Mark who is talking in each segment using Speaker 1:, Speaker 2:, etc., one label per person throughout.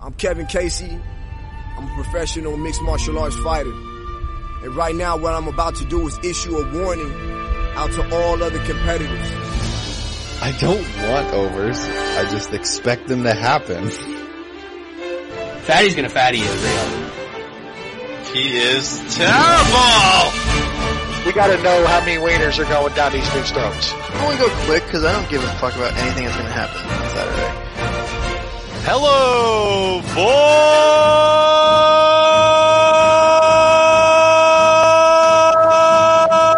Speaker 1: I'm Kevin Casey. I'm a professional mixed martial arts fighter. And right now, what I'm about to do is issue a warning out to all other competitors.
Speaker 2: I don't want overs. I just expect them to happen.
Speaker 3: Fatty's gonna fatty you real.
Speaker 4: He is terrible!
Speaker 5: We gotta know how many wieners are going down these big stones.
Speaker 2: I'm gonna go quick because I don't give a fuck about anything that's gonna happen on Saturday.
Speaker 4: Hello,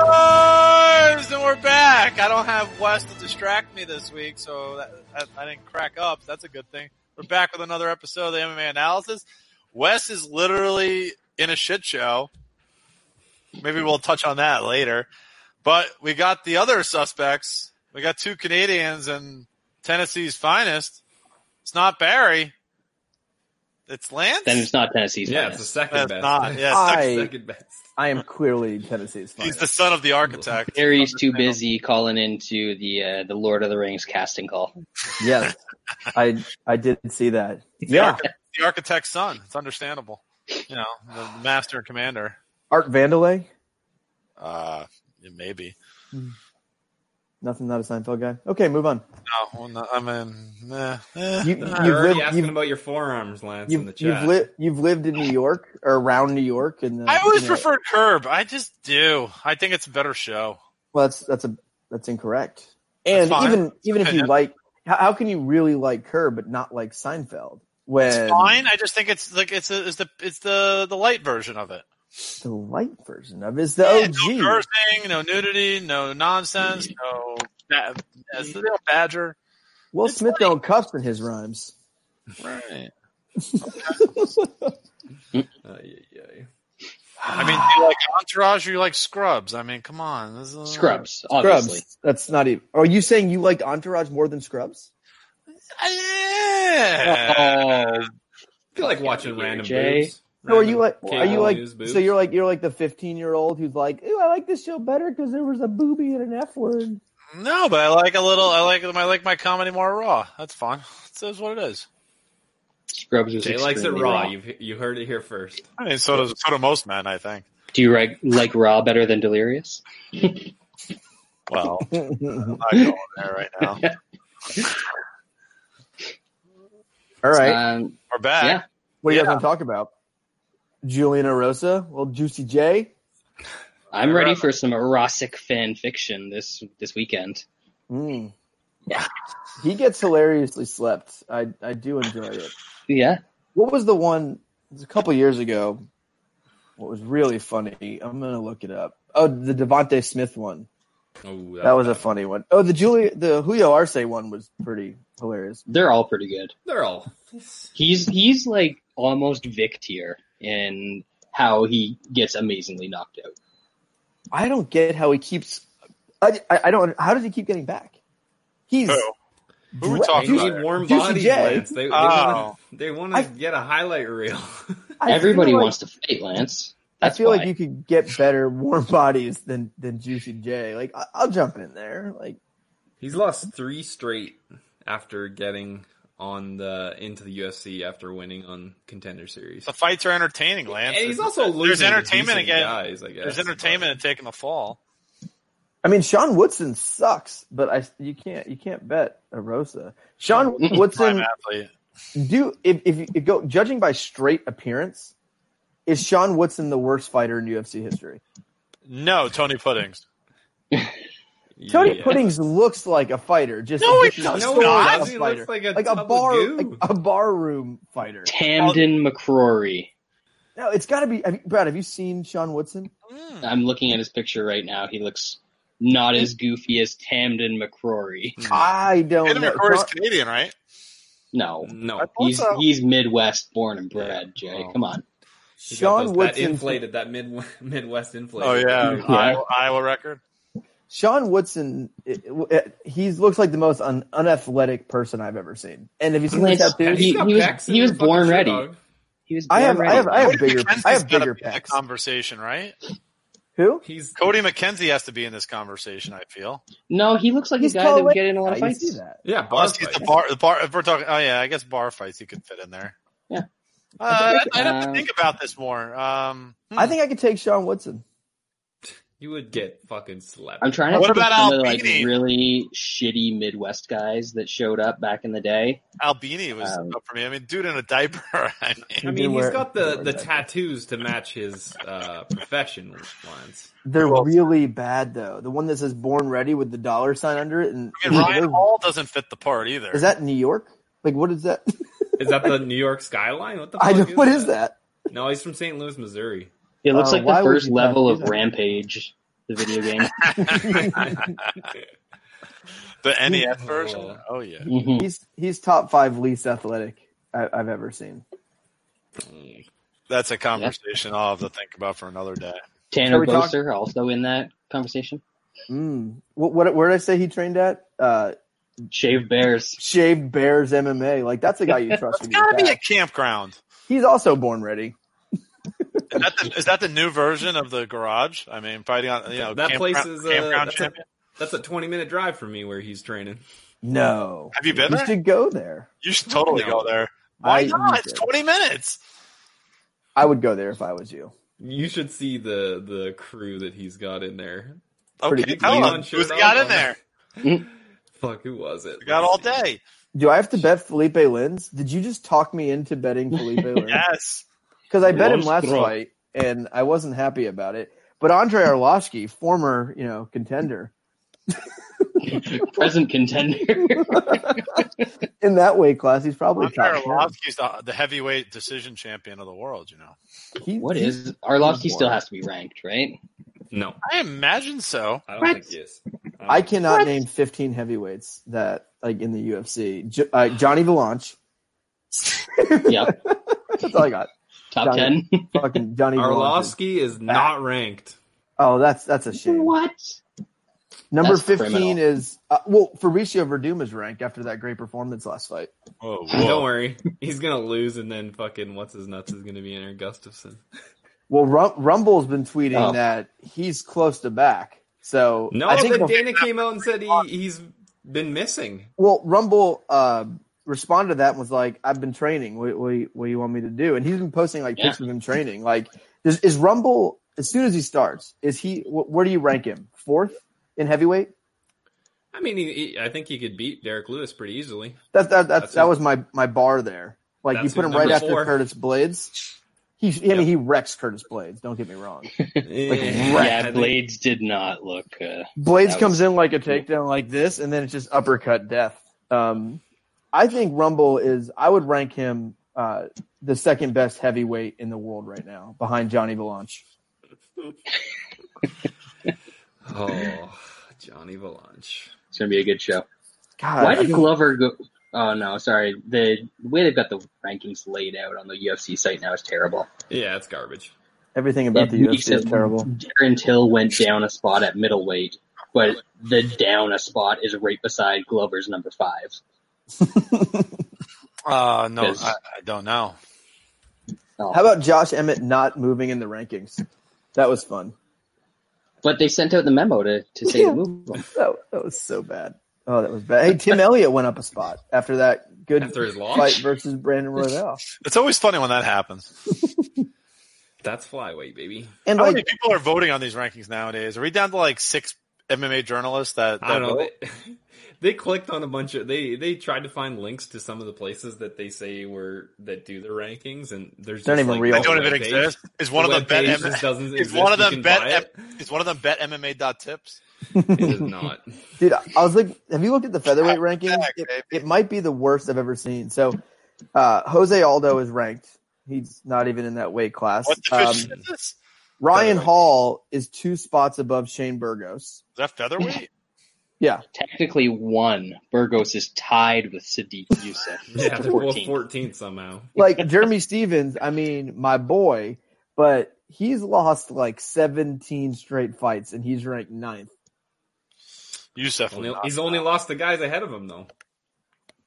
Speaker 4: boys! And we're back. I don't have Wes to distract me this week, so that, that, I didn't crack up. That's a good thing. We're back with another episode of the MMA analysis. Wes is literally in a shit show. Maybe we'll touch on that later. But we got the other suspects. We got two Canadians and Tennessee's finest. It's not Barry. It's Lance.
Speaker 3: Then it's not Tennessee's.
Speaker 6: Yeah, it's the
Speaker 3: finest.
Speaker 6: second
Speaker 4: That's
Speaker 6: best.
Speaker 4: not. Yeah,
Speaker 7: I,
Speaker 4: it's
Speaker 6: It's the second best.
Speaker 7: I am clearly Tennessee's
Speaker 4: He's
Speaker 7: finest.
Speaker 4: the son of the architect.
Speaker 3: Barry's
Speaker 4: Of the
Speaker 3: too
Speaker 4: panel.
Speaker 3: busy calling into the uh, the Lord of the Rings casting call.
Speaker 7: yes, I I did see that.
Speaker 4: Yeah. The architect's son. It's understandable. You know, the master and commander.
Speaker 7: Art Vandalay,
Speaker 4: Uh, yeah, maybe.
Speaker 7: nothing, not a Seinfeld guy. Okay, move on.
Speaker 4: No, Oh, well, no, I mean, eh, eh.
Speaker 7: You,
Speaker 6: Nah,
Speaker 7: you've
Speaker 6: we're already
Speaker 7: lived,
Speaker 6: asking
Speaker 7: you've,
Speaker 6: about your forearms, Lance, in the
Speaker 7: you've,
Speaker 6: chat.
Speaker 7: you've, li- you've lived in New York or around New York, and uh,
Speaker 4: I always
Speaker 7: you know-
Speaker 4: preferred Curb. I just do. I think it's a better show.
Speaker 7: Well, that's that's a that's incorrect.
Speaker 4: That's
Speaker 7: And
Speaker 4: fine.
Speaker 7: even even if you
Speaker 4: opinion.
Speaker 7: like, how, how can you really like Curb but not like Seinfeld? When
Speaker 4: It's fine. I just think it's like it's a, it's the it's the the light version of it.
Speaker 7: the light version of it is the
Speaker 4: Yeah,
Speaker 7: OG.
Speaker 4: No cursing, no nudity, no nonsense, no. Ba- it's the real badger.
Speaker 7: Will
Speaker 4: It's
Speaker 7: Smith
Speaker 4: like-
Speaker 7: don't cuss in his rhymes.
Speaker 4: Right.
Speaker 6: Ay, ay, ay.
Speaker 4: I mean, do you like Entourage or you like Scrubs? I mean, come on. This
Speaker 7: Uh,
Speaker 4: is-
Speaker 3: Scrubs, obviously.
Speaker 7: Scrubs. That's not even. Are you saying you liked Entourage more than Scrubs?
Speaker 4: Yeah.
Speaker 6: I feel like watching random
Speaker 3: Jay.
Speaker 6: boobs.
Speaker 7: No, are
Speaker 6: Random
Speaker 7: you like?
Speaker 6: cable
Speaker 7: Are you like?
Speaker 6: news boobs.
Speaker 7: So you're like you're like the 15 year old who's like, "Ooh, I like this show better because there was a booby and an F word."
Speaker 4: No, but I like a little. I like I like my comedy more raw. That's fun. That's what it is.
Speaker 3: Scrubs was
Speaker 6: Jay likes it
Speaker 3: extremely
Speaker 6: raw. You've you heard it here first.
Speaker 4: I mean, so does so do most men. I think.
Speaker 3: Do you like, like raw better than delirious?
Speaker 4: Well, I'm not going there right now.
Speaker 7: All right,
Speaker 3: Um,
Speaker 4: We're back.
Speaker 3: yeah.
Speaker 7: what do you guys
Speaker 4: yeah.
Speaker 7: want to talk about? Julian Rosa, well, Juicy J.
Speaker 3: I'm ready for some erotic fan fiction this this weekend.
Speaker 7: Mm.
Speaker 3: Yeah.
Speaker 7: he gets hilariously slept. I I do enjoy it.
Speaker 3: Yeah,
Speaker 7: What was the one? It was a couple years ago. What was really funny? I'm gonna look it up. Oh, the Devonte Smith one.
Speaker 6: Oh,
Speaker 7: That was a funny one. Oh, the Julia, the Julio Arce one was pretty hilarious.
Speaker 3: they're all pretty good.
Speaker 6: They're all.
Speaker 3: He's he's like almost Vic tier in how he gets amazingly knocked out.
Speaker 7: I don't get how he keeps. I, I, I don't. How does he keep getting back? He's.
Speaker 4: Who? Who are we
Speaker 7: dra-
Speaker 4: talking
Speaker 6: They
Speaker 7: Juicy-
Speaker 4: about?
Speaker 6: need warm
Speaker 7: Juicy
Speaker 6: bodies,
Speaker 7: J.
Speaker 6: Lance. They, they
Speaker 4: Oh.
Speaker 6: want to they wanna
Speaker 7: I-
Speaker 6: get a highlight reel.
Speaker 7: I feel
Speaker 3: Everybody
Speaker 7: like-
Speaker 3: wants to fight Lance.
Speaker 7: I
Speaker 3: That's
Speaker 7: feel
Speaker 3: why.
Speaker 7: like you could get better warm bodies than than Juicy J. Like I, I'll jump in there. Like
Speaker 6: He's lost three straight after getting on the into the UFC after winning on Contender Series.
Speaker 4: The fights are entertaining, Lance.
Speaker 6: And he's also losing.
Speaker 4: there's
Speaker 6: to
Speaker 4: entertainment
Speaker 6: decent
Speaker 4: again.
Speaker 6: Guys, I guess.
Speaker 4: There's entertainment in taking the fall.
Speaker 7: I mean, Sean Woodson sucks, but I you can't you can't bet Arosa. Sean
Speaker 3: Mm-hmm.
Speaker 4: Prime
Speaker 7: Woodson
Speaker 4: athlete.
Speaker 7: do if if you if go judging by straight appearance, is Sean Woodson the worst fighter in UFC history?
Speaker 4: No, Tony Puddings.
Speaker 6: But-
Speaker 7: Tony
Speaker 6: Yeah.
Speaker 7: Puddings looks like a fighter. Just
Speaker 4: No, he
Speaker 7: just
Speaker 4: does
Speaker 7: a
Speaker 4: not.
Speaker 7: story of
Speaker 6: He looks like a tub of
Speaker 7: bar,
Speaker 6: goo.
Speaker 7: like a barroom fighter.
Speaker 3: Tamden McCrory.
Speaker 7: No, it's got to be. Have you, Brad, have you seen Sean Woodson?
Speaker 6: Hmm.
Speaker 4: Mm.
Speaker 3: I'm looking at his picture right now. He looks not as goofy as Tamden McCrory.
Speaker 7: I don't
Speaker 4: Adam
Speaker 7: know.
Speaker 4: McCoy is
Speaker 7: Sean-
Speaker 4: Canadian, right?
Speaker 3: No,
Speaker 6: No,
Speaker 3: he's
Speaker 4: Also-
Speaker 3: he's Midwest born and bred. Jay,
Speaker 6: Wow.
Speaker 3: come on.
Speaker 6: He got
Speaker 7: Sean
Speaker 6: those- that
Speaker 7: Woodson.
Speaker 6: inflated that mid Midwest inflated.
Speaker 4: Oh yeah,
Speaker 3: Yeah.
Speaker 4: Iowa, Iowa record.
Speaker 7: Sean Woodson. it- it- he looks like the most un, unathletic person I've ever seen. And if you see the
Speaker 3: Lance,
Speaker 7: tattoo,
Speaker 3: have you- He- he was- he was born ready. He was.
Speaker 7: I have,
Speaker 3: born
Speaker 7: I have,
Speaker 3: ready.
Speaker 7: I have bigger, I have
Speaker 4: gotta
Speaker 7: bigger
Speaker 4: be in the
Speaker 7: pecs.
Speaker 4: conversation, right?
Speaker 7: Who?
Speaker 6: He's
Speaker 4: Cody McKenzie has to be in this conversation. I feel.
Speaker 3: No, he looks like
Speaker 7: He's
Speaker 3: a guy that
Speaker 7: Colorado.
Speaker 3: would get in a lot of
Speaker 7: I
Speaker 3: fights.
Speaker 7: see that.
Speaker 6: yeah, bar
Speaker 4: Unless he's
Speaker 6: fight.
Speaker 4: the bar, the bar. If we're talking, oh yeah, I guess bar fights he could fit in there. Uh, I'd, I'd have
Speaker 3: Uh,
Speaker 4: to think about this more. Um, hmm.
Speaker 7: I think I could take Sean Woodson.
Speaker 6: You would get fucking slept.
Speaker 3: I'm trying to
Speaker 4: What
Speaker 3: think of
Speaker 4: about
Speaker 3: some of the like
Speaker 4: Albini?
Speaker 3: really shitty Midwest guys that showed up back in the day.
Speaker 4: Albini was
Speaker 3: Um,
Speaker 4: up for me. I mean, dude in a diaper. I mean,
Speaker 6: I
Speaker 7: He did
Speaker 6: mean, he's
Speaker 7: wear-
Speaker 6: got the,
Speaker 7: wear
Speaker 6: the
Speaker 7: that.
Speaker 6: tattoos to match his uh, profession lines.
Speaker 7: They're really bad though. The one that says "Born Ready" with the dollar sign under it, and
Speaker 4: I mean, Ryan Hall doesn't fit the part either.
Speaker 7: is that New York? Like, what is that?
Speaker 6: Is that the New York skyline? What the fuck
Speaker 7: I don't. What is that?
Speaker 6: No, he's from St. Louis, Missouri.
Speaker 3: It looks
Speaker 7: Uh,
Speaker 3: like
Speaker 7: why
Speaker 3: the
Speaker 7: would
Speaker 3: first
Speaker 7: you
Speaker 3: level
Speaker 7: not
Speaker 3: of
Speaker 7: do that?
Speaker 3: Rampage, the video game.
Speaker 4: the NES version?
Speaker 6: Oh.
Speaker 4: Oh yeah.
Speaker 3: Mhm.
Speaker 7: He's he's top five least athletic I, I've ever seen.
Speaker 4: That's a conversation I'll have to think about for another day.
Speaker 7: Shall
Speaker 3: Tanner
Speaker 7: we talk-
Speaker 3: Boser also in that conversation.
Speaker 7: Mm. What, what where did I say he trained at? Uh,
Speaker 3: Shaved Bears.
Speaker 7: shaved Bears MMA. Like that's a guy you trust. with
Speaker 4: It's
Speaker 7: your
Speaker 4: gotta be a
Speaker 7: back.
Speaker 4: campground.
Speaker 7: He's also born ready.
Speaker 4: Is that, the, is that the new version of the garage? I mean, fighting on you know
Speaker 6: That
Speaker 4: campground-
Speaker 6: place is, uh,
Speaker 4: campground
Speaker 6: that's a-
Speaker 4: champion.
Speaker 6: That's a 20 minute drive from me where he's training.
Speaker 7: No,
Speaker 4: Have you been
Speaker 7: you
Speaker 4: there?
Speaker 7: should go there.
Speaker 4: You should totally
Speaker 6: No.
Speaker 4: go there. Why
Speaker 7: I-
Speaker 4: not? It's twenty minutes.
Speaker 7: I would go there if I was you.
Speaker 6: You should see the the crew that he's got in there.
Speaker 7: Pretty
Speaker 4: Okay,
Speaker 7: good.
Speaker 4: tell
Speaker 6: Leon
Speaker 4: him
Speaker 6: showed
Speaker 4: who's he
Speaker 6: up
Speaker 4: got in
Speaker 6: on
Speaker 4: there.
Speaker 6: Fuck, who was it?
Speaker 4: We got all
Speaker 6: Let's see.
Speaker 4: day.
Speaker 7: Do I have to bet Felipe Lins? Did you just talk me into betting Felipe Lins?
Speaker 4: Yes.
Speaker 7: Because I bet him
Speaker 3: Lins
Speaker 7: last
Speaker 3: drunk.
Speaker 7: fight, and I wasn't happy about it. But Andre Arlovsky, former you know contender,
Speaker 3: Present contender.
Speaker 7: in that weight class, he's probably
Speaker 4: Andre
Speaker 7: top. ten.
Speaker 4: Arlovsky's uh, the, the heavyweight decision champion of the world. You know,
Speaker 7: He-
Speaker 3: what
Speaker 7: he-
Speaker 3: is Arlovsky still has to be ranked, right?
Speaker 6: No,
Speaker 4: I imagine so.
Speaker 6: I don't
Speaker 3: What?
Speaker 6: think he is. don't
Speaker 7: I
Speaker 6: think-
Speaker 7: cannot
Speaker 3: What?
Speaker 7: name 15 heavyweights that like in the UFC. Jo- uh, Johnny Valanche.
Speaker 3: Yep.
Speaker 7: That's all I got.
Speaker 3: Top
Speaker 7: Johnny.
Speaker 3: ten.
Speaker 7: Fucking Johnny Valanche.
Speaker 6: Arlovsky is not ranked.
Speaker 7: Oh, that's that's a shame.
Speaker 3: what?
Speaker 7: Number
Speaker 3: That's
Speaker 7: 15
Speaker 3: criminal.
Speaker 7: is uh, well, Fabricio Verdum is ranked after that great performance last fight.
Speaker 4: Oh,
Speaker 6: Don't worry, he's gonna lose, and then fucking what's his nuts is gonna be in there, Gustafson.
Speaker 7: Well, Rum- Rumble's been tweeting
Speaker 3: Oh.
Speaker 7: that he's close to back. So
Speaker 6: No,
Speaker 7: I think
Speaker 6: but
Speaker 7: bef-
Speaker 6: Dana came out and said he, he's been missing.
Speaker 7: well, Rumble uh, responded to that and was like, "I've been training. What, what, do you- what do you want me to do?" And he's been posting like
Speaker 3: Yeah.
Speaker 7: pictures of him training. Like, is, is Rumble as soon as he starts? Is he? Wh- where do you rank him? Fourth in heavyweight?
Speaker 6: I mean, he, he, I think he could beat Derek Lewis pretty easily.
Speaker 7: That that that,
Speaker 6: That's
Speaker 7: that
Speaker 6: it.
Speaker 7: was my my bar there. Like you
Speaker 6: That's
Speaker 7: put
Speaker 6: his
Speaker 7: him right
Speaker 6: number
Speaker 7: after
Speaker 6: four.
Speaker 7: Curtis Blades. He, I mean, he wrecks Curtis Blades. Don't get me wrong.
Speaker 6: I
Speaker 3: Yeah,
Speaker 6: think-
Speaker 3: Blades did not look. Uh,
Speaker 7: Blades
Speaker 3: That
Speaker 7: comes in like a takedown like this, and then it's just uppercut death. Um, I think Rumble is. I would rank him uh, the second best heavyweight in the world right now, behind Johnny Valanche.
Speaker 6: Oh, Johnny Valanche.
Speaker 3: it's gonna be a good show.
Speaker 7: God,
Speaker 3: Why
Speaker 7: I
Speaker 3: did
Speaker 7: think-
Speaker 3: Glover go? Oh no, sorry. The the way they've got the rankings laid out on the UFC site now is terrible.
Speaker 6: Yeah, it's garbage.
Speaker 7: everything about the
Speaker 3: It makes
Speaker 7: UFC is
Speaker 3: it-
Speaker 7: terrible.
Speaker 3: Darren Till went down a spot at middleweight, but the down a spot is right beside Glover's number five.
Speaker 4: Uh, no,
Speaker 3: Yes.
Speaker 4: I, I don't know.
Speaker 7: How about Josh Emmett not moving in the rankings? That was fun.
Speaker 3: But they sent out the memo to, to say to move him.
Speaker 7: That, that was so bad. Oh, that was bad. Hey, Tim Elliott went up a spot after that good
Speaker 6: After his loss,
Speaker 7: fight versus Brandon Royval.
Speaker 4: It's always funny when that happens.
Speaker 6: that's flyweight, baby.
Speaker 7: And
Speaker 4: How many
Speaker 7: like,
Speaker 4: people are voting on these rankings nowadays? Are we down to like six MMA journalists that, that
Speaker 6: I don't know.
Speaker 4: vote?
Speaker 6: They, they clicked on a bunch of they they tried to find links to some of the places that they say were that do the rankings, and there's
Speaker 7: They're not even
Speaker 6: just, like,
Speaker 7: real.
Speaker 4: They
Speaker 6: no
Speaker 4: don't even
Speaker 6: webpage.
Speaker 4: exist. Is one of
Speaker 6: The
Speaker 4: them bet
Speaker 6: webpage
Speaker 4: M-
Speaker 6: just doesn't
Speaker 4: is
Speaker 6: exist.
Speaker 4: one of
Speaker 6: You
Speaker 4: them
Speaker 6: can
Speaker 4: bet
Speaker 6: buy it.
Speaker 4: M- is one of them bet MMA tips?
Speaker 6: It is not.
Speaker 7: dude, I was like, have you looked at the featherweight rankings?
Speaker 4: back,
Speaker 7: It,
Speaker 4: baby.
Speaker 7: it might be the worst I've ever seen. So, uh, Jose Aldo is ranked. He's not even in that weight class.
Speaker 4: What the
Speaker 7: Um,
Speaker 4: fish is this? Is
Speaker 7: Ryan
Speaker 6: Featherweight.
Speaker 7: Hall is two spots above Shane Burgos.
Speaker 4: that featherweight?
Speaker 3: Technically one. Burgos is tied with Sadiq Youssef.
Speaker 6: Yeah, they're both
Speaker 3: 14.
Speaker 6: 14 somehow.
Speaker 7: Like Jeremy Stevens, I mean, my boy, but he's lost like 17 straight fights and he's ranked ninth.
Speaker 4: Yusef. would
Speaker 6: Only-
Speaker 4: not.
Speaker 6: he's only lost the guys ahead of him though.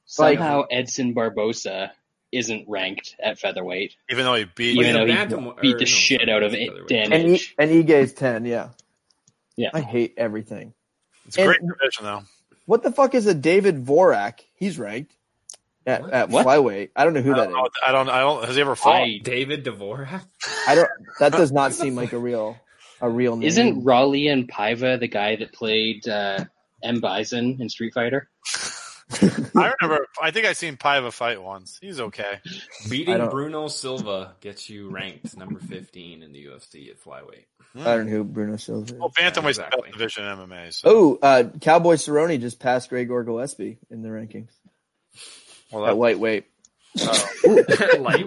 Speaker 3: Somehow Edson Barbosa isn't ranked at featherweight,
Speaker 4: even though he beat.
Speaker 3: even
Speaker 6: a
Speaker 3: though he
Speaker 6: bantam-
Speaker 3: beat
Speaker 6: or
Speaker 3: the
Speaker 6: no,
Speaker 3: shit
Speaker 6: sorry,
Speaker 3: out of
Speaker 6: that's
Speaker 3: it,
Speaker 6: featherweight.
Speaker 3: Dan
Speaker 7: And, e-
Speaker 3: Ige.
Speaker 7: and Ige's 10, yeah.
Speaker 3: Yeah.
Speaker 7: I hate everything.
Speaker 4: It's a great
Speaker 7: and-
Speaker 4: division though.
Speaker 7: What the fuck is a David Vorak? He's ranked. at, at
Speaker 3: What?
Speaker 7: flyweight. I don't know who
Speaker 4: I
Speaker 7: that
Speaker 4: don't,
Speaker 7: is.
Speaker 4: know, I don't. I don't. Has he ever
Speaker 7: Oh.
Speaker 4: fought?
Speaker 3: I,
Speaker 6: David Dvorak?
Speaker 7: I don't. That does not seem like a real a real name.
Speaker 3: isn't Raleigh and Paiva the guy that played uh, M Bison in Street Fighter?
Speaker 4: I remember. I think I seen Paiva fight once. He's okay.
Speaker 7: I
Speaker 6: Beating
Speaker 7: don't-
Speaker 6: Bruno Silva gets you ranked number 15 in the UFC at flyweight.
Speaker 7: I don't know who Bruno Silva. Is.
Speaker 4: Well, bantamweight's the
Speaker 6: Exactly.
Speaker 4: best division in MMA. So.
Speaker 7: Oh, uh, Cowboy Cerrone just passed Gregor Gillespie in the rankings
Speaker 4: well,
Speaker 7: at lightweight.
Speaker 6: Like,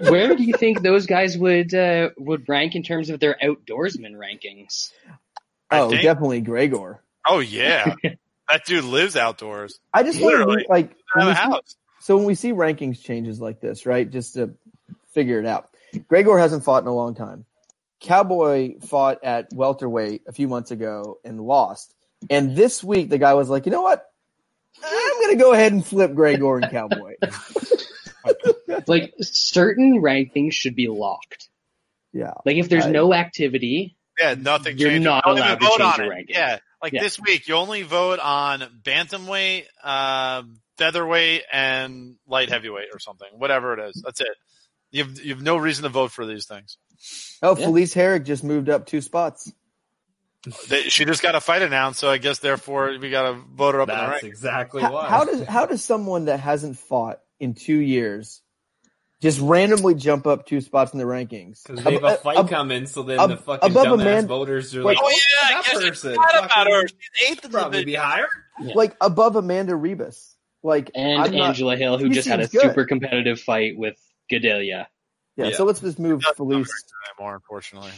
Speaker 3: Where do you think those guys would uh, would rank in terms of their outdoorsman rankings?
Speaker 4: I
Speaker 7: Oh,
Speaker 4: think-
Speaker 7: definitely Gregor.
Speaker 4: oh yeah, that dude lives outdoors.
Speaker 7: I just want to
Speaker 4: Literally.
Speaker 7: like
Speaker 4: Out
Speaker 7: when
Speaker 4: of
Speaker 7: we
Speaker 4: the
Speaker 7: see-
Speaker 4: house.
Speaker 7: so when we see rankings changes like this, right? Just to figure it out. Gregor hasn't fought in a long time. Cowboy fought at welterweight a few months ago and lost. And this week the guy was like, you know what? I'm gonna go ahead and flip Gregor and Cowboy.
Speaker 3: Like certain rankings should be locked.
Speaker 7: yeah.
Speaker 3: Like if there's
Speaker 7: I-
Speaker 3: no activity,
Speaker 4: Yeah, nothing.
Speaker 3: You're
Speaker 4: changes.
Speaker 3: not
Speaker 4: Don't even
Speaker 3: allowed to
Speaker 4: vote
Speaker 3: change
Speaker 4: on
Speaker 3: your
Speaker 4: it.
Speaker 3: ranking.
Speaker 4: Yeah, like
Speaker 3: Yeah.
Speaker 4: this week, you only vote on bantamweight, uh, featherweight, and light heavyweight or something. Whatever it is, that's it. You've you've no reason to vote for these things.
Speaker 7: Oh,
Speaker 3: Yeah.
Speaker 7: Felice Herrick just moved up two spots.
Speaker 4: They, she just got a fight announced, so I guess therefore we got to vote her up in the
Speaker 6: that's
Speaker 4: ring.
Speaker 6: exactly
Speaker 7: How,
Speaker 6: why.
Speaker 7: how does how does someone that hasn't fought in two years just randomly jump up two spots in the rankings?
Speaker 6: Because they have a fight
Speaker 7: Ab-
Speaker 6: coming, so then
Speaker 7: ab-
Speaker 6: the fucking
Speaker 7: above a
Speaker 6: dumbass
Speaker 7: man-
Speaker 6: voters are
Speaker 7: Wait,
Speaker 6: like,
Speaker 4: Oh
Speaker 6: oh,
Speaker 4: yeah, I
Speaker 6: that
Speaker 4: guess I
Speaker 6: person.
Speaker 4: forgot about
Speaker 6: Fucking
Speaker 4: her. She's eighth in the
Speaker 6: Probably
Speaker 4: division.
Speaker 6: be higher.
Speaker 7: like above Amanda Rebus. Like
Speaker 3: and
Speaker 7: I'm not-
Speaker 3: Angela Hill, who
Speaker 7: she
Speaker 3: just had a
Speaker 7: seems good.
Speaker 3: super competitive fight with Gadelia,
Speaker 7: yeah,
Speaker 6: Yeah.
Speaker 7: So let's just move
Speaker 4: Yeah.
Speaker 7: Felice.
Speaker 4: More unfortunately,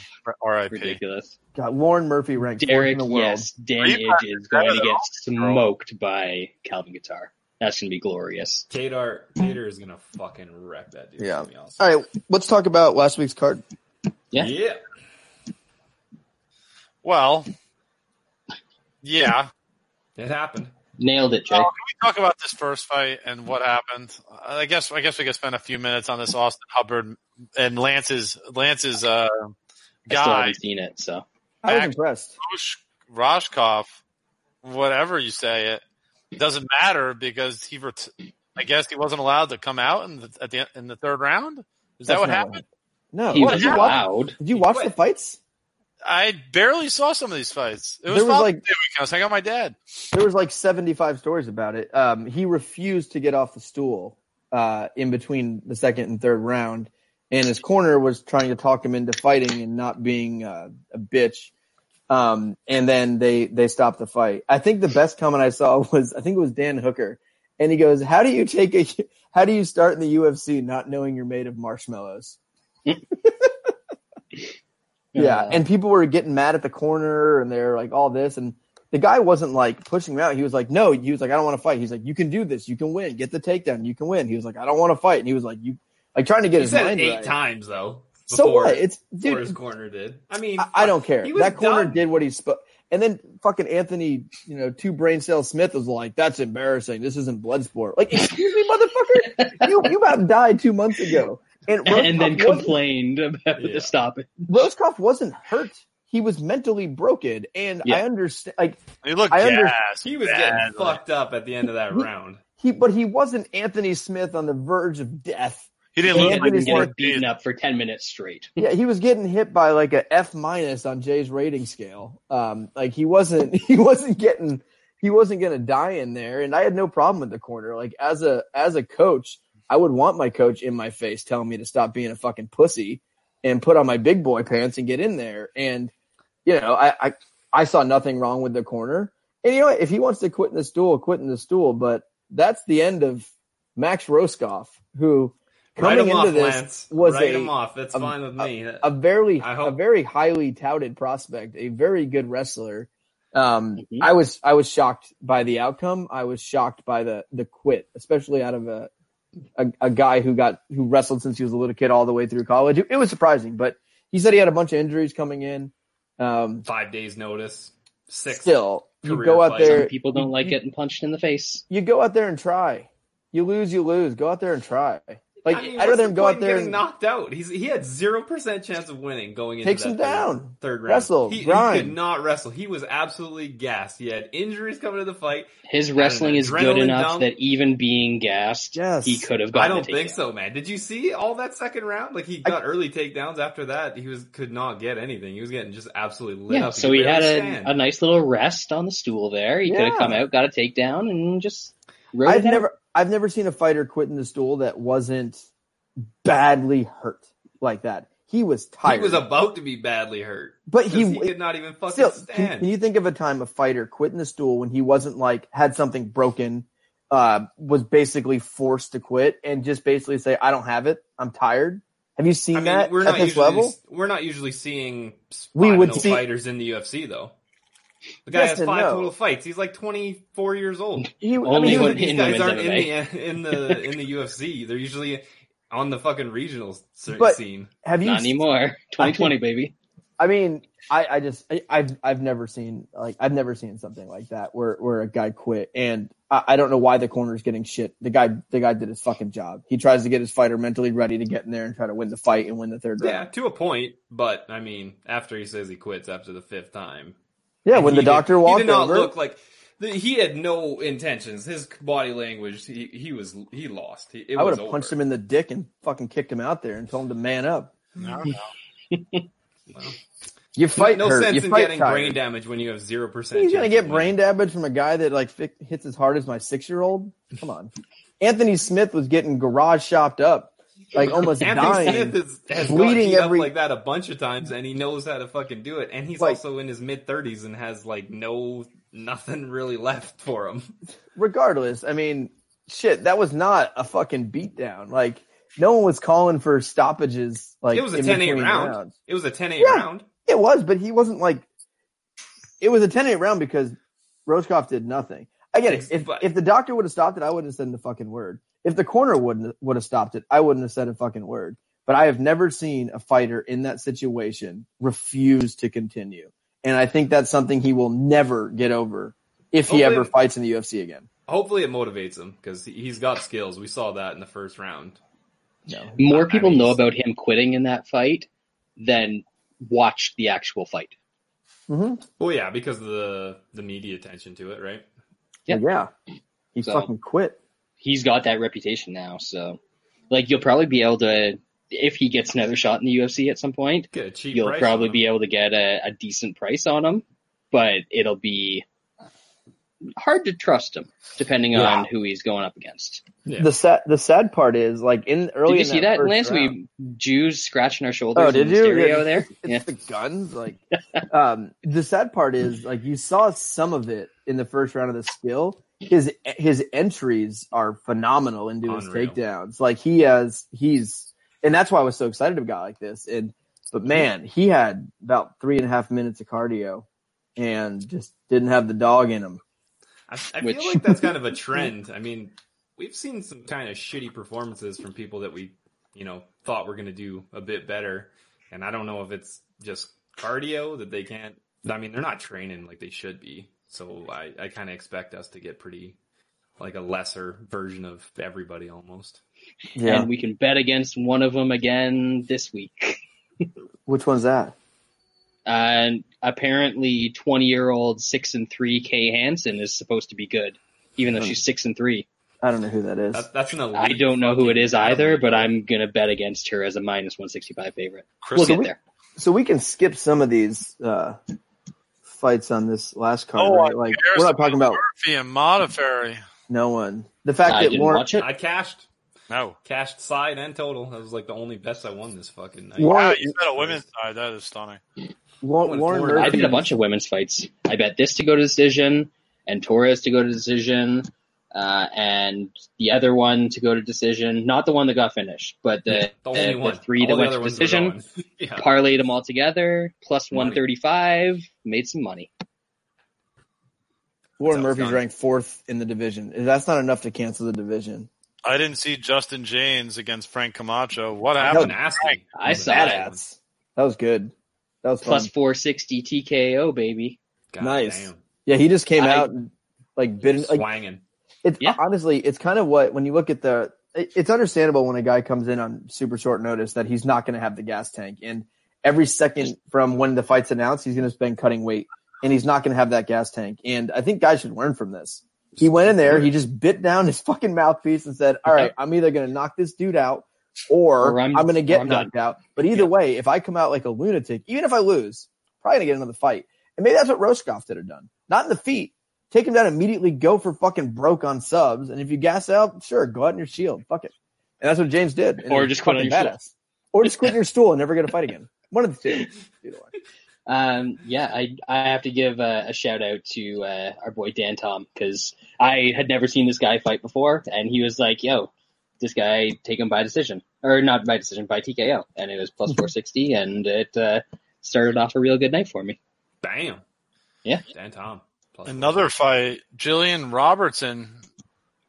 Speaker 4: R.I.P.
Speaker 3: ridiculous.
Speaker 7: God, Lauren Murphy ranked fourth in
Speaker 3: Derek,
Speaker 7: the world.
Speaker 3: yes, Dan
Speaker 4: Reebok
Speaker 3: Idge is going
Speaker 4: better
Speaker 3: to
Speaker 4: than
Speaker 3: get smoked by Calvin Guitar. That's going to be glorious.
Speaker 6: Tatar, Tatar is gonna fucking wreck that dude.
Speaker 7: Yeah.
Speaker 6: to be honest.
Speaker 7: All right, let's talk about last week's card.
Speaker 3: Yeah.
Speaker 6: yeah.
Speaker 4: Well, yeah.
Speaker 6: It happened.
Speaker 3: Nailed
Speaker 6: Oh,
Speaker 3: it, Jay.
Speaker 4: Well, can we talk about this first fight and what happened? I guess I guess we could spend a few minutes on this Austin Hubbard and Lance's Lance's uh,
Speaker 3: I still
Speaker 4: guy
Speaker 3: haven't seen it, so
Speaker 7: I was
Speaker 4: Back-
Speaker 7: impressed.
Speaker 4: Rosh- Roshkov, whatever you say it doesn't matter because he ret- I guess he wasn't allowed to come out in the at the in the third round. Is that
Speaker 7: That's
Speaker 4: what
Speaker 7: not
Speaker 4: happened?
Speaker 6: Oh,
Speaker 7: No,
Speaker 3: he
Speaker 4: what
Speaker 3: was
Speaker 4: happened?
Speaker 7: watch,
Speaker 3: allowed.
Speaker 7: did you watch the fights?
Speaker 4: I barely saw some of these fights. It was,
Speaker 7: There was,
Speaker 4: Father's
Speaker 7: like-
Speaker 4: Day weekend. I was hanging out with my dad.
Speaker 7: There was like seventy-five stories about it. Um, he refused to get off the stool uh, in between the second and third round, and his corner was trying to talk him into fighting and not being uh, a bitch. Um, and then they they stopped the fight. I think the best comment I saw was I think it was Dan Hooker, and he goes, "How do you take a how do you start in the UFC not knowing you're made of marshmallows?" Yeah,
Speaker 3: Uh,
Speaker 7: and people were getting mad at the corner, and they're like all this, and the guy wasn't like pushing him out. He was like, "No," he was like, "I don't want to fight." He's like, "You can do this. You can win. Get the takedown. You can win." He was like, "I don't want to fight," and he was like, "You like trying to get
Speaker 6: He
Speaker 7: his
Speaker 6: said
Speaker 7: mind
Speaker 6: it eight
Speaker 7: right."
Speaker 6: times though.
Speaker 7: so
Speaker 6: before-
Speaker 7: what? It's
Speaker 6: before his
Speaker 7: dude.
Speaker 6: corner did. I mean,
Speaker 7: I, I don't care.
Speaker 6: He was
Speaker 7: That corner
Speaker 6: done.
Speaker 7: did what he spoke, and then fucking Anthony, you know, two brain cells Smith was like, "That's embarrassing. This isn't blood sport." Like, excuse me, motherfucker, you you about died two months ago, and
Speaker 3: and then
Speaker 7: Rothkopf wasn't-
Speaker 3: complained about
Speaker 6: Yeah.
Speaker 3: the stop.
Speaker 7: Roscoff wasn't hurt. He was mentally broken, and I
Speaker 3: Yeah.
Speaker 7: understand. Like
Speaker 4: He looked
Speaker 7: I under-
Speaker 4: gassed.
Speaker 6: He was
Speaker 4: bad.
Speaker 6: getting fucked up at the end of that round.
Speaker 7: he, but he wasn't Anthony Smith on the verge of death.
Speaker 4: He didn't
Speaker 3: He
Speaker 4: look
Speaker 3: had
Speaker 4: like
Speaker 7: Anthony
Speaker 3: been
Speaker 4: he
Speaker 7: Smith
Speaker 3: getting
Speaker 4: wanted to
Speaker 3: beaten
Speaker 4: be-
Speaker 3: up for ten minutes straight.
Speaker 7: Yeah, he was getting hit by like a F minus on Jay's rating scale. Um, like he wasn't, he wasn't getting, he wasn't gonna die in there. And I had no problem with the corner. Like as a as a coach, I would want my coach in my face telling me to stop being a fucking pussy and put on my big boy pants and get in there. And you know, I I, I saw nothing wrong with the corner. And you know, what? if he wants to quit in the stool, quit in the stool. But that's the end of Max Roscoff, who
Speaker 6: Write
Speaker 7: coming
Speaker 6: him
Speaker 7: into
Speaker 6: off,
Speaker 7: this
Speaker 6: Lance.
Speaker 7: was
Speaker 6: Write
Speaker 7: a-
Speaker 6: him off. That's
Speaker 7: a-
Speaker 6: fine with me.
Speaker 7: a very
Speaker 6: I
Speaker 7: a
Speaker 6: hope-
Speaker 7: very highly touted prospect, a very good wrestler. Um,
Speaker 6: Mm-hmm.
Speaker 3: Mhm.
Speaker 7: I was I was shocked by the outcome. I was shocked by the the quit, especially out of a a, a guy who got who wrestled since he was a little kid all the way through college. It, it was surprising, but he said he had a bunch of injuries coming in. Um,
Speaker 6: Five days notice. Six.
Speaker 7: still, you
Speaker 6: Career
Speaker 7: go out
Speaker 6: fight.
Speaker 7: there,
Speaker 3: Some people don't like getting punched in the face.
Speaker 7: you go out there and try. You lose, you lose. Go out there and try. Like I
Speaker 6: mean,
Speaker 7: would
Speaker 6: what's
Speaker 7: rather
Speaker 6: the
Speaker 7: him go
Speaker 6: point
Speaker 7: out
Speaker 6: in
Speaker 7: there
Speaker 6: getting
Speaker 7: and
Speaker 6: knocked out. He's he had zero percent chance of winning going into
Speaker 7: Takes
Speaker 6: that
Speaker 7: him
Speaker 6: third-
Speaker 7: down.
Speaker 6: Third round,
Speaker 7: Wrestle,
Speaker 6: He, he
Speaker 7: grind.
Speaker 6: could not wrestle. He was absolutely gassed. He had injuries coming to the fight.
Speaker 3: His wrestling is good
Speaker 6: Adrenaline
Speaker 3: enough
Speaker 6: dump.
Speaker 3: that even being gassed,
Speaker 7: Yes.
Speaker 3: he could have
Speaker 6: I
Speaker 3: gotten.
Speaker 6: don't
Speaker 3: a
Speaker 6: think
Speaker 3: takedown.
Speaker 6: so, man. Did you see all that second round? Like he got early takedowns. After that, he was could not get anything. He was getting just absolutely lit
Speaker 3: Yeah,
Speaker 6: up.
Speaker 3: so
Speaker 6: could
Speaker 3: he had
Speaker 6: barely
Speaker 3: a,
Speaker 6: stand.
Speaker 3: a nice little rest on the stool there. He could
Speaker 7: Yeah.
Speaker 3: have come out, got a takedown, and just. rode
Speaker 7: I've
Speaker 3: it out.
Speaker 7: never I've never seen a fighter quit in the stool that wasn't badly hurt like that. He was tired.
Speaker 6: He was about to be badly hurt,
Speaker 7: but
Speaker 6: 'cause
Speaker 7: he,
Speaker 6: he could not even fucking
Speaker 7: still can,
Speaker 6: stand.
Speaker 7: can you think of a time a fighter quit in the stool when he wasn't like had something broken, uh, was basically forced to quit and just basically say, I don't have it, I'm tired. Have you seen
Speaker 6: I mean,
Speaker 7: that
Speaker 6: we're
Speaker 7: at
Speaker 6: not
Speaker 7: this
Speaker 6: usually,
Speaker 7: level?
Speaker 6: We're not usually seeing
Speaker 7: We
Speaker 6: we
Speaker 7: would
Speaker 6: would
Speaker 7: see-
Speaker 6: fighters in the UFC though. The guy
Speaker 7: Yes
Speaker 6: has
Speaker 7: and
Speaker 6: five
Speaker 7: no.
Speaker 6: total fights. He's like twenty four years old.
Speaker 7: He, I mean,
Speaker 3: Only
Speaker 7: he was-
Speaker 3: when-
Speaker 6: these
Speaker 3: in
Speaker 6: guys
Speaker 3: women's
Speaker 6: aren't in the in the in the UFC. They're usually on the fucking regional cer-
Speaker 7: But-
Speaker 6: scene.
Speaker 7: have you
Speaker 3: Not anymore. 2020, baby.
Speaker 7: I mean, I, I just I, I've I've never seen like I've never seen something like that where where a guy quit and I, I don't know why the corner's getting shit. The guy the guy did his fucking job. He tries to get his fighter mentally ready to get in there and try to win the fight and win the third
Speaker 6: Yeah,
Speaker 7: round.
Speaker 6: to a point. But I mean, after he says he quits after the fifth time,
Speaker 7: Yeah, when
Speaker 6: he
Speaker 7: the
Speaker 6: did-
Speaker 7: doctor
Speaker 6: he
Speaker 7: walked
Speaker 6: did not
Speaker 7: over,
Speaker 6: look like. the- He had no intentions. His body language, he, he was he lost. He, it
Speaker 7: I would
Speaker 6: was
Speaker 7: have punched
Speaker 6: over.
Speaker 7: him in the dick and fucking kicked him out there and told him to man up.
Speaker 4: I don't know.
Speaker 7: You fight
Speaker 6: no
Speaker 7: hurt.
Speaker 6: sense
Speaker 7: you
Speaker 6: in
Speaker 7: fight
Speaker 6: getting
Speaker 7: tired.
Speaker 6: brain damage when you have zero percent.
Speaker 7: He's gonna get brain damage from a guy that like fi- hits as hard as my six year old. Come on, Anthony Smith was getting garage shopped up, like almost
Speaker 6: Anthony
Speaker 7: dying.
Speaker 6: Smith is, has
Speaker 7: bleeding
Speaker 6: bleeding got
Speaker 7: every-
Speaker 6: every like that a bunch of times, and he knows how to fucking do it. And he's
Speaker 7: Like-
Speaker 6: also in his mid thirties and has like no nothing really left for him.
Speaker 7: regardless, I mean, shit, that was not a fucking beatdown. Like, no one was calling for stoppages. Like,
Speaker 6: it was a
Speaker 7: in
Speaker 6: 10-8
Speaker 7: between
Speaker 6: round.
Speaker 7: rounds.
Speaker 6: It was a 10-8
Speaker 7: Yeah.
Speaker 6: round.
Speaker 7: It was, but he wasn't like. It was a 10 8 round because Roshkoff did nothing. I get it. If,
Speaker 6: But-
Speaker 7: if the doctor would have stopped it, I wouldn't have said the fucking word. If the corner wouldn't would have stopped it, I wouldn't have said a fucking word. But I have never seen a fighter in that situation refuse to continue. And I think that's something he will never get over if he
Speaker 6: Hopefully-
Speaker 7: ever fights in the UFC again.
Speaker 6: Hopefully, it motivates him because he's got skills. We saw that in the first round.
Speaker 7: No.
Speaker 3: More people
Speaker 6: mean,
Speaker 3: know
Speaker 6: he's-
Speaker 3: about him quitting in that fight than watched the actual fight.
Speaker 7: hmm
Speaker 6: Well, yeah, because of the the media attention to it, right?
Speaker 3: Yeah.
Speaker 7: Yeah. He
Speaker 3: So-
Speaker 7: fucking quit.
Speaker 3: he's got that reputation now. So, like, you'll probably be able to, if he gets another shot in the UFC at some point,
Speaker 6: Get a cheap.
Speaker 3: you'll
Speaker 6: price
Speaker 3: probably
Speaker 6: on
Speaker 3: be
Speaker 6: him.
Speaker 3: able to get a, a decent price on him. But it'll be hard to trust him, depending on who he's going up against.
Speaker 6: Yeah.
Speaker 7: The sad the sad part is like in early.
Speaker 3: Did you
Speaker 7: in
Speaker 3: see that,
Speaker 7: first
Speaker 3: Lance?
Speaker 7: round-
Speaker 3: We Jews scratching our shoulders
Speaker 7: Oh,
Speaker 3: in
Speaker 7: did you?
Speaker 3: stereo
Speaker 7: Yeah.
Speaker 3: there.
Speaker 7: It's
Speaker 3: Yeah.
Speaker 7: the guns. Like, um, the sad part is like you saw some of it in the first round of the skill. His his entries are phenomenal into his
Speaker 6: Unreal.
Speaker 7: takedowns. Like he has he's and that's why I was so excited about a guy like this. And but man, he had about three and a half minutes of cardio and just didn't have the dog in him.
Speaker 6: I, I
Speaker 3: Which-
Speaker 6: feel like that's kind of a trend. I mean, we've seen some kind of shitty performances from people that we, you know, thought were going to do a bit better. And I don't know if it's just cardio that they can't. I mean, they're not training like they should be. So I, I kind of expect us to get pretty, like a lesser version of everybody almost.
Speaker 3: And we can bet against one of them again this week.
Speaker 7: Which one's that?
Speaker 3: And apparently, twenty-year-old six and three Kay Hansen is supposed to be good, even though she's six and three.
Speaker 7: I don't know who that is.
Speaker 6: That's, that's an elite.
Speaker 3: I don't know who it is
Speaker 6: fucking
Speaker 3: either,
Speaker 6: athlete.
Speaker 3: but I'm gonna bet against her as a minus 165 favorite.
Speaker 4: Chris,
Speaker 3: We'll
Speaker 7: So
Speaker 3: get
Speaker 7: we-
Speaker 3: there.
Speaker 7: so we can skip some of these uh, fights on this last card,
Speaker 4: Oh,
Speaker 7: right? Like we're not talking about
Speaker 4: Murphy and Modafferi.
Speaker 7: no one. The fact
Speaker 3: I
Speaker 7: that
Speaker 3: didn't
Speaker 7: Warren,
Speaker 3: watch it.
Speaker 6: I cashed,
Speaker 4: No.
Speaker 6: cashed side and total. That was like the only bets I won this fucking night.
Speaker 7: Warren,
Speaker 4: Wow, you said a women's side. That is stunning.
Speaker 7: Warren,
Speaker 6: What,
Speaker 7: Warren
Speaker 6: Warren
Speaker 3: I
Speaker 7: Murphy,
Speaker 3: did a bunch of women's fights. I bet this to go to decision, and Torres to go to decision, uh, and the other one to go to decision. Not the one that got finished, but the, the-
Speaker 6: the only
Speaker 3: the
Speaker 6: one.
Speaker 3: three that
Speaker 6: All the
Speaker 3: went
Speaker 6: other
Speaker 3: to
Speaker 6: ones were
Speaker 3: decision.
Speaker 6: gone. yeah.
Speaker 3: Parlayed them all together, plus
Speaker 6: Money.
Speaker 3: 135, made some money.
Speaker 7: Warren
Speaker 6: That's
Speaker 7: Murphy's
Speaker 6: outdone.
Speaker 7: ranked fourth in the division. That's not enough to cancel the division.
Speaker 4: I didn't see Justin James against Frank Camacho. What
Speaker 6: That
Speaker 4: happened?
Speaker 6: was nasty.
Speaker 3: I saw that.
Speaker 7: Badass. That was good. That was
Speaker 3: Plus
Speaker 7: fun.
Speaker 3: 460 TKO, baby.
Speaker 6: God
Speaker 7: Nice.
Speaker 6: damn.
Speaker 7: Yeah, he just came
Speaker 3: I-
Speaker 7: out and like bid. Like
Speaker 6: Swanging.
Speaker 7: it's
Speaker 3: Yeah.
Speaker 7: honestly, it's kind of what when you look at the it- it's understandable when a guy comes in on super short notice that he's not going to have the gas tank, and every second from when the fight's announced, he's going to spend cutting weight, and he's not going to have that gas tank. And I think guys should learn from this. He went in there, he just bit down his fucking mouthpiece and said, "All right, I'm either going to knock this dude out." Or,
Speaker 3: Or
Speaker 7: I'm,
Speaker 3: I'm-
Speaker 7: going to
Speaker 3: or
Speaker 7: get
Speaker 3: I'm done.
Speaker 7: knocked out. But either way, if I come out like a lunatic, even if I lose, probably gonna get another fight. And maybe that's what Roshkoff did have done. Not in the feet, take him down immediately, go for fucking broke on subs, and if you gas out, sure, go out in your shield. Fuck it. And that's what James did. And
Speaker 3: Or
Speaker 7: he's
Speaker 3: just quit on
Speaker 7: fucking
Speaker 3: your stool.
Speaker 7: badass. Or just quit on your stool and never get a fight again. One of the two. Either way.
Speaker 3: Um, yeah, I I have to give uh, a shout out to uh, our boy Dan Tom because I had never seen this guy fight before, and he was like, "Yo, this guy take him by decision, or not by decision, by TKO," and it was plus four sixty, and it uh, started off a real good night for me.
Speaker 6: Bam.
Speaker 3: Yeah.
Speaker 6: Dan Tom. Plus
Speaker 4: Another fight, Jillian Robertson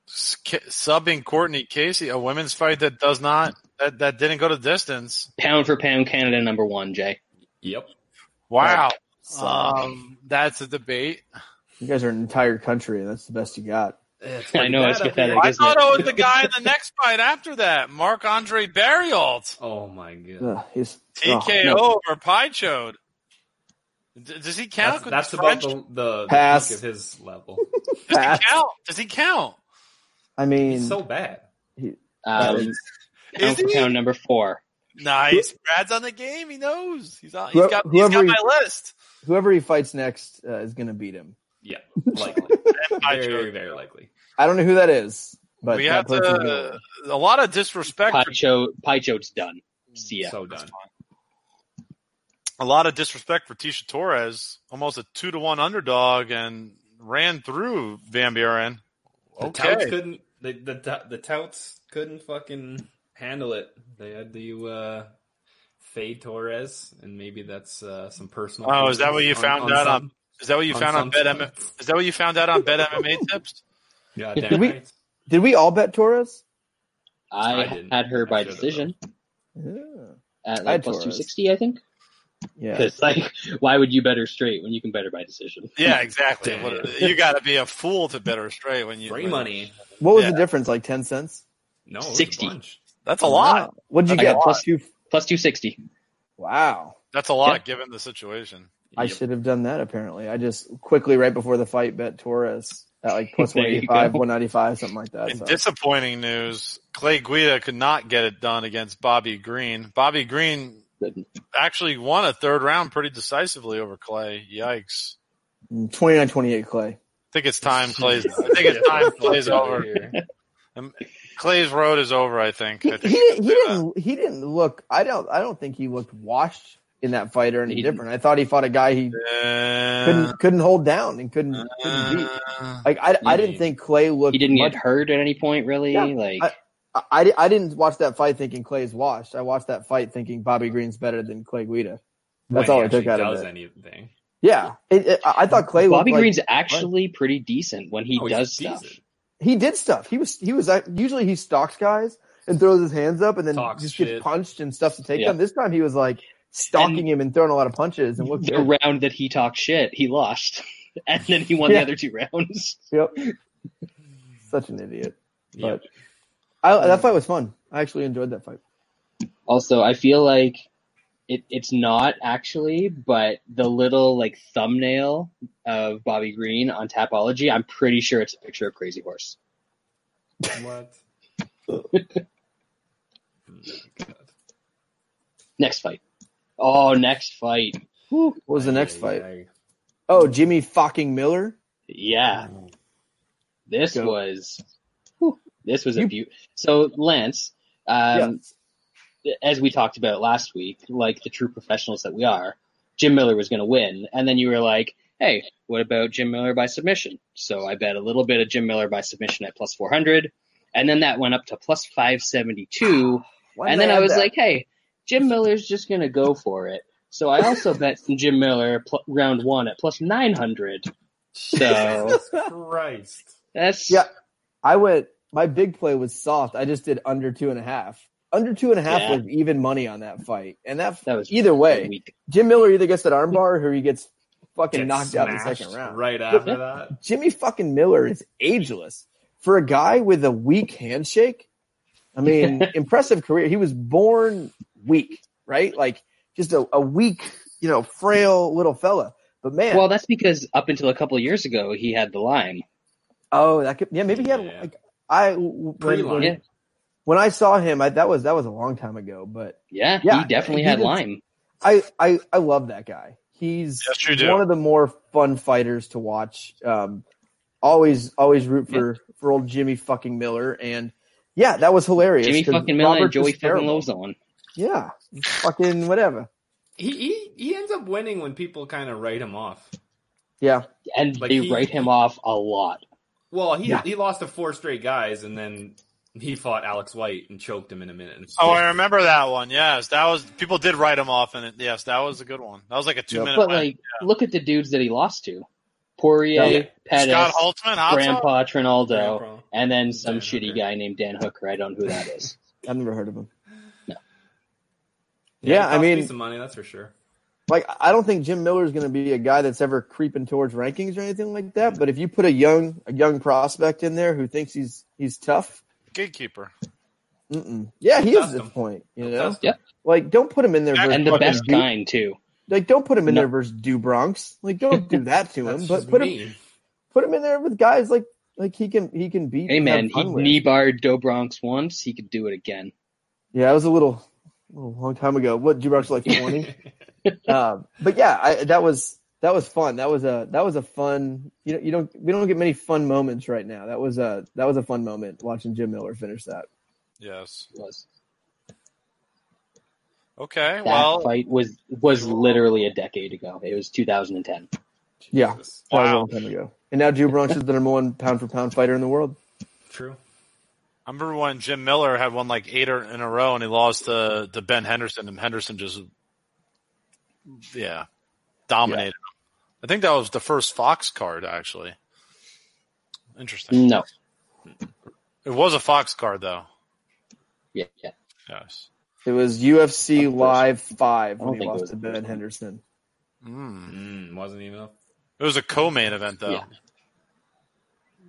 Speaker 4: s- ki- subbing Courtney Casey, a women's fight that does not that, that didn't go to distance.
Speaker 3: Pound for pound, Canada number one, Jay.
Speaker 6: Yep.
Speaker 4: Wow.
Speaker 7: So,
Speaker 4: Um, that's a debate.
Speaker 7: you guys are an entire country, and that's the best you got.
Speaker 3: I know it's
Speaker 6: pathetic.
Speaker 3: pathetic.
Speaker 4: I
Speaker 3: isn't
Speaker 4: thought
Speaker 3: it?
Speaker 4: it was the guy in the next fight after that, Mark Andre Barrialt,
Speaker 6: Oh my god.
Speaker 7: Ugh, he's oh,
Speaker 4: TKO over Pychode. D- does he count?
Speaker 6: That's,
Speaker 4: Could
Speaker 6: that's
Speaker 4: the
Speaker 6: about
Speaker 4: French-
Speaker 6: the, the, the
Speaker 7: Pass.
Speaker 6: peak of his level.
Speaker 4: does
Speaker 7: fast.
Speaker 4: he count? Does he count?
Speaker 7: I mean,
Speaker 6: He's so bad.
Speaker 3: Um, pound
Speaker 4: Is
Speaker 3: for
Speaker 4: he?
Speaker 3: pound number four.
Speaker 4: Nice. Brad's on the game. He knows. He's on. He's
Speaker 7: Whoever-
Speaker 4: got. He's got
Speaker 7: whoever he-
Speaker 4: my list.
Speaker 7: whoever he fights next uh, is going to beat him.
Speaker 6: Yeah. Likely. very,
Speaker 4: Pychode.
Speaker 6: very likely.
Speaker 7: I don't know who that is, but
Speaker 4: we
Speaker 7: that
Speaker 4: have
Speaker 7: person will.
Speaker 4: to, a lot of disrespect. For,
Speaker 3: Pycho, Pycho's done. See ya.
Speaker 6: So done.
Speaker 4: a lot of disrespect for Tisha Torres, almost a two to one underdog, and ran through Van Buren.
Speaker 6: The
Speaker 4: Okay.
Speaker 6: touts couldn't. The, the tou- the touts couldn't fucking handle it. They had to uh, fade Torres, and maybe that's uh, some personal.
Speaker 4: Oh, is that what you found out
Speaker 6: some-
Speaker 4: Is that what you found on
Speaker 6: some
Speaker 4: Bet M-
Speaker 6: sites.
Speaker 4: Is that what you found out on Bet MMA tips?
Speaker 6: Yeah,
Speaker 3: Did
Speaker 6: damn
Speaker 7: we-
Speaker 6: right.
Speaker 7: Did we all bet Torres?
Speaker 3: I,
Speaker 6: I didn't.
Speaker 3: had her
Speaker 6: I
Speaker 3: by
Speaker 6: should've,
Speaker 3: decision
Speaker 7: Yeah.
Speaker 3: at
Speaker 7: I had
Speaker 3: like plus
Speaker 7: Torres.
Speaker 3: two sixty, I think.
Speaker 7: Yeah.
Speaker 3: Because like, why would you bet her straight when you can bet her by decision?
Speaker 4: Yeah, exactly.
Speaker 6: Damn.
Speaker 4: What- you got to be a fool to bet her straight when you
Speaker 6: Free
Speaker 4: when-
Speaker 6: money.
Speaker 7: What was
Speaker 4: Yeah.
Speaker 7: the difference? Like ten cents?
Speaker 6: No, it was
Speaker 3: 60.
Speaker 6: A bunch.
Speaker 4: That's a lot.
Speaker 7: Wow. What'd you
Speaker 3: I
Speaker 7: get?
Speaker 3: got
Speaker 7: Plus two.
Speaker 3: Plus two sixty.
Speaker 7: Wow.
Speaker 4: That's a lot given the situation.
Speaker 7: I
Speaker 6: Yep.
Speaker 7: should have done that. Apparently, I just quickly right before the fight bet Torres at like plus
Speaker 3: There
Speaker 7: one
Speaker 3: you
Speaker 7: eighty five,
Speaker 3: go.
Speaker 7: one ninety five, something like that.
Speaker 4: In
Speaker 7: So.
Speaker 4: disappointing news, Clay Guida could not get it done against Bobby Green. Bobby Green actually won a third round pretty decisively over Clay. Yikes.
Speaker 7: 29-28 Clay.
Speaker 4: I think it's time Clay's I think it's time Clay's over.
Speaker 6: Here.
Speaker 4: Clay's road is over, I think.
Speaker 7: He,
Speaker 4: I
Speaker 7: he,
Speaker 4: think
Speaker 7: didn't, he
Speaker 4: Yeah.
Speaker 7: didn't. He didn't look. I don't. I don't think he looked washed in that fight or any
Speaker 3: He-
Speaker 7: different. I thought he fought a guy he
Speaker 4: Uh,
Speaker 7: couldn't couldn't hold down and couldn't couldn't beat.
Speaker 4: uh,
Speaker 7: Like I, I didn't
Speaker 6: mean-
Speaker 7: think Clay looked.
Speaker 3: He didn't
Speaker 7: much
Speaker 3: get hurt at any point, really.
Speaker 7: Yeah,
Speaker 3: like,
Speaker 7: I, I, I didn't watch that fight thinking Clay's washed. I watched that fight thinking Bobby Green's better than Clay Guida. That's all I took out of it.
Speaker 6: Anything.
Speaker 7: Yeah, it, it, I I thought Clay.
Speaker 3: Bobby
Speaker 7: looked
Speaker 3: Green's
Speaker 7: like,
Speaker 3: actually pretty decent when he
Speaker 6: Oh, he's
Speaker 3: does stuff.
Speaker 6: decent.
Speaker 7: he did stuff. He was he was uh, usually he stalks guys and throws his hands up and then
Speaker 6: Talks
Speaker 7: just
Speaker 6: shit.
Speaker 7: gets punched and stuff to take
Speaker 3: Yeah.
Speaker 7: them. This time he was like stalking
Speaker 3: And-
Speaker 7: him and throwing a lot of punches and looked
Speaker 3: The
Speaker 7: good.
Speaker 3: round that he talked shit, he lost, and then he won
Speaker 7: Yeah.
Speaker 3: the other two rounds.
Speaker 7: Yep. Such an idiot.
Speaker 6: Yep.
Speaker 7: I, that fight was fun. I actually enjoyed that fight.
Speaker 3: Also, I feel like it, it's not actually, but the little like thumbnail of Bobby Green on Tapology, I'm pretty sure it's a picture of Crazy Horse.
Speaker 6: What? God.
Speaker 3: Next fight. Oh, next fight.
Speaker 7: What was the
Speaker 6: Ay,
Speaker 7: next
Speaker 6: ay,
Speaker 7: fight?
Speaker 6: ay.
Speaker 7: Oh, Jimmy fucking Miller.
Speaker 3: Yeah. This
Speaker 7: Go.
Speaker 3: was whew, this was a
Speaker 7: You-
Speaker 3: beaut. So Lance, um,
Speaker 7: Yes.
Speaker 3: as we talked about last week, like the true professionals that we are, Jim Miller was going to win, and then you were like, "Hey, what about Jim Miller by submission?" So I bet a little bit of Jim Miller by submission at plus four hundred, and then that went up to plus five seventy two,
Speaker 7: Why
Speaker 3: and
Speaker 7: did
Speaker 3: then I
Speaker 7: add
Speaker 3: was
Speaker 7: that?
Speaker 3: like, "Hey, Jim Miller's just going to go for it." So I also bet Jim Miller pl- round one at plus nine hundred. So.
Speaker 6: Jesus Christ.
Speaker 3: That's
Speaker 7: Yeah. I went. My big play was soft. I just did under two and a half. Under two and a half
Speaker 3: Yeah.
Speaker 7: was even money on that fight, and that,
Speaker 3: That was
Speaker 7: either way,
Speaker 3: weak.
Speaker 7: Jim Miller either gets that armbar or he gets fucking
Speaker 6: Get
Speaker 7: knocked out in the
Speaker 6: smashed
Speaker 7: second round.
Speaker 6: Right after that.
Speaker 7: Jimmy fucking Miller is ageless for a guy with a weak handshake. I mean, impressive career. He was born weak, right? Like just a, a weak, you know, frail little fella. But man,
Speaker 3: Well, that's because up until a couple of years ago, he had the Lyme.
Speaker 7: oh, that could, yeah, maybe he had
Speaker 6: Yeah.
Speaker 7: like I when,
Speaker 6: Pre-Lyme.
Speaker 3: Yeah.
Speaker 7: when, when I saw him, I, that was that was a long time ago. But
Speaker 3: Yeah,
Speaker 7: Yeah,
Speaker 3: he definitely
Speaker 7: he
Speaker 3: had
Speaker 7: did.
Speaker 3: Lyme.
Speaker 7: I I, I love that guy. He's
Speaker 4: Yes, you do.
Speaker 7: one of the more fun fighters to watch. Um, always always root for for old Jimmy fucking Miller and. Yeah, that was hilarious.
Speaker 3: Jimmy
Speaker 7: 'cause
Speaker 3: fucking Miller and
Speaker 7: Robert was
Speaker 3: Joey fucking
Speaker 7: terrible.
Speaker 3: Lozon.
Speaker 7: Yeah, fucking whatever.
Speaker 6: He, he he ends up winning when people kind of write him off.
Speaker 7: Yeah,
Speaker 3: And
Speaker 6: Like
Speaker 3: they
Speaker 6: he-
Speaker 3: write him off a lot.
Speaker 6: Well, he
Speaker 7: Yeah.
Speaker 6: he lost to four straight guys, and then he fought Alex White and choked him in a minute. And
Speaker 4: Oh, I remember that one. Yes, that was people did write him off, and it, yes, that was a good one. That was like a two minute.
Speaker 3: But like, look at the dudes that he lost to: Poirier,
Speaker 6: Yeah.
Speaker 3: Pettis,
Speaker 4: Scott Holtzman, Hotzo?
Speaker 3: Grandpa Trinaldo,
Speaker 6: Grandpa.
Speaker 3: and then some
Speaker 6: Dan
Speaker 3: shitty
Speaker 6: Hooker.
Speaker 3: guy named Dan Hooker. I don't know who that is.
Speaker 7: I've never heard of him.
Speaker 6: it
Speaker 7: Yeah, I
Speaker 6: cost me
Speaker 7: mean-
Speaker 6: some money, that's for sure.
Speaker 7: Like, I don't think Jim Miller is going to be a guy that's ever creeping towards rankings or anything like that. But if you put a young a young prospect in there who thinks he's he's tough,
Speaker 4: gatekeeper.
Speaker 7: mm-mm. yeah, he is
Speaker 6: Dust
Speaker 7: at
Speaker 6: him.
Speaker 7: the point. You know,
Speaker 6: Dust
Speaker 3: him. Yep.
Speaker 7: like don't put him in there.
Speaker 4: And
Speaker 7: Versus
Speaker 3: and the
Speaker 7: fucking
Speaker 3: best
Speaker 7: Du-
Speaker 3: kind too.
Speaker 7: Like, don't put him in
Speaker 3: No.
Speaker 7: there versus Du Bronx. Like, don't do that to
Speaker 6: That's
Speaker 7: him.
Speaker 6: just
Speaker 7: But put him
Speaker 6: me.
Speaker 7: put him in there with guys like like he can he can beat.
Speaker 3: Hey
Speaker 7: and have
Speaker 3: man, he
Speaker 7: fun with.
Speaker 3: knee barred Dobronx once. He could do it again.
Speaker 7: yeah, it was a little, a little long time ago. What Du Bronx was like twenty. um, but yeah, I, that was that was fun. That was a that was a fun. You know, you don't we don't get many fun moments right now. That was a that was a fun moment watching Jim Miller finish that.
Speaker 4: Yes.
Speaker 3: Was-
Speaker 4: Okay.
Speaker 3: That
Speaker 4: well,
Speaker 3: fight was was literally a decade ago. It was 2010.
Speaker 7: Yeah, that
Speaker 6: Jesus.
Speaker 7: was a
Speaker 4: Wow.
Speaker 7: long time ago. And now Drew Bronx is the number one pound for pound fighter in the world.
Speaker 6: True.
Speaker 4: I remember when Jim Miller had won like eight or- in a row, and he lost to to Ben Henderson, and Henderson just yeah dominated. him. I think that was the first Fox card, actually. Interesting.
Speaker 3: No,
Speaker 4: It was a Fox card, though.
Speaker 3: yeah, yeah.
Speaker 4: Yes.
Speaker 7: It was UFC Live Five
Speaker 3: I don't
Speaker 7: when he
Speaker 3: think it
Speaker 7: lost
Speaker 3: was
Speaker 7: to
Speaker 3: the first
Speaker 7: Ben
Speaker 3: one.
Speaker 7: Henderson.
Speaker 4: Mm.
Speaker 6: Mm, wasn't even up.
Speaker 4: It was a co-main event, though.
Speaker 3: Yeah.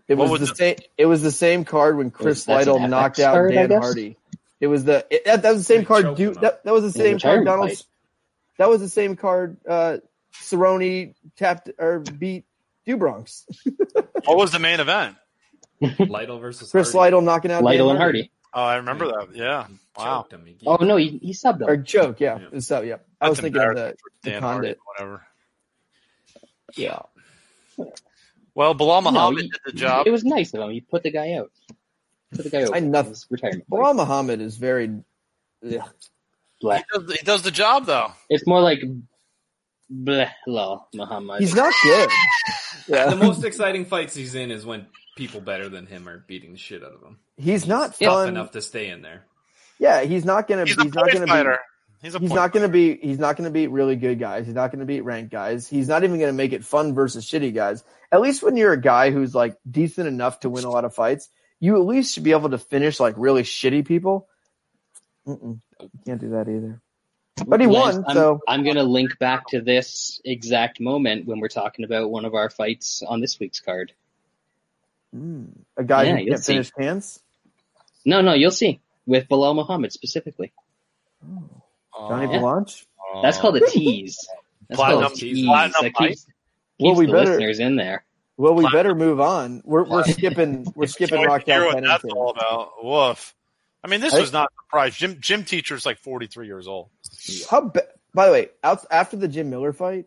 Speaker 7: It
Speaker 4: What
Speaker 7: was,
Speaker 4: was
Speaker 7: the
Speaker 4: it?
Speaker 7: same. It was the same card when Chris
Speaker 3: that's an
Speaker 7: Lytle
Speaker 3: FX
Speaker 7: knocked out
Speaker 3: card, I
Speaker 7: Dan
Speaker 3: guess?
Speaker 7: Hardy. It was the it, that, that was the same
Speaker 6: They
Speaker 7: card.
Speaker 6: choked
Speaker 7: Du,
Speaker 6: him out.
Speaker 7: that, that was the
Speaker 3: It was a
Speaker 7: same card.
Speaker 3: retirement
Speaker 7: Donald.
Speaker 3: fight.
Speaker 7: That was the same card. Uh, Cerrone tapped or beat Dubronx.
Speaker 4: What was the main event?
Speaker 6: Lytle versus
Speaker 7: Chris
Speaker 6: Hardy.
Speaker 7: Lytle knocking out
Speaker 3: Lytle
Speaker 7: Dan
Speaker 3: and Hardy.
Speaker 4: Oh, I remember that. Yeah.
Speaker 6: He
Speaker 4: Wow.
Speaker 6: choked him. He
Speaker 3: Oh no, he, he subbed
Speaker 7: Or
Speaker 3: him.
Speaker 7: joke, yeah.
Speaker 6: Yeah.
Speaker 7: It was So yeah, I was
Speaker 4: That's
Speaker 7: thinking of the,
Speaker 4: embarrassing
Speaker 7: the
Speaker 4: for Dan Hardy,
Speaker 7: Condit.
Speaker 4: whatever.
Speaker 7: Yeah,
Speaker 4: Well, Bilal Muhammad
Speaker 3: no, he-
Speaker 4: did the job.
Speaker 3: It was nice of him. He put the guy out. Put the guy over.
Speaker 7: I nothing-
Speaker 3: It was a retirement. fight.
Speaker 7: Bilal Muhammad is very. Yeah.
Speaker 4: He
Speaker 3: Blech.
Speaker 4: does, he does the job, though.
Speaker 3: It's more like bleh, lol, Muhammad.
Speaker 7: He's not good.
Speaker 6: the
Speaker 7: Yeah,
Speaker 6: most exciting fights he's in is when people better than him are beating the shit out of him.
Speaker 7: he's not
Speaker 3: Yeah.
Speaker 6: Tough
Speaker 7: fun.
Speaker 6: enough to stay in there.
Speaker 7: Yeah, he's not gonna.
Speaker 4: He's,
Speaker 7: He's,
Speaker 4: a
Speaker 7: not
Speaker 4: point
Speaker 7: gonna be.
Speaker 4: fighter. he's a
Speaker 7: He's
Speaker 4: point
Speaker 7: not going to be. He's not going to beat really good guys. He's not going to beat ranked guys. He's not even going to make it fun versus shitty guys. At least when you're a guy who's like decent enough to win a lot of fights, you at least should be able to finish like really shitty people. Mm-mm, you can't do that either. But he
Speaker 3: Lance,
Speaker 7: won,
Speaker 3: I'm,
Speaker 7: so
Speaker 3: I'm going to link back to this exact moment when we're talking about one of our fights on this week's card.
Speaker 7: Mm, a guy
Speaker 3: Yeah,
Speaker 7: who
Speaker 3: you'll
Speaker 7: can't
Speaker 3: see.
Speaker 7: finish hands.
Speaker 3: No, no, you'll see with Bilal Muhammad specifically.
Speaker 7: Johnny
Speaker 3: yeah.
Speaker 7: Blanche.
Speaker 3: That's called a
Speaker 7: Oh.
Speaker 3: tease. That's called a
Speaker 4: Platinum-
Speaker 3: tease.
Speaker 4: platinum
Speaker 3: That keeps, keeps
Speaker 7: Well, we
Speaker 3: the
Speaker 7: better-
Speaker 3: listeners in there.
Speaker 7: Well, we
Speaker 4: Plat-
Speaker 7: better move on. We're, we're
Speaker 4: Plat-
Speaker 7: skipping. We're skipping
Speaker 4: Sorry to hear
Speaker 7: Raquel
Speaker 4: what that's
Speaker 7: Pennington.
Speaker 4: all about. Woof. I mean, this
Speaker 7: I-
Speaker 4: was not a surprise. Gym gym teacher's like forty three years old.
Speaker 7: How? Ba- by the way, out, after the Jim Miller fight,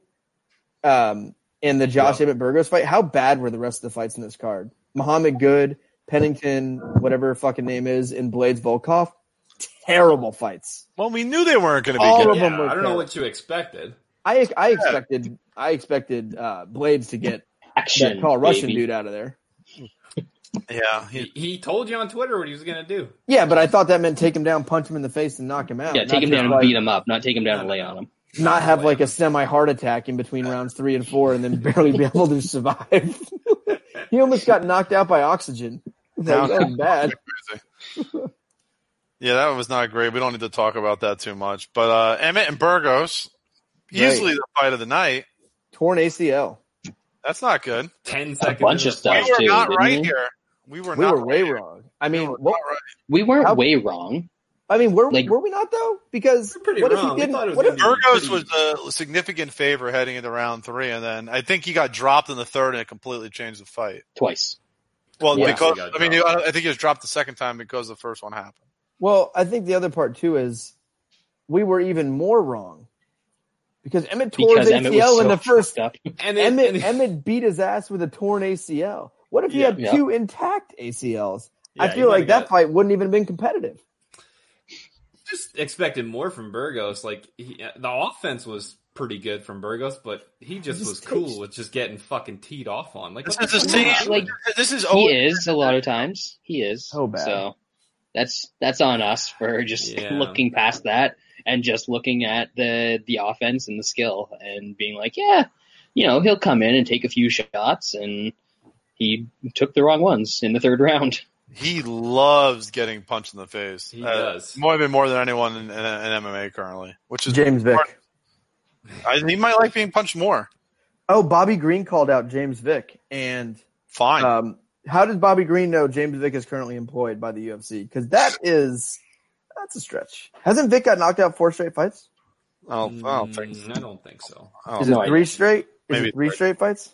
Speaker 7: um, and the Josh Emmett Burgos fight, how bad were the rest of the fights in this card? Muhammad Good, Pennington, whatever her fucking name is, and Blades Volkov, terrible fights.
Speaker 4: Well, we knew they weren't going to be
Speaker 7: All
Speaker 4: good.
Speaker 7: of them
Speaker 6: Yeah,
Speaker 7: were.
Speaker 6: I don't know
Speaker 7: terrible.
Speaker 6: what you expected.
Speaker 7: I I expected. I expected uh, Blades to get
Speaker 3: Action.
Speaker 7: that call Russian
Speaker 3: baby.
Speaker 7: dude out of there.
Speaker 4: Yeah, he-
Speaker 6: He, he told you on Twitter what he was going to do.
Speaker 7: Yeah, but I thought that meant take him down, punch him in the face, and knock him out.
Speaker 3: Yeah, take
Speaker 7: not
Speaker 3: him
Speaker 7: just
Speaker 3: down and
Speaker 7: like-
Speaker 3: beat him up, not take him down and lay on him.
Speaker 7: not have like a semi heart attack in between rounds three and four and then barely be able to survive. he almost got knocked out by oxygen. That was
Speaker 4: Sounds-
Speaker 7: bad.
Speaker 4: yeah, that was not great. We don't need to talk about that too much. But uh, Emmett and Burgos, easily the fight of the night.
Speaker 7: Torn ACL.
Speaker 4: That's not good.
Speaker 6: Ten seconds.
Speaker 3: bunch
Speaker 6: in
Speaker 3: of
Speaker 6: the
Speaker 3: stuff.
Speaker 6: fight.
Speaker 4: We were
Speaker 3: too,
Speaker 4: not
Speaker 3: didn't
Speaker 4: right
Speaker 3: we?
Speaker 4: here. We were
Speaker 7: We
Speaker 4: not.
Speaker 7: were way wrong. I mean,
Speaker 4: No,
Speaker 7: what,
Speaker 4: not right.
Speaker 3: We weren't
Speaker 7: How-
Speaker 3: way wrong.
Speaker 7: I mean, were,
Speaker 3: Like-
Speaker 7: were we not though? Because
Speaker 6: We're pretty
Speaker 7: what if
Speaker 6: wrong.
Speaker 7: he
Speaker 6: We
Speaker 7: didn't?
Speaker 6: thought it was
Speaker 7: what if-
Speaker 6: gonna
Speaker 4: Burgos was the significant favor heading into round three, and then I think he got dropped in the third, and it completely changed the fight.
Speaker 3: Twice.
Speaker 4: Well,
Speaker 7: Yeah.
Speaker 4: because
Speaker 6: He got
Speaker 4: I mean, he- I think he was dropped the second time because the first one happened.
Speaker 7: well, I think the other part too is we were even more wrong because Emmett tore
Speaker 3: Because
Speaker 7: his
Speaker 3: Emmett was
Speaker 7: ACL
Speaker 3: so
Speaker 7: in the first.
Speaker 3: fucked up.
Speaker 6: And it-
Speaker 7: Emmett
Speaker 6: and it-
Speaker 7: Emmett beat his ass with a torn ACL. What if he
Speaker 6: Yeah.
Speaker 7: had
Speaker 3: Yeah.
Speaker 7: two intact ACLs? I
Speaker 6: yeah,
Speaker 7: feel
Speaker 6: he
Speaker 7: like
Speaker 6: might've
Speaker 7: that
Speaker 6: got-
Speaker 7: fight wouldn't even have been competitive.
Speaker 6: just expected more from Burgos. Like he, the offense was pretty good from Burgos, but he just was cool with just getting fucking teed off on. Like
Speaker 4: This
Speaker 6: what
Speaker 4: is the
Speaker 6: fuck are you
Speaker 4: same.
Speaker 6: doing?
Speaker 4: Like this is
Speaker 3: He
Speaker 4: oh,
Speaker 3: is a lot of times. He is.
Speaker 7: So bad.
Speaker 3: So that's that's on us for just
Speaker 6: Yeah.
Speaker 3: looking past that and just looking at the the offense and the skill and being like, yeah, you know, he'll come in and take a few shots and he took the wrong ones in the third round.
Speaker 4: he loves getting punched in the face.
Speaker 6: He
Speaker 4: Uh,
Speaker 6: does.
Speaker 4: more than more than anyone in, in, in MMA currently, which is
Speaker 7: James Vick.
Speaker 4: I, he might like being punched more.
Speaker 7: Oh, Bobby Green called out James Vick, and
Speaker 4: Fine.
Speaker 7: um, how did Bobby Green know James Vick is currently employed by the UFC? Because that is that's a stretch. Hasn't Vick got knocked out four straight fights?
Speaker 4: I don't, I don't think.
Speaker 6: Mm, I don't think so.
Speaker 4: I don't
Speaker 7: Is
Speaker 4: think-
Speaker 3: no
Speaker 7: it
Speaker 3: idea.
Speaker 7: three straight? Is
Speaker 4: Maybe
Speaker 7: it three
Speaker 4: three.
Speaker 7: straight fights?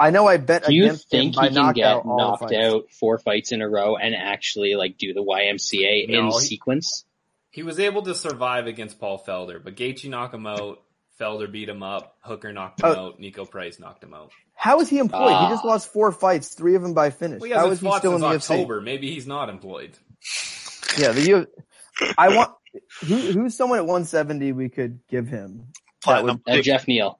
Speaker 7: I know I bet
Speaker 3: Do you
Speaker 7: against
Speaker 3: think
Speaker 7: him by
Speaker 3: he can get
Speaker 7: knockout all the
Speaker 3: knocked
Speaker 7: fights.
Speaker 3: out four fights in a row and actually like do the YMCA
Speaker 6: No,
Speaker 3: in
Speaker 6: he-
Speaker 3: sequence?
Speaker 6: He was able to survive against Paul Felder, but Gaethje knocked him out. Felder beat him up. Hooker knocked him
Speaker 7: Oh.
Speaker 6: out. Nico Price knocked him out.
Speaker 7: How is he employed?
Speaker 3: Ah.
Speaker 7: he just lost four fights, three of them by finish.
Speaker 6: Well, he
Speaker 7: How
Speaker 6: hasn't
Speaker 7: is he
Speaker 6: fought
Speaker 7: still in
Speaker 6: since
Speaker 7: the
Speaker 6: October. Maybe he's not employed.
Speaker 7: UFC? Yeah, the U. I want who, who's someone at 170 we could give him? That would,
Speaker 4: Platinum.
Speaker 3: Uh, Jeff Neal.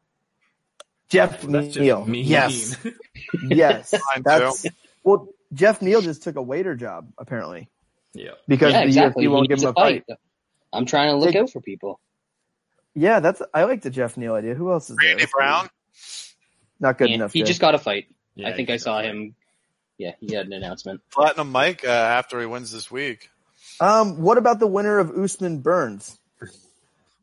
Speaker 7: Jeff
Speaker 6: Well, that's just
Speaker 7: Neal.
Speaker 6: mean.
Speaker 7: Yes, yes.
Speaker 4: Mine
Speaker 7: That's well. Jeff Neal just took a waiter job apparently
Speaker 6: yeah.
Speaker 7: because
Speaker 3: yeah,
Speaker 7: the
Speaker 3: exactly.
Speaker 7: UFC
Speaker 3: He
Speaker 7: won't give
Speaker 3: needs
Speaker 7: him
Speaker 3: a
Speaker 7: a fight.
Speaker 3: I'm trying to look
Speaker 7: Take-
Speaker 3: out for people.
Speaker 7: Yeah, that's I like the Jeff Neal idea. Who else is there?
Speaker 4: Randy Brown.
Speaker 7: Not good
Speaker 3: Yeah,
Speaker 7: enough.
Speaker 3: he
Speaker 7: Jay.
Speaker 3: just got a fight.
Speaker 6: Yeah,
Speaker 3: I think
Speaker 6: he
Speaker 3: I
Speaker 6: should
Speaker 3: saw
Speaker 6: fight.
Speaker 3: him. Yeah, he had an announcement.
Speaker 4: Platinum Mike uh, after he wins this week.
Speaker 7: Um, what about the winner of Usman Burns?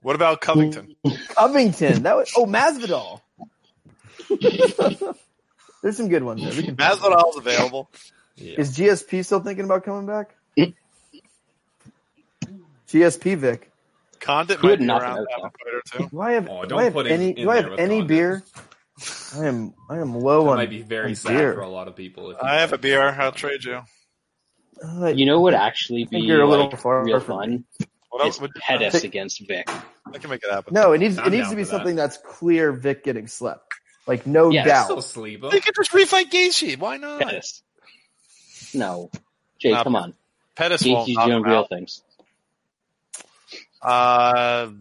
Speaker 4: What about Covington?
Speaker 7: Covington. That was oh Masvidal. There's some good ones there. We can
Speaker 4: Masvidal's available.
Speaker 6: Yeah.
Speaker 7: Is GSP still thinking about coming back? GSP Vic.
Speaker 4: Condit
Speaker 3: Who
Speaker 4: might
Speaker 3: had
Speaker 4: be
Speaker 3: knocked
Speaker 4: around
Speaker 3: him
Speaker 4: that
Speaker 3: out,
Speaker 4: fight or two.
Speaker 7: Do I have,
Speaker 6: Oh,
Speaker 7: do
Speaker 6: don't
Speaker 7: I have
Speaker 6: put him
Speaker 7: any
Speaker 6: in
Speaker 7: do I have
Speaker 6: there with
Speaker 7: any
Speaker 6: Condit.
Speaker 7: beer? I am I am low
Speaker 6: That
Speaker 7: on
Speaker 6: might be very
Speaker 7: on
Speaker 6: sad
Speaker 7: beer.
Speaker 6: for a lot of people. If he-
Speaker 4: I have a beer. I'll trade you.
Speaker 7: Uh,
Speaker 3: You know what would actually be
Speaker 7: think you're a little
Speaker 3: like
Speaker 7: far
Speaker 3: real
Speaker 7: from
Speaker 3: fun
Speaker 4: What else
Speaker 3: is
Speaker 4: would you-
Speaker 3: Pettis against Vic.
Speaker 4: I can make it happen.
Speaker 7: no, it needs
Speaker 6: I'm
Speaker 7: it needs
Speaker 6: down
Speaker 7: to be
Speaker 6: for that.
Speaker 7: something that's clear Vic getting slept. Like no
Speaker 3: Yeah,
Speaker 7: doubt.
Speaker 6: still sleep him.
Speaker 4: They could just refight Gaethje. Why not?
Speaker 3: Pettis. No, Jay,
Speaker 4: Nah,
Speaker 3: come on.
Speaker 4: Pettis won't
Speaker 3: Gaethje's
Speaker 4: knock
Speaker 3: doing
Speaker 4: him
Speaker 3: real
Speaker 4: out.
Speaker 3: things.
Speaker 4: Uh,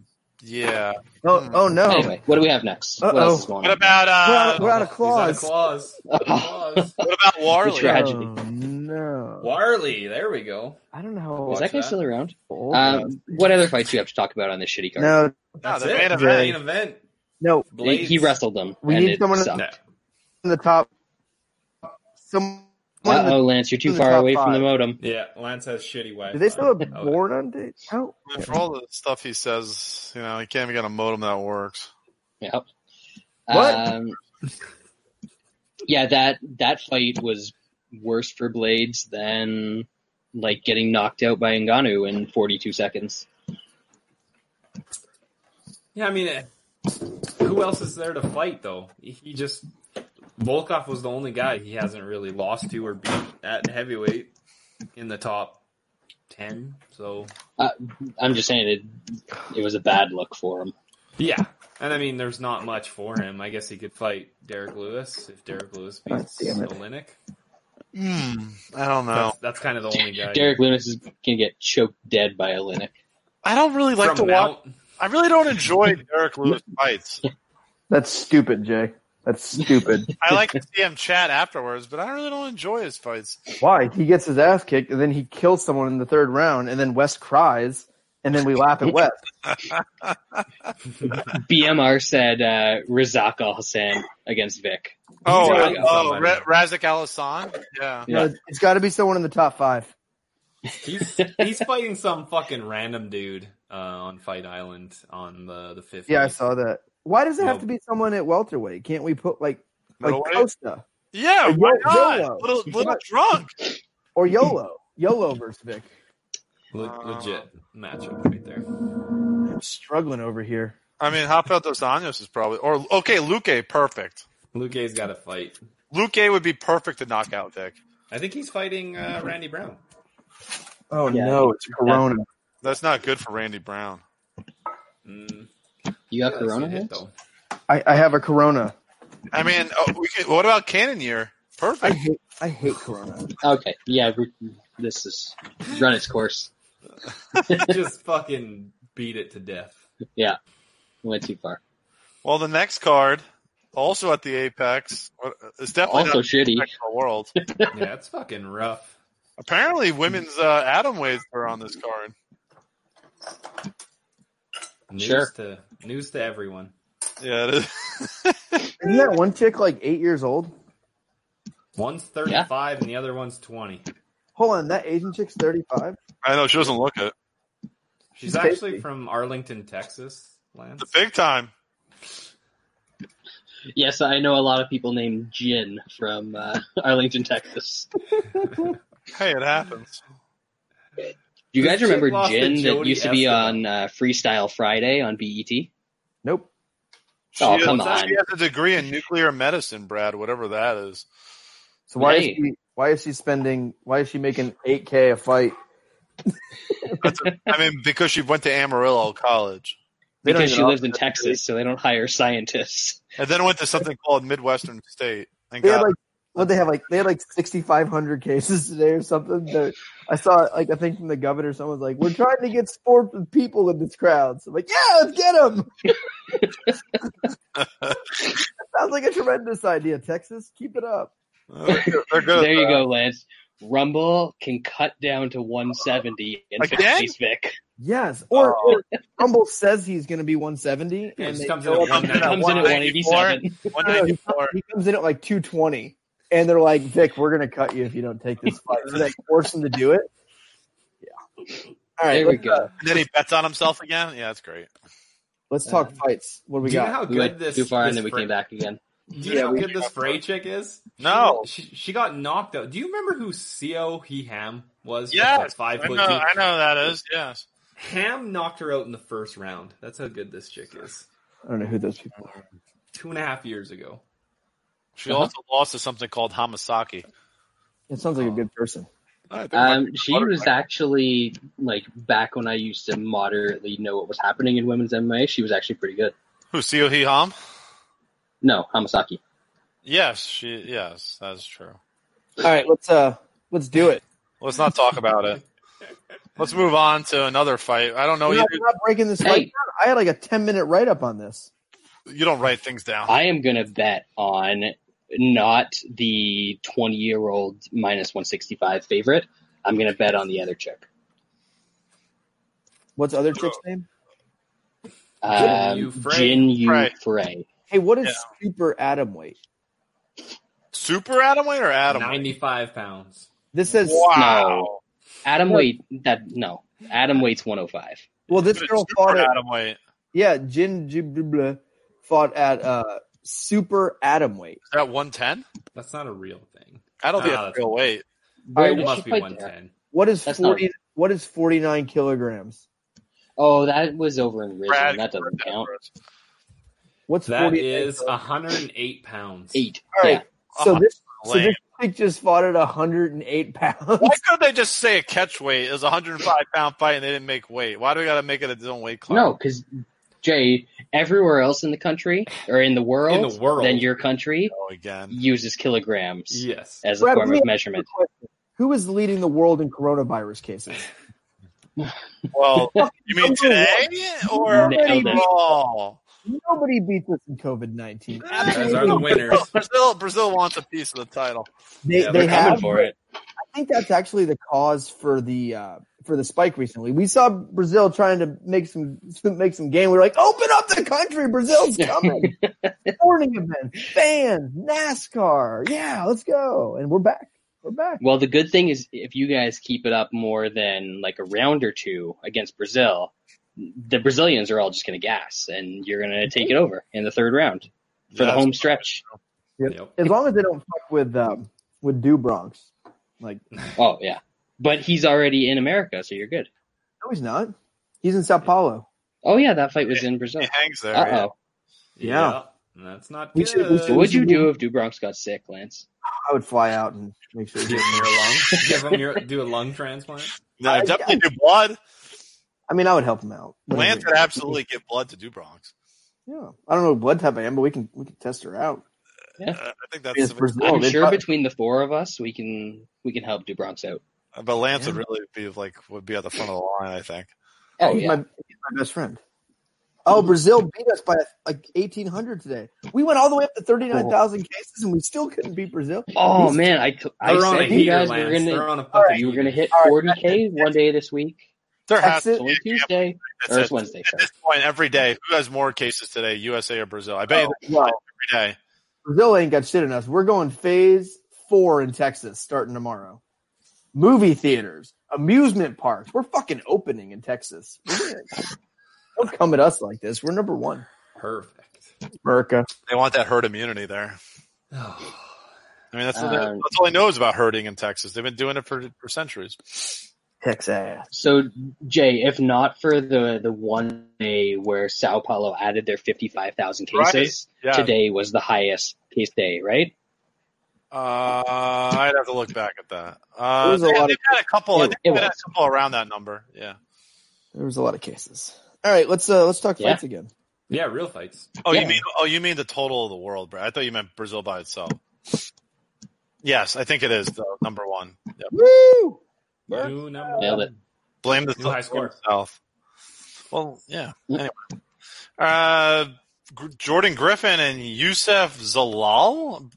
Speaker 4: yeah.
Speaker 7: oh oh no.
Speaker 3: Anyway, what do we have next? What
Speaker 7: Uh-oh.
Speaker 3: else is going
Speaker 4: What
Speaker 3: on?
Speaker 4: about
Speaker 7: We're out,
Speaker 4: uh?
Speaker 7: we're out of
Speaker 6: He's out
Speaker 7: claws.
Speaker 6: of claws. Out of claws.
Speaker 4: What about
Speaker 3: The
Speaker 4: Warley?
Speaker 3: trash- Tragedy.
Speaker 7: Oh, no.
Speaker 6: Warley, there we go.
Speaker 7: I don't know how
Speaker 3: Is
Speaker 7: old
Speaker 3: that guy
Speaker 6: that.
Speaker 3: still around?
Speaker 7: old I was.
Speaker 3: Um, what other fights do you have to talk about on this shitty card?
Speaker 7: No,
Speaker 6: That's
Speaker 4: the
Speaker 6: it.
Speaker 4: main
Speaker 6: The
Speaker 4: event.
Speaker 6: main event.
Speaker 7: no.
Speaker 3: He-
Speaker 6: Blades.
Speaker 3: he wrestled them.
Speaker 7: We
Speaker 3: and
Speaker 7: need
Speaker 3: it
Speaker 7: someone to-
Speaker 3: sucked.
Speaker 6: No.
Speaker 7: In the top. Someone in the-
Speaker 3: Uh oh, Lance, you're too
Speaker 7: in the
Speaker 3: far
Speaker 7: top
Speaker 3: away from the
Speaker 7: five.
Speaker 3: modem.
Speaker 6: Yeah, Lance has shitty Wi-Fi.
Speaker 7: do they still have
Speaker 6: Oh,
Speaker 7: board on date? Oh,
Speaker 4: For all the stuff he says, you know, he can't even get a modem that works.
Speaker 3: Yep.
Speaker 7: What?
Speaker 3: Um, yeah, that that fight was worse for Blades than like getting knocked out by Ngannou in 42 seconds.
Speaker 6: Yeah, I mean, eh, who else is there to fight though? He just Volkov was the only guy he hasn't really lost to or beat at heavyweight in the top ten. So
Speaker 3: I'm just saying it. It was a bad look for him.
Speaker 6: yeah, and I mean, there's not much for him. I guess he could fight Derek Lewis if Derek Lewis beats
Speaker 7: damn it.
Speaker 6: Olenek.
Speaker 4: Hmm. I don't know.
Speaker 6: That's, that's kind of the only guy.
Speaker 3: Derek Lewis is gonna get choked dead by a Linux.
Speaker 4: I don't really like to
Speaker 6: from
Speaker 4: watch.
Speaker 6: Mount,
Speaker 4: I really don't enjoy Derek Lewis fights.
Speaker 7: that's stupid, Jay. That's stupid.
Speaker 4: I like to see him chat afterwards, but I really don't enjoy his fights.
Speaker 7: Why? He gets his ass kicked, and then he kills someone in the third round, and then West cries, and then we laugh at West.
Speaker 3: BMR said uh, Razak Al Hassan against Vic.
Speaker 4: Oh,
Speaker 6: He's fighting
Speaker 4: oh,
Speaker 6: somebody.
Speaker 4: Ra- Razak Alasan. Yeah.
Speaker 7: You know,
Speaker 3: Yeah.
Speaker 7: it's got to be someone in the top five.
Speaker 6: he's he's fighting some fucking random dude uh, on Fight Island on the the fifth.
Speaker 7: Yeah, I
Speaker 6: night.
Speaker 7: saw that. Why does it have
Speaker 6: No.
Speaker 7: to be someone at welterweight? Can't we put like like
Speaker 4: Middleweight?
Speaker 7: Costa
Speaker 4: Yeah,
Speaker 7: Yo-
Speaker 4: why not?
Speaker 7: YOLO.
Speaker 4: Little, little drunk.
Speaker 7: or YOLO. YOLO versus Vic.
Speaker 6: Le- legit matchup right there.
Speaker 7: I'm struggling over here.
Speaker 4: I mean, Rafael dos Anjos is probably or okay, Luque, perfect.
Speaker 6: Luke's got to fight.
Speaker 4: Luque would be perfect to knock out Vic.
Speaker 6: I think he's fighting uh, Randy Brown.
Speaker 7: Oh
Speaker 3: Yeah.
Speaker 7: no, it's Corona.
Speaker 4: That's not good for Randy Brown.
Speaker 6: Mm,
Speaker 3: You got
Speaker 6: that's
Speaker 3: Corona
Speaker 6: a
Speaker 3: Vince?
Speaker 6: hit, though.
Speaker 7: I, I have a Corona.
Speaker 4: I mean, oh, we could, what about Cannon Year?
Speaker 7: I
Speaker 4: Perfect.
Speaker 7: hate I hate Corona.
Speaker 3: Okay, yeah, we- this is run its course.
Speaker 6: Just fucking beat it to death.
Speaker 3: Went too far.
Speaker 4: Well, the next card, also at the Apex, uh, is definitely
Speaker 3: Also
Speaker 4: not
Speaker 3: shitty.
Speaker 4: Apex in the world.
Speaker 6: Yeah, it's fucking rough.
Speaker 4: Apparently, women's uh, atom weights are on this card.
Speaker 6: News
Speaker 3: Sure.
Speaker 6: to news to everyone.
Speaker 4: Yeah, it is.
Speaker 7: Isn't that one chick like eight years old?
Speaker 6: One's thirty-five and the other one's twenty.
Speaker 7: Hold on, that Asian chick's thirty five.
Speaker 4: I know she doesn't look it.
Speaker 6: She's
Speaker 7: She's
Speaker 6: actually
Speaker 7: tasty.
Speaker 6: from Arlington, Texas. Lance.
Speaker 4: The big time.
Speaker 3: Yes, I know a lot of people named Jin from uh, Arlington, Texas.
Speaker 4: Hey, it happens.
Speaker 3: Do you
Speaker 6: This
Speaker 3: guys
Speaker 6: chick
Speaker 3: remember
Speaker 6: lost to
Speaker 3: Jin that
Speaker 6: Jody
Speaker 3: used to be on
Speaker 6: Esteban.
Speaker 3: uh, Freestyle Friday on BET?
Speaker 7: Nope.
Speaker 4: She
Speaker 3: Oh,
Speaker 4: is-
Speaker 3: come on.
Speaker 4: She has a degree in nuclear medicine, Brad, whatever that is.
Speaker 7: So why
Speaker 3: Hey.
Speaker 7: is she why is she spending why is she making eight K a fight?
Speaker 4: That's a, I mean, because she went to Amarillo College
Speaker 7: They don't
Speaker 3: Because
Speaker 7: even
Speaker 3: she lives
Speaker 7: offer
Speaker 3: in
Speaker 7: that
Speaker 3: Texas, so they don't hire scientists.
Speaker 4: and then went to something called Midwestern State. And
Speaker 7: They had
Speaker 4: got,
Speaker 7: like what they have like they had like sixty five hundred cases today or something. They're- I saw like I think from the governor someone's like, We're trying to get sports with people in this crowd. So I'm like, Yeah, let's get them. Sounds like a tremendous idea, Texas. Keep it up.
Speaker 4: they're good.
Speaker 3: There you go, Lance. Rumble can cut down to 170 and
Speaker 4: Again?
Speaker 3: face Vic.
Speaker 7: Yes, or, or Rumble says he's going to be 170,
Speaker 6: Yeah, Oh. he
Speaker 7: and
Speaker 6: just
Speaker 7: they
Speaker 6: comes
Speaker 7: go
Speaker 6: in at
Speaker 7: up-
Speaker 3: He
Speaker 6: one Yeah,
Speaker 3: comes in at 187.
Speaker 4: One
Speaker 7: no, no,
Speaker 4: ninety
Speaker 7: he,
Speaker 4: four.
Speaker 7: he comes in at like 220, and they're like, "Vic, we're going to cut you if you don't take this fight." So they force him to do it. Yeah. All right.
Speaker 3: There we
Speaker 7: Let's,
Speaker 3: go.
Speaker 4: And then he bets on himself again. Yeah, that's great.
Speaker 7: let's talk fights. What Uh, do we
Speaker 6: Do you know
Speaker 7: got?
Speaker 6: how
Speaker 3: We
Speaker 6: good
Speaker 3: went
Speaker 6: this?
Speaker 3: too far,
Speaker 6: this
Speaker 3: and then we
Speaker 6: Fra-
Speaker 3: came back again.
Speaker 6: Do you know how good this Frey chick is?
Speaker 4: No.
Speaker 6: she, she got knocked out. Do you remember who Co He Ham was?
Speaker 4: Yes,
Speaker 6: Like five
Speaker 4: I
Speaker 6: foot
Speaker 4: know,
Speaker 6: two.
Speaker 4: I know that is. Yes.
Speaker 6: Ham knocked her out in the first round. That's how good this chick is.
Speaker 7: I don't know who those people are.
Speaker 6: Two and a half years ago.
Speaker 4: She also lost to something called Hamasaki.
Speaker 7: It sounds like a good person.
Speaker 3: Um, she was actually like back when I used to moderately know what was happening in women's MMA. She was actually pretty good.
Speaker 4: Who Seo Hee Ham?
Speaker 3: No, Hamasaki.
Speaker 4: Yes, she. Yes, that's true.
Speaker 7: All right. Let's uh, let's do it.
Speaker 4: Let's not talk about it. Let's move on to another fight. I don't know.
Speaker 7: We're
Speaker 4: You,
Speaker 7: not, we're not breaking this
Speaker 3: Hey.
Speaker 7: fight down. I had like a 10 minute write up on this.
Speaker 4: you don't write things down.
Speaker 3: I am gonna bet on not the twenty year old minus one sixty five favorite. I'm gonna bet on the other chick.
Speaker 7: What's the other chick's name?
Speaker 3: Um,
Speaker 6: Jin Yu Frey.
Speaker 3: Jin Yu
Speaker 4: Frey.
Speaker 3: Frey.
Speaker 7: Hey, what is
Speaker 4: Yeah.
Speaker 7: super atom weight?
Speaker 4: Super atom weight or atom weight?
Speaker 6: 95 pounds.
Speaker 7: This says
Speaker 4: Wow.
Speaker 3: Adam
Speaker 7: No.
Speaker 3: weight that no. Adam weight's one hundred five.
Speaker 7: Well, this
Speaker 4: But it's
Speaker 7: girl
Speaker 4: super
Speaker 7: fought at
Speaker 4: atom weight. Is
Speaker 7: yeah, Jin Jibla fought at uh super atom weight.
Speaker 4: that one ten?
Speaker 6: That's not a real thing.
Speaker 4: That'll be
Speaker 6: Ah,
Speaker 4: a
Speaker 6: that's-
Speaker 4: real weight.
Speaker 3: Where
Speaker 7: Alright,
Speaker 6: It
Speaker 3: did she
Speaker 6: must be
Speaker 3: fight there?
Speaker 6: 110.
Speaker 7: What is
Speaker 3: That's
Speaker 7: forty? What is forty nine kilograms?
Speaker 3: Oh, that was over in Rizzo.
Speaker 4: Brad,
Speaker 3: that doesn't count.
Speaker 7: What's
Speaker 6: That
Speaker 7: 49
Speaker 6: is 108 pounds.
Speaker 3: Eight.
Speaker 7: All
Speaker 3: Yeah.
Speaker 7: right. So this so
Speaker 4: Lame.
Speaker 7: this chick just fought at hundred and eight pounds.
Speaker 4: Why couldn't they just say a catch weight is a 105 pound fight and they didn't make weight? Why do we got to make it a own weight class?
Speaker 3: No, because Jay, everywhere else in the country or in the world,
Speaker 6: In the world.
Speaker 3: than your country
Speaker 4: Oh, again.
Speaker 3: uses kilograms
Speaker 6: Yes.
Speaker 3: as a
Speaker 7: Brad,
Speaker 3: form
Speaker 7: let me
Speaker 3: of
Speaker 7: ask
Speaker 3: measurement.
Speaker 7: Who is leading the world in coronavirus cases?
Speaker 4: Well, you mean
Speaker 7: Number
Speaker 4: today or
Speaker 3: Nailed it.
Speaker 4: overall?
Speaker 7: Nobody beats us in COVID nineteen.
Speaker 6: Those are the winners.
Speaker 4: Brazil, Brazil wants a piece of the title.
Speaker 7: They
Speaker 6: Yeah,
Speaker 7: they
Speaker 6: they're coming
Speaker 7: have
Speaker 6: for it.
Speaker 7: I think that's actually the cause for the uh, for the spike recently. We saw Brazil trying to make some make some game. We were like, open up the country, Brazil's coming. Sporting events, fans, NASCAR, yeah, let's go. And we're back. We're back.
Speaker 3: Well, the good thing is if you guys keep it up more than like a round or two against Brazil, the Brazilians are all just going to gas, and you're going to take it over in the third round for the
Speaker 4: That's-
Speaker 3: home stretch.
Speaker 6: Yep.
Speaker 7: As long as they don't fuck with um, with Dubronx. Like, no,
Speaker 3: Oh yeah, but he's already in America, so you're good.
Speaker 7: he's not. He's in Sao Paulo.
Speaker 3: Oh yeah, that fight was in Brazil.
Speaker 4: He hangs there. yeah.
Speaker 3: Uh oh.
Speaker 7: Yeah.
Speaker 6: Yep, that's not
Speaker 7: We
Speaker 6: good.
Speaker 7: should- we should-
Speaker 3: What would you do if Dubronx got sick, Lance?
Speaker 7: I would fly out and make sure.
Speaker 6: Give
Speaker 7: He
Speaker 6: him your lung. Give him your do a lung transplant.
Speaker 4: No,
Speaker 7: I-
Speaker 4: definitely do blood.
Speaker 7: I mean, I would help him out.
Speaker 4: Lance would absolutely give blood to Dubronx.
Speaker 7: Yeah, I don't know what blood type I am, but we can we can test her out.
Speaker 3: Yeah.
Speaker 4: Uh, I think
Speaker 7: It's
Speaker 4: that's.
Speaker 7: Brazil.
Speaker 6: Oh,
Speaker 3: I'm
Speaker 7: They
Speaker 3: sure
Speaker 7: probably-
Speaker 3: between the four of us, we can we can help Dubronx out.
Speaker 4: But Lance would really be like would be at the front of the line. I think.
Speaker 3: Oh
Speaker 7: he's
Speaker 3: yeah,
Speaker 7: my he's my best friend. Oh, Brazil beat us by like eighteen hundred today. We went all the way up to thirty nine thousand cases, and we still couldn't beat Brazil.
Speaker 3: Oh man, I, I
Speaker 6: They're on a
Speaker 3: said you
Speaker 6: heater,
Speaker 3: guys
Speaker 6: Lance.
Speaker 3: were gonna
Speaker 6: They're on a fucking
Speaker 3: you were gonna hit
Speaker 7: All right.
Speaker 3: 40k one day this week.
Speaker 4: There
Speaker 7: That's
Speaker 4: has to
Speaker 3: It's
Speaker 7: it.
Speaker 3: only
Speaker 4: Yeah,
Speaker 3: Tuesday
Speaker 4: that's
Speaker 3: or it's
Speaker 4: it.
Speaker 3: Wednesday.
Speaker 4: at
Speaker 3: Sorry.
Speaker 4: this point every day. Who has more cases today, USA or Brazil? I bet
Speaker 7: Oh, well,
Speaker 4: you every day.
Speaker 7: Brazil ain't got shit in us. We're going phase four in Texas starting tomorrow. Movie theaters, amusement parks. We're fucking opening in Texas. Don't come at us like this. We're number one.
Speaker 6: Perfect.
Speaker 7: America.
Speaker 4: They want that herd immunity there. I mean, that's,
Speaker 3: Um,
Speaker 4: that's all I know is about herding in Texas. They've been doing it for, for centuries.
Speaker 7: Texas.
Speaker 3: So Jay, if not for the the one day where Sao Paulo added their 55,000
Speaker 4: Right.
Speaker 3: cases,
Speaker 4: Yeah.
Speaker 3: today was the highest case day, right?
Speaker 4: Uh, I'd have to look back at that.
Speaker 7: There
Speaker 4: Uh,
Speaker 7: was a
Speaker 4: they,
Speaker 7: lot of-
Speaker 4: they've had a couple. I
Speaker 3: It-
Speaker 4: think
Speaker 3: it
Speaker 4: they had
Speaker 3: was.
Speaker 4: a couple around that number. Yeah.
Speaker 7: There was a lot of cases. All right, let's uh let's talk
Speaker 3: Yeah.
Speaker 7: fights again.
Speaker 6: Yeah, real fights.
Speaker 4: Oh,
Speaker 3: Yeah.
Speaker 4: you mean oh you mean the total of the world, bro? I thought you meant Brazil by itself. Yes, I think it is though, number one. Yep.
Speaker 7: Woo!
Speaker 6: New number.
Speaker 3: Nailed it.
Speaker 4: Blame the
Speaker 6: New high score.
Speaker 4: South. Well, yeah. Anyway, uh, G- Jordan Griffin and Youssef Zalal.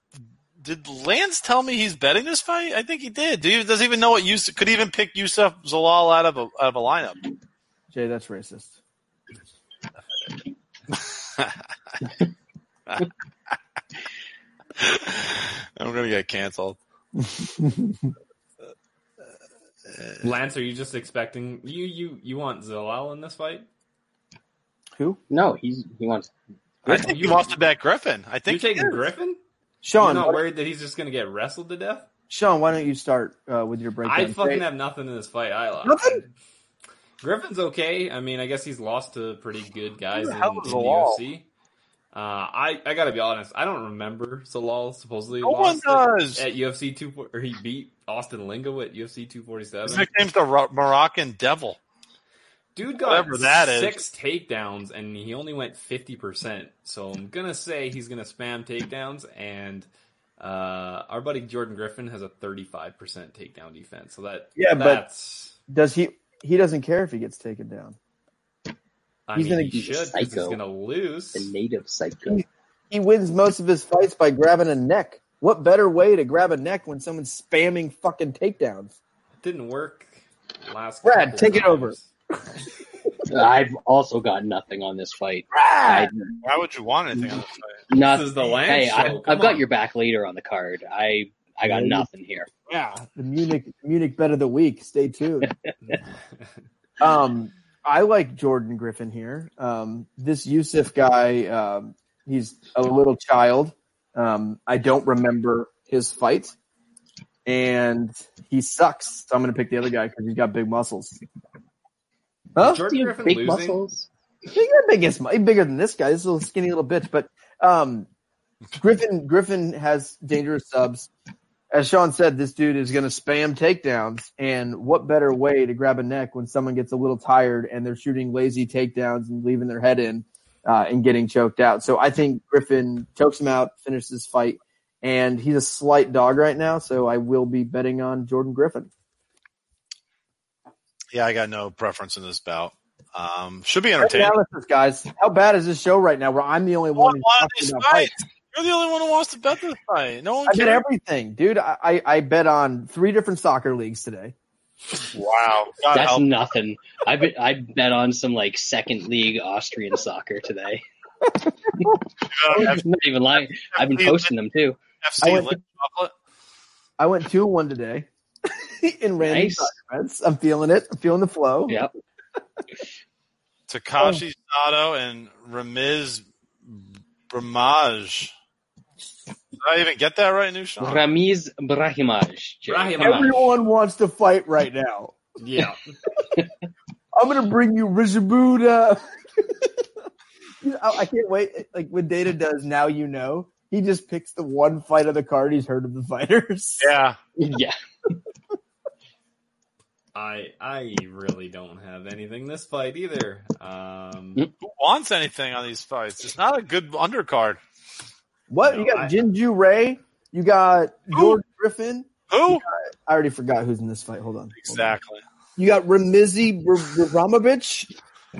Speaker 4: Did Lance tell me he's betting this fight? I think he did. Do you, does he even know what Youssef could he even pick Youssef Zalal out of a out of a lineup?
Speaker 7: Jay, that's racist.
Speaker 4: I'm gonna get canceled.
Speaker 6: Lance, are you just expecting you you you want Zilal in this fight?
Speaker 7: Who?
Speaker 3: No, he's he wants
Speaker 4: I think he wants to bet Griffin. I
Speaker 6: You're
Speaker 4: think
Speaker 6: taking
Speaker 4: he is.
Speaker 6: Griffin? You're
Speaker 7: Sean,
Speaker 6: not
Speaker 7: why-
Speaker 6: worried that he's just gonna get wrestled to death?
Speaker 7: Sean, why don't you start uh, with your breakdown?
Speaker 6: I fucking
Speaker 7: Jay-
Speaker 6: have nothing in this fight. I lost.
Speaker 7: Nothing?
Speaker 6: Griffin's okay. I mean, I guess he's lost to pretty good guys
Speaker 4: the
Speaker 6: in,
Speaker 4: hell
Speaker 6: in
Speaker 4: is
Speaker 6: the
Speaker 4: Zalal?
Speaker 6: UFC. Uh, I I gotta be honest. I don't remember Zalal supposedly
Speaker 4: No one
Speaker 6: lost at,
Speaker 4: does.
Speaker 6: at UFC two or he beat Austin Lingo at UFC two forty
Speaker 4: His
Speaker 6: seven.
Speaker 4: nickname's the Ro- Moroccan Devil.
Speaker 6: Dude got
Speaker 4: Whatever that is.
Speaker 6: six takedowns and he only went fifty percent. So I'm gonna say he's gonna spam takedowns and uh, our buddy Jordan Griffin has a thirty five percent takedown defense. So that
Speaker 7: Yeah, but-
Speaker 6: that's
Speaker 7: Does he? He doesn't care if he gets taken down.
Speaker 6: I
Speaker 7: he's
Speaker 6: mean,
Speaker 7: gonna
Speaker 6: he
Speaker 3: be a
Speaker 6: should 'cause he's
Speaker 3: psycho.
Speaker 6: gonna lose.
Speaker 3: the native psycho.
Speaker 7: He wins most of his fights by grabbing a neck. What better way to grab a neck when someone's spamming fucking takedowns?
Speaker 6: Didn't work last.
Speaker 7: Brad,
Speaker 6: couple
Speaker 7: take it
Speaker 6: times.
Speaker 7: over.
Speaker 3: I've also got nothing on this fight. I,
Speaker 4: Why would you want anything? else?
Speaker 3: not,
Speaker 6: This is the Lance
Speaker 3: hey,
Speaker 6: show.
Speaker 3: I,
Speaker 6: Come
Speaker 3: I've got
Speaker 6: on.
Speaker 3: your back later on the card. I I got
Speaker 7: Yeah.
Speaker 3: nothing here.
Speaker 7: Yeah, the Munich Munich bet of the week. Stay tuned. um, I like Jordan Griffin here. Um, this Yusuf guy, um, he's a little child. Um, I don't remember his fight, and he sucks. So I'm going to pick the other guy because he's got big muscles. Huh?
Speaker 6: Jordan
Speaker 3: Dude,
Speaker 6: Griffin
Speaker 3: big
Speaker 6: losing.
Speaker 3: muscles.
Speaker 7: He's got biggest, he's bigger than this guy. This little skinny little bitch. But um, Griffin Griffin has dangerous subs. As Sean said, this dude is going to spam takedowns, and what better way to grab a neck when someone gets a little tired and they're shooting lazy takedowns and leaving their head in uh, and getting choked out? So I think Griffin chokes him out, finishes his fight, and he's a slight dog right now. So I will be betting on Jordan Griffin.
Speaker 4: Yeah, I got no preference in this bout. Um, should be
Speaker 7: Great
Speaker 4: entertaining.
Speaker 7: Analysis, guys. How bad is this show right now? Where I'm the only one who's
Speaker 4: Why
Speaker 7: talking
Speaker 4: these
Speaker 7: about fights?
Speaker 4: fights? You're the only one who wants to bet this fight. No one
Speaker 7: I
Speaker 4: cares.
Speaker 7: bet everything, dude. I, I, I bet on three different soccer leagues today.
Speaker 4: wow, God
Speaker 3: That's
Speaker 4: help.
Speaker 3: nothing. I bet I bet on some like second league Austrian soccer today.
Speaker 4: you.
Speaker 3: I'm not even lying. I've been posting them too.
Speaker 4: FC
Speaker 7: I went-
Speaker 4: Lit Chocolate.
Speaker 7: I went two one today in random
Speaker 3: Nice.
Speaker 7: soccer events. I'm feeling it. I'm feeling the flow.
Speaker 3: Yep.
Speaker 4: Takashi Sato and Ramiz Ramaj. I even get that right, New Sean?
Speaker 3: Ramiz Brahimaj. Jay.
Speaker 6: Brahimaj.
Speaker 7: Everyone wants to fight right now.
Speaker 6: Yeah.
Speaker 7: I'm gonna bring you Rizabuda. I, I can't wait. Like when Data does now, you know he just picks the one fight of the card he's heard of the fighters.
Speaker 4: Yeah.
Speaker 3: Yeah.
Speaker 6: I I really don't have anything this fight either. Um,
Speaker 3: Mm.
Speaker 4: Who wants anything on these fights? It's not a good undercard.
Speaker 7: What you
Speaker 6: No,
Speaker 7: got?
Speaker 6: I-
Speaker 7: Jinju Ray. You got George Griffin.
Speaker 4: Who?
Speaker 7: I already forgot who's in this fight. Hold on. Hold on.
Speaker 4: Exactly.
Speaker 7: You got Remizi Br- Br- Ramovich.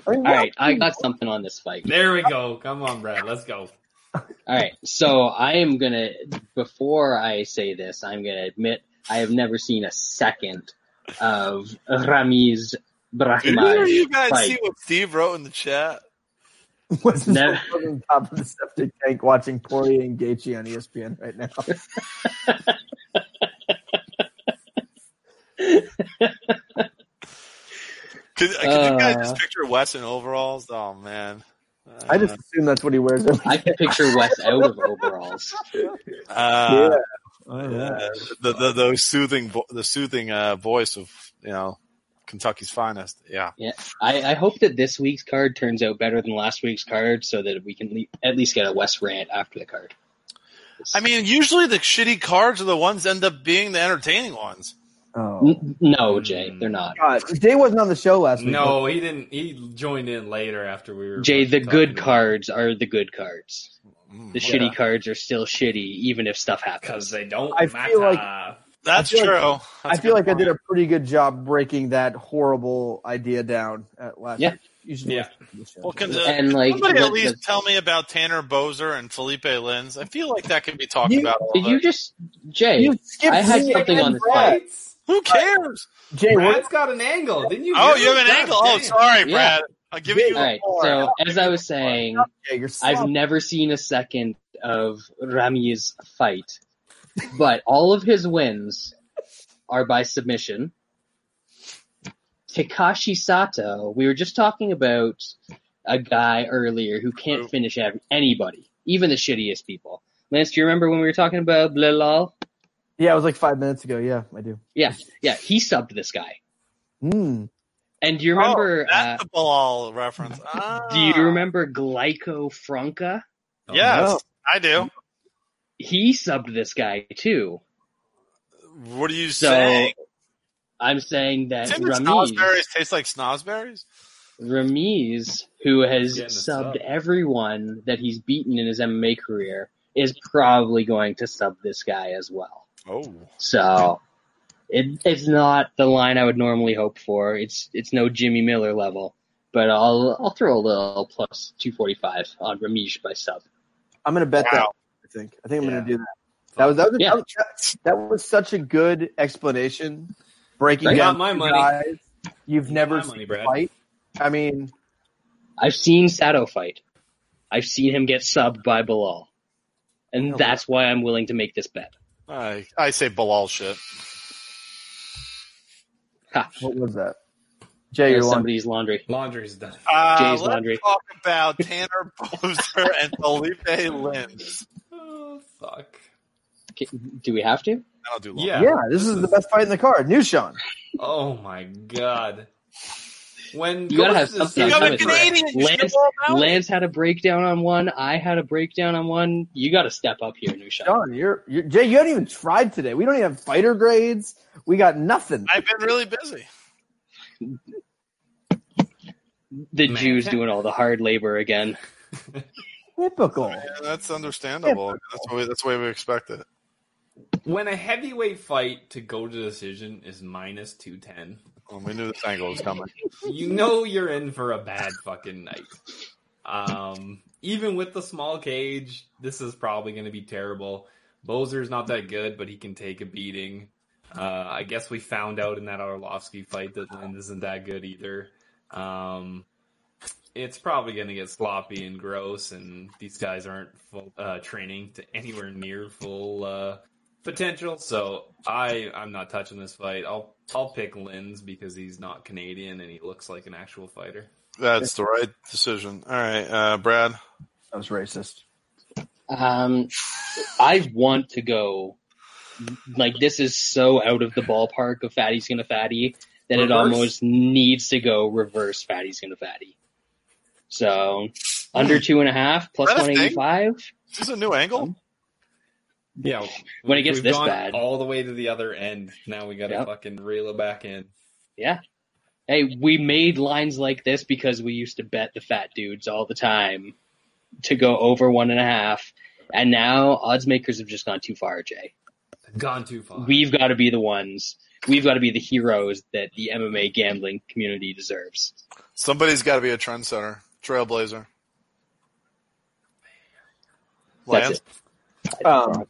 Speaker 7: I mean,
Speaker 3: All right,
Speaker 7: what-
Speaker 3: I got something on this fight.
Speaker 6: there we go. Come on, Brad. Let's go.
Speaker 3: All right, so I am gonna. Before I say this, I'm gonna admit I have never seen a second of Ramiz
Speaker 4: Did either of you
Speaker 3: Brahimaj
Speaker 4: guys see
Speaker 3: fight.
Speaker 4: what Steve wrote in the chat?
Speaker 7: What's this
Speaker 3: No.
Speaker 7: whole fucking top of the septic tank watching Poirier and Gaethje on E ESPN right now?
Speaker 4: Could, could you guys
Speaker 3: Uh.
Speaker 4: just picture Wes in overalls? Oh man,
Speaker 7: I just assume that's what he wears. every
Speaker 3: I can picture Wes out of overalls.
Speaker 4: uh,
Speaker 7: Yeah.
Speaker 4: uh, the, the the soothing vo- the soothing uh, voice of you know Kentucky's finest. Yeah,
Speaker 3: I, I hope that this week's card turns out better than last week's card, so that we can le- at least get a Wes rant after the card.
Speaker 4: I mean, usually the shitty cards are the ones that end up being the entertaining ones.
Speaker 7: Oh.
Speaker 3: N- no, Jay, they're not.
Speaker 7: God, Jay wasn't on the show last week.
Speaker 6: No, he didn't. He joined in later after we were.
Speaker 3: Jay, the
Speaker 6: talking
Speaker 3: good
Speaker 6: about-
Speaker 3: cards are the good cards.
Speaker 4: Mm.
Speaker 3: The shitty cards are still shitty, even if stuff happens.
Speaker 6: Cause they don't
Speaker 7: I
Speaker 6: matter.
Speaker 7: feel like-
Speaker 4: That's
Speaker 7: I feel
Speaker 4: true.
Speaker 7: I feel like I did a pretty good job breaking that horrible idea down at last
Speaker 3: Yeah.
Speaker 7: week. You should
Speaker 6: Yeah.
Speaker 7: listen to the show.
Speaker 4: Well, can, uh,
Speaker 3: And, like,
Speaker 4: somebody
Speaker 3: the-
Speaker 4: at least
Speaker 3: the-
Speaker 4: tell me about Tanner Bozer and Felipe Lins. I feel like that can be talked
Speaker 7: You-
Speaker 4: about. a
Speaker 3: Did
Speaker 4: little
Speaker 3: you
Speaker 4: bit.
Speaker 3: just Jay?
Speaker 7: you skipped
Speaker 3: I had
Speaker 7: me
Speaker 3: something
Speaker 7: and
Speaker 3: on this
Speaker 7: Brad.
Speaker 3: fight.
Speaker 4: Who cares?
Speaker 7: Jay, what,
Speaker 6: Brad's got an angle. Didn't you?
Speaker 4: Oh,
Speaker 6: give
Speaker 4: you have
Speaker 6: him?
Speaker 4: an
Speaker 6: God
Speaker 4: angle. Oh,
Speaker 6: damn.
Speaker 4: sorry,
Speaker 3: Yeah.
Speaker 4: Brad. I'm giving you
Speaker 3: All right. So as I was saying,
Speaker 7: Jay, you're
Speaker 3: I've
Speaker 7: slow.
Speaker 3: never seen a second of Rami's fight, but all of his wins are by submission. Takashi Sato, we were just talking about a guy earlier who can't finish ev- anybody, even the shittiest people. Lance, do you remember when we were talking about Blalal?
Speaker 7: Yeah, it was like five minutes ago. Yeah, I do.
Speaker 3: Yeah, he subbed this guy.
Speaker 7: Mm.
Speaker 3: And do you remember?
Speaker 4: Oh,
Speaker 3: uh,
Speaker 4: that's the Balal reference. Ah.
Speaker 3: do you remember Glyco Franca?
Speaker 6: Oh,
Speaker 4: Yes,
Speaker 7: no.
Speaker 4: I do.
Speaker 3: he subbed this guy too.
Speaker 4: What are you
Speaker 3: So uh,
Speaker 4: saying?
Speaker 3: I'm saying that
Speaker 4: Didn't
Speaker 3: Ramiz,
Speaker 4: snozberries taste like snozberries?
Speaker 3: Ramiz, who has
Speaker 6: Getting a
Speaker 3: subbed
Speaker 6: sub.
Speaker 3: everyone that he's beaten in his MMA career, is probably going to sub this guy as well.
Speaker 4: Oh,
Speaker 3: So it, it's not the line I would normally hope for. It's it's no Jimmy Miller level, but I'll I'll throw a little plus two forty five on Ramiz by sub.
Speaker 7: I'm gonna bet that.
Speaker 4: Wow.
Speaker 7: I think. I think I'm
Speaker 6: Yeah.
Speaker 7: gonna do that. That was that was,
Speaker 3: Yeah.
Speaker 7: that, that was such a good explanation. Breaking
Speaker 3: Right?
Speaker 7: down
Speaker 6: Not my
Speaker 7: two
Speaker 6: money.
Speaker 7: guys you've
Speaker 6: Not
Speaker 7: never
Speaker 6: my
Speaker 7: seen
Speaker 6: money, Brad.
Speaker 7: fight. I mean,
Speaker 3: I've seen Sato fight. I've seen him get subbed by Bilal, and
Speaker 7: Oh,
Speaker 3: that's why I'm willing to make this bet.
Speaker 4: I, I say Balal shit.
Speaker 3: Ha.
Speaker 7: what was that? Jay, you're
Speaker 3: That's
Speaker 7: on.
Speaker 3: somebody's laundry.
Speaker 6: Laundry's done.
Speaker 4: Uh,
Speaker 3: Jay's
Speaker 4: let's
Speaker 3: laundry.
Speaker 4: talk about Tanner Bozer and Felipe Lins.
Speaker 6: Oh fuck.
Speaker 3: K- Do we have to?
Speaker 4: I'll do long.
Speaker 6: Yeah.
Speaker 7: Yeah, this is the best fight in the card. New Sean.
Speaker 6: Oh my god. When
Speaker 3: You gotta have
Speaker 6: Ghost is
Speaker 3: something
Speaker 4: I'm a
Speaker 3: coming.
Speaker 4: Canadian. You should
Speaker 3: Lance-
Speaker 4: know all about it.
Speaker 3: Lance had a breakdown on one. I had a breakdown on one. You got to step up here, new shot.
Speaker 7: Sean, you're, you're Jay. You haven't even tried today. We don't even have fighter grades. We got nothing.
Speaker 4: I've been really busy.
Speaker 3: The
Speaker 6: Man.
Speaker 3: Jews doing all the hard labor again.
Speaker 7: Typical.
Speaker 4: Yeah, that's understandable. That's the way. That's the way we expect it.
Speaker 6: when a heavyweight fight to go to decision is minus two ten,
Speaker 4: Well, we knew this angle was coming.
Speaker 6: you know you're in for a bad fucking night. Um, even with the small cage, this is probably going to be terrible. Bozer's not that good, but he can take a beating. Uh, I guess we found out in that Arlovsky fight that Lind isn't that good either. Um, it's probably going to get sloppy and gross, and these guys aren't full, uh, training to anywhere near full uh, potential. So I, I'm not touching this fight. I'll I'll pick Linz because he's not Canadian and he looks like an actual fighter.
Speaker 4: That's the right decision. All right, uh, Brad.
Speaker 7: That was racist.
Speaker 3: Um, I want to go. Like this is so out of the ballpark of fatty's gonna fatty that it
Speaker 6: Reverse?
Speaker 3: almost needs to go reverse fatty's gonna fatty. So under two and a half plus
Speaker 4: Is that a
Speaker 3: one
Speaker 4: thing?
Speaker 3: eighty five.
Speaker 4: Is this a new angle?
Speaker 6: Yeah.
Speaker 3: When it gets
Speaker 6: We've
Speaker 3: this
Speaker 6: gone
Speaker 3: bad.
Speaker 6: all the way to the other end. Now we got to
Speaker 3: Yep.
Speaker 6: fucking reel it back in.
Speaker 3: Yeah. Hey, we made lines like this because we used to bet the fat dudes all the time to go over one and a half, and now odds makers have just gone too far, Jay.
Speaker 6: Gone too far.
Speaker 3: We've got to be the ones. We've got to be the heroes that the MMA gambling community deserves.
Speaker 4: Somebody's got to be a trendsetter, trailblazer.
Speaker 3: That's
Speaker 4: Lance?
Speaker 3: it.
Speaker 7: Um,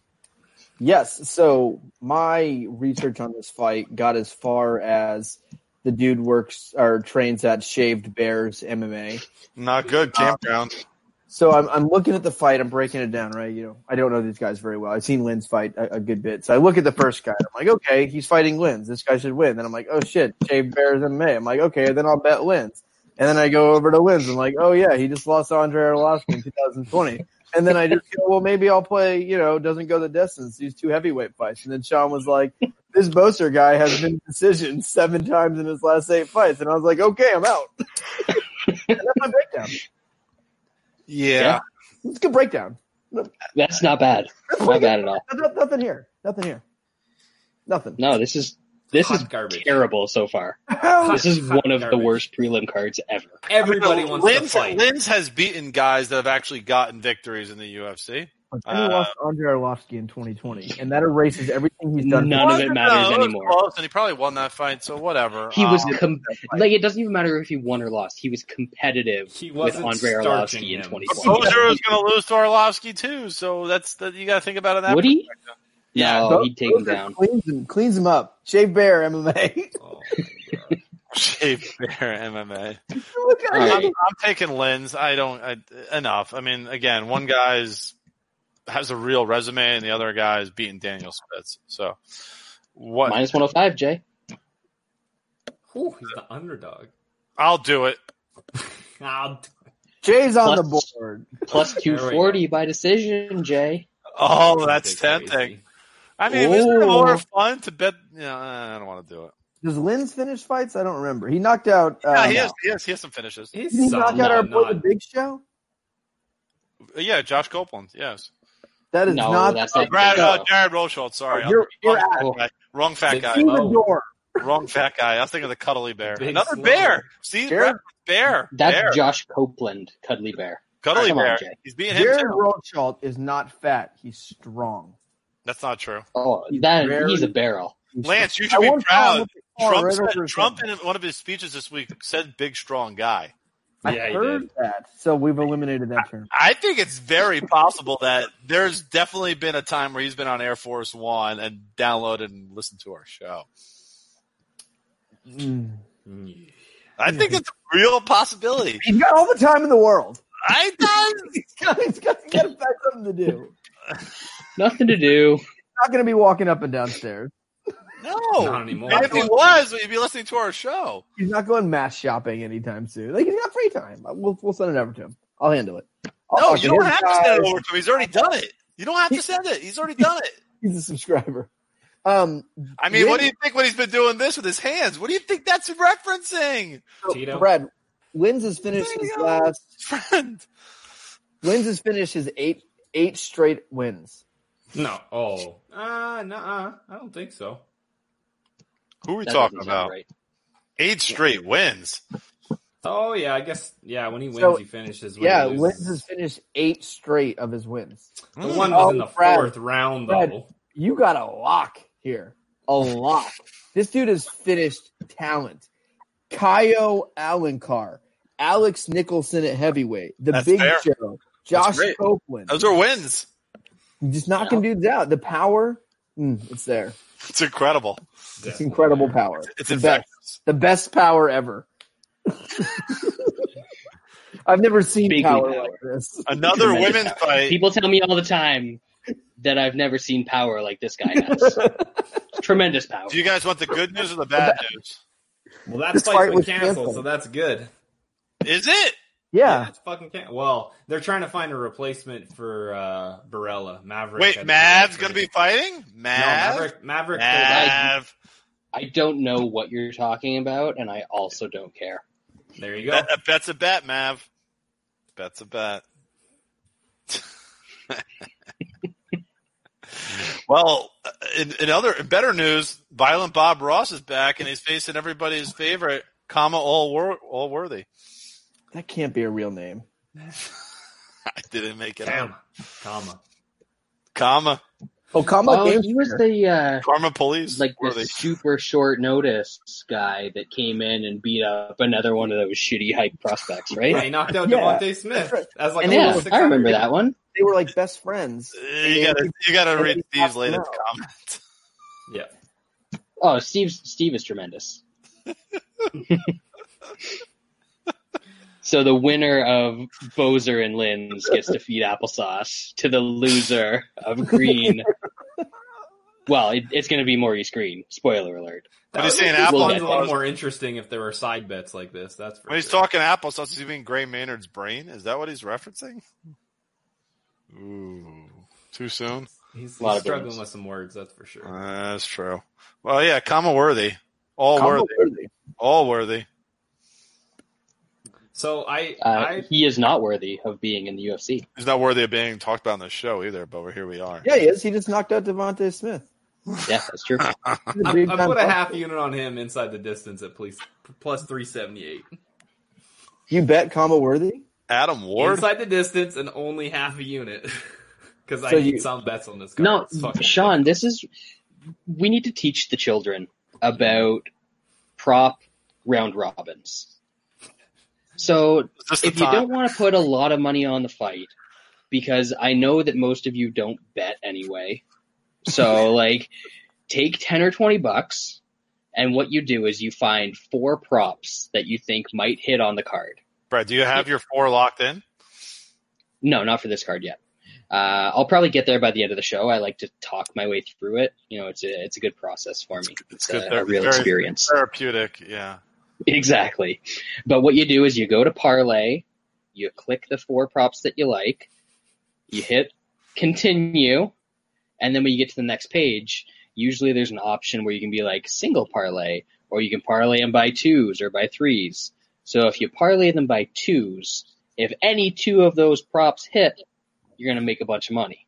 Speaker 7: yes. So my research on this fight got as far as the dude works or trains at Shaved Bears MMA.
Speaker 4: Not good. Campground.
Speaker 7: So I'm, I'm looking at the fight. I'm breaking it down, right? You know, I don't know these guys very well. I've seen Lynn's fight a, a good bit. So I look at the first guy. I'm like, okay, he's fighting Lynn's. This guy should win. Then I'm like, oh shit, Shaved Bears MMA. I'm like, okay, then I'll bet Lynn's. And then I go over to Lynn's. I'm like, oh yeah, he just lost to Andre Arlovsky in 2020. And then I just go, well, maybe I'll play, you know, doesn't go the distance. These two heavyweight fights. And then Sean was like, this Boser guy has been decision seven times in his last eight fights. And I was like, okay, I'm out. And that's my breakdown.
Speaker 4: Yeah.
Speaker 7: It's a good breakdown.
Speaker 3: That's not bad. Not bad at all.
Speaker 7: Noth- noth- Nothing here. Nothing here. Nothing.
Speaker 3: No, this is this
Speaker 6: Hot
Speaker 3: is
Speaker 6: garbage.
Speaker 3: terrible so far.
Speaker 7: How-
Speaker 3: This is
Speaker 6: Hot
Speaker 3: one of the
Speaker 6: garbage.
Speaker 3: worst prelim cards ever.
Speaker 6: Everybody wants to
Speaker 4: Linz,
Speaker 6: fight.
Speaker 4: Linz has beaten guys that have actually gotten victories in the UFC.
Speaker 7: He lost
Speaker 4: Uh,
Speaker 7: Andre Arlovsky in 2020, and that erases everything he's done.
Speaker 3: None of it matters
Speaker 4: No, uh, it was
Speaker 3: anymore.
Speaker 4: close, and he probably won that fight, so whatever.
Speaker 3: He was
Speaker 4: Um,
Speaker 3: com- like it doesn't even matter if he won or lost. He was competitive
Speaker 6: He
Speaker 3: with
Speaker 6: wasn't
Speaker 3: Andre
Speaker 6: starching
Speaker 3: Arlovsky in
Speaker 6: him.
Speaker 3: 2020.
Speaker 4: Bozer was going to lose to Arlovsky too, so that's that. You got to think about it. That
Speaker 3: Would he?
Speaker 6: Yeah.
Speaker 3: No,
Speaker 7: Bo-
Speaker 3: he'd take him
Speaker 7: Bozer
Speaker 3: down.
Speaker 7: Cleans him, cleans him up. Shave Bear MMA.
Speaker 6: Oh, my God.
Speaker 4: Shave Bear MMA.
Speaker 7: Look at
Speaker 3: All
Speaker 7: him.
Speaker 4: I'm,
Speaker 3: right.
Speaker 4: I'm taking Lens. I don't I, enough. I mean, again, one guy's has a real resume, and the other guy's beating Daniel Spitz. So what?
Speaker 3: Minus 105, Jay.
Speaker 6: Ooh, he's the underdog.
Speaker 4: I'll do it.
Speaker 6: I'll
Speaker 7: Jay's on the
Speaker 3: Plus-
Speaker 7: board.
Speaker 3: Plus
Speaker 6: There we go.
Speaker 3: 240 by decision, Jay.
Speaker 4: Oh, that's
Speaker 6: take crazy.
Speaker 4: tempting. I mean, isn't it
Speaker 3: Ooh.
Speaker 4: more fun to bet? You know, I don't want to do it.
Speaker 7: Does Lynn's finish fights? I don't remember. He knocked out. Uh,
Speaker 4: Yeah, he has, he has he has some finishes.
Speaker 6: He's
Speaker 7: Did he knock
Speaker 6: solid.
Speaker 7: out our boy
Speaker 6: Not-
Speaker 7: the Big Show?
Speaker 4: Yeah, Josh Copeland. Yes,
Speaker 7: That is
Speaker 3: No,
Speaker 7: not.
Speaker 3: that's not
Speaker 4: Brad,
Speaker 3: Big
Speaker 4: uh,
Speaker 3: Show.
Speaker 4: Jared Rosholt. Sorry,
Speaker 7: you're you're
Speaker 4: wrong, Oh.
Speaker 7: out.
Speaker 3: Oh,
Speaker 4: guy. wrong fat guy,
Speaker 7: Through the door.
Speaker 4: wrong fat guy. I was thinking of the cuddly bear.
Speaker 6: Big
Speaker 4: Another
Speaker 6: slow.
Speaker 4: bear. See,
Speaker 7: Jared-
Speaker 4: bear,
Speaker 3: That's
Speaker 4: bear,
Speaker 3: Josh Copeland, Cuddly Bear.
Speaker 4: cuddly
Speaker 3: Come on,
Speaker 4: bear.
Speaker 3: Jay.
Speaker 4: He's beating him
Speaker 7: Jared
Speaker 4: too.
Speaker 7: Rothschild is not fat. He's strong.
Speaker 4: That's not true.
Speaker 3: Oh,
Speaker 7: He's
Speaker 3: that
Speaker 7: very-
Speaker 3: he's a barrel.
Speaker 7: He's
Speaker 4: Lance, you
Speaker 7: I
Speaker 4: should be
Speaker 7: won't tell him
Speaker 4: proud.
Speaker 7: what they call
Speaker 4: Trump,
Speaker 7: right over
Speaker 4: said,
Speaker 7: his
Speaker 4: Trump
Speaker 7: head.
Speaker 4: in one of his speeches this week said "big, strong guy."
Speaker 7: I
Speaker 6: Yeah, he
Speaker 7: heard
Speaker 6: did.
Speaker 7: that. So we've eliminated that term.
Speaker 4: I think it's very possible that there's definitely been a time where he's been on Air Force One and downloaded and listened to our show.
Speaker 7: Mm.
Speaker 6: Mm.
Speaker 4: I think it's a real possibility.
Speaker 7: He's got all the time in the world.
Speaker 4: I does.
Speaker 7: he's got, he's got, he's got to find something to do. He's
Speaker 3: Nothing to do.
Speaker 7: not going to be walking up and downstairs.
Speaker 6: Not
Speaker 4: No.
Speaker 6: anymore.
Speaker 4: And if
Speaker 3: Oh,
Speaker 4: he was, he'd be listening to our show.
Speaker 7: He's not going mass shopping anytime soon. Like he's got free time. We'll we'll send it over to him. I'll handle it. I'll
Speaker 4: No,
Speaker 7: talk
Speaker 4: you
Speaker 7: to
Speaker 4: don't
Speaker 7: his
Speaker 4: have to send it
Speaker 7: Oh, guys.
Speaker 4: over to him. He's already done it. You don't have to send it. He's already done it.
Speaker 7: He's a subscriber. Um,
Speaker 4: I mean, what do you think when he's been doing this with his hands? What do you think that's referencing?
Speaker 6: Tito?
Speaker 7: Brad? Lynn's has finished his last.
Speaker 4: Friend.
Speaker 7: Lynn's has finished his eight eight straight wins.
Speaker 6: No. Oh. Uh, nuh-uh. I don't think so.
Speaker 4: Who are we
Speaker 3: That
Speaker 4: talking
Speaker 3: doesn't sound
Speaker 4: about?
Speaker 3: right.
Speaker 4: Eight straight wins.
Speaker 6: Oh, yeah. I guess, yeah, when he wins,
Speaker 7: So,
Speaker 6: he finishes. When
Speaker 7: Yeah,
Speaker 6: he
Speaker 7: Lynn's
Speaker 6: loses.
Speaker 7: has finished eight straight of his wins.
Speaker 6: The
Speaker 4: Hmm.
Speaker 6: one was in the
Speaker 7: Oh, Brad.
Speaker 6: fourth round,
Speaker 7: Brad.
Speaker 6: though.
Speaker 7: you got a lock here. A lock. This dude is finished talent. Kaio Alencar, Alex Nicholson at heavyweight, The
Speaker 4: That's
Speaker 7: Big
Speaker 4: fair.
Speaker 7: Show,
Speaker 4: That's
Speaker 7: Josh
Speaker 4: great.
Speaker 7: Copeland.
Speaker 4: Those are wins.
Speaker 7: Just knocking dudes out. The power, mm, it's there.
Speaker 4: It's incredible.
Speaker 7: It's incredible power.
Speaker 4: It's
Speaker 7: the best.
Speaker 4: infectious.
Speaker 7: The best power ever. I've never seen
Speaker 3: Bigly
Speaker 7: power,
Speaker 3: power.
Speaker 7: like this.
Speaker 4: Another
Speaker 3: Tremendous
Speaker 4: women's
Speaker 3: power.
Speaker 4: fight.
Speaker 3: People tell me all the time that I've never seen power like this guy has. Tremendous power.
Speaker 4: Do you guys want the good news or the bad news?
Speaker 6: Well, that
Speaker 7: This
Speaker 6: fight's
Speaker 7: fight
Speaker 6: been
Speaker 7: was
Speaker 6: canceled,
Speaker 7: canceled.
Speaker 6: so that's good.
Speaker 4: Is it?
Speaker 7: Yeah.
Speaker 6: it's fucking can Well, they're trying to find a replacement for uh Barella. Maverick.
Speaker 4: Wait,
Speaker 6: had to
Speaker 4: Mav's
Speaker 6: go
Speaker 4: gonna
Speaker 6: out
Speaker 4: be
Speaker 6: first.
Speaker 4: fighting?
Speaker 6: No,
Speaker 4: Mav?
Speaker 6: Maverick. Maverick.
Speaker 4: Mav.
Speaker 3: I don't know what you're talking about, and I also don't care.
Speaker 6: There you go.
Speaker 4: Bet, a bet's a bet, Mav. Bet's a bet. well, uh, in, in other in better news, Violent Bob Ross is back and he's facing everybody's favorite, comma all wor- all worthy.
Speaker 7: That can't be a real name.
Speaker 4: I didn't make it up.
Speaker 6: Damn. Comma.
Speaker 4: Comma.
Speaker 7: Oh, Kama
Speaker 3: Oh, he was the uh,
Speaker 4: Karma police.
Speaker 3: like
Speaker 4: worthy.
Speaker 3: the super short notice guy that came in and beat up another one of those shitty hype prospects, right?
Speaker 6: Yeah, he knocked out
Speaker 7: Yeah.
Speaker 6: Devontae Smith. That's like
Speaker 3: And
Speaker 6: a
Speaker 3: yeah,
Speaker 6: little
Speaker 3: I remember
Speaker 6: 600.
Speaker 3: that one.
Speaker 7: They were like best friends.
Speaker 4: you gotta you gotta
Speaker 7: and
Speaker 4: read
Speaker 7: then he
Speaker 4: Steve's
Speaker 7: passed
Speaker 4: latest
Speaker 7: out.
Speaker 4: comment.
Speaker 6: Yeah.
Speaker 3: Oh, Steve. Steve is tremendous. so the winner of Bozer and Lynn's gets to feed applesauce to the loser of Green. well, it, it's going to be Maurice Green. Spoiler alert.
Speaker 4: But
Speaker 6: That
Speaker 4: he's
Speaker 6: would
Speaker 4: saying
Speaker 6: make this
Speaker 4: Apple
Speaker 6: one a lot
Speaker 4: was-
Speaker 6: more interesting if there were side bets like this. That's for
Speaker 4: When he's
Speaker 6: sure.
Speaker 4: talking applesauce, does he mean Gray Maynard's brain? Is that what he's referencing? Ooh. Too soon?
Speaker 6: He's,
Speaker 3: A lot
Speaker 6: he's
Speaker 3: of
Speaker 6: struggling
Speaker 3: games.
Speaker 6: with some words. That's for sure.
Speaker 4: Uh, that's true. Well, yeah, comma worthy. All
Speaker 7: Kama
Speaker 4: worthy.
Speaker 7: Worthy.
Speaker 4: All worthy.
Speaker 6: So I,
Speaker 3: Uh,
Speaker 6: I
Speaker 3: he is not worthy of being in the UFC.
Speaker 4: He's not worthy of being talked about on the show either, but we're, here we are.
Speaker 7: Yeah, he is. He just knocked out Devontae Smith.
Speaker 3: Yeah, that's true.
Speaker 6: Ah,
Speaker 7: He's a
Speaker 6: I,
Speaker 7: big
Speaker 6: I
Speaker 7: time
Speaker 6: put a
Speaker 7: prospect.
Speaker 6: half unit on him inside the distance at police plus three seventy eight
Speaker 7: You bet Kama Worthy?
Speaker 4: Adam Ward.
Speaker 6: inside the distance and only half a unit because
Speaker 7: So
Speaker 6: I need
Speaker 7: you-
Speaker 6: some bets on this. Card.
Speaker 3: No,
Speaker 6: It's fucking
Speaker 3: Sean, this is we need to teach the children about prop round robins. So
Speaker 4: Is this the
Speaker 3: if you
Speaker 4: time?
Speaker 3: don't want to put a lot of money on the fight, because I know that most of you don't bet anyway, so like take ten or twenty bucks, and what you do is you find four props that you think might hit on the card.
Speaker 4: Brad, do you have your four locked in?
Speaker 3: No, not for this card yet. Uh, I'll probably get there by the end of the show. I like to talk my way through it. You know, it's a it's a good process for me. It's,
Speaker 4: good
Speaker 3: a,
Speaker 4: therapy.
Speaker 3: a real
Speaker 4: Very-
Speaker 3: experience.
Speaker 4: Therapeutic, yeah.
Speaker 3: Exactly. But what you do is you go to parlay, you click the four props that you like, you hit continue, and then when you get to the next page, usually there's an option where you can be like single parlay, or you can parlay them by twos or by threes. So if you parlay them by twos, if any two of those props hit, you're going to make a bunch of money.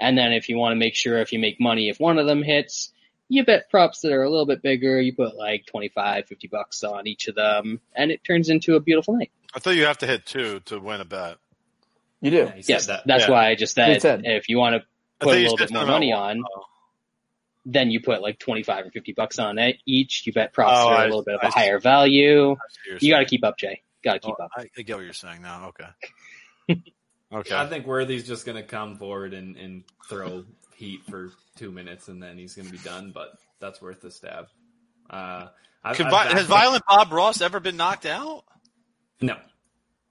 Speaker 3: And then if you want to make sure if you make money if one of them hits, you bet props that are a little bit bigger. You put like 25, 50 bucks on each of them, and it turns into a beautiful night.
Speaker 4: I thought you have to hit two to win a bet.
Speaker 7: You
Speaker 6: Yeah,
Speaker 7: do.
Speaker 6: he said
Speaker 3: Yes,
Speaker 6: that.
Speaker 3: that's
Speaker 4: Yeah.
Speaker 3: why I just that
Speaker 7: He said.
Speaker 3: if you want to
Speaker 4: I
Speaker 3: put
Speaker 4: thought
Speaker 3: a
Speaker 4: you
Speaker 3: little
Speaker 4: said
Speaker 3: bit more
Speaker 4: something
Speaker 3: money
Speaker 4: about-
Speaker 3: on,
Speaker 4: Oh.
Speaker 3: then you put like 25 or 50 bucks on it each. You bet props
Speaker 4: Oh,
Speaker 3: that are
Speaker 4: I-
Speaker 3: a little bit of
Speaker 4: I
Speaker 3: a
Speaker 4: see.
Speaker 3: higher
Speaker 4: I
Speaker 3: value.
Speaker 4: see what
Speaker 3: You
Speaker 4: you're
Speaker 3: got to keep up, Jay. Got to
Speaker 4: saying.
Speaker 3: keep
Speaker 4: Oh,
Speaker 3: up.
Speaker 4: I, I get what you're saying now. Okay. Okay.
Speaker 6: I think Worthy's just gonna come forward and, and throw heat for two minutes and then he's gonna be done. But that's worth the stab. Uh, I,
Speaker 4: Could
Speaker 6: I-
Speaker 4: Vi-
Speaker 6: I-
Speaker 4: has Violent Bob Ross ever been knocked out?
Speaker 6: No,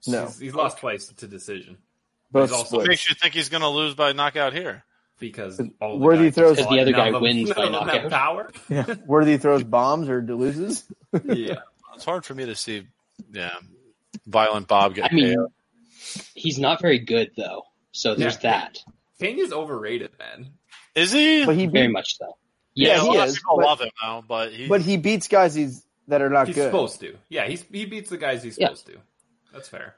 Speaker 7: No.
Speaker 6: He's, he's lost twice to decision
Speaker 7: Both
Speaker 6: He's also
Speaker 7: split.
Speaker 4: What makes you think he's going to lose by knockout here?
Speaker 6: because all the
Speaker 7: Worthy
Speaker 6: guys-
Speaker 7: throws-
Speaker 3: Because the other
Speaker 6: none
Speaker 3: guy
Speaker 6: of them-
Speaker 3: wins by
Speaker 6: none of them
Speaker 3: knockout.
Speaker 6: have Power.
Speaker 7: Yeah. Worthy throws bombs or loses.
Speaker 6: yeah.
Speaker 4: It's hard for me to see. Yeah, violent Bob get.
Speaker 3: I mean,
Speaker 4: KO'd.
Speaker 3: he's not very good though. So there's
Speaker 6: Yeah.
Speaker 3: that.
Speaker 7: Mm-hmm.
Speaker 6: Pena's overrated, man.
Speaker 4: is he?
Speaker 7: But he
Speaker 3: Very
Speaker 7: beat,
Speaker 3: much so.
Speaker 7: Yeah,
Speaker 3: Yes,
Speaker 4: a
Speaker 7: he
Speaker 4: lot
Speaker 7: is,
Speaker 4: of people
Speaker 7: but-
Speaker 4: love him now, but he.
Speaker 7: but he beats guys he's, that are not
Speaker 6: He's
Speaker 7: good.
Speaker 6: supposed to. Yeah, he's, he beats the guys he's
Speaker 3: Yeah.
Speaker 6: supposed to. That's fair.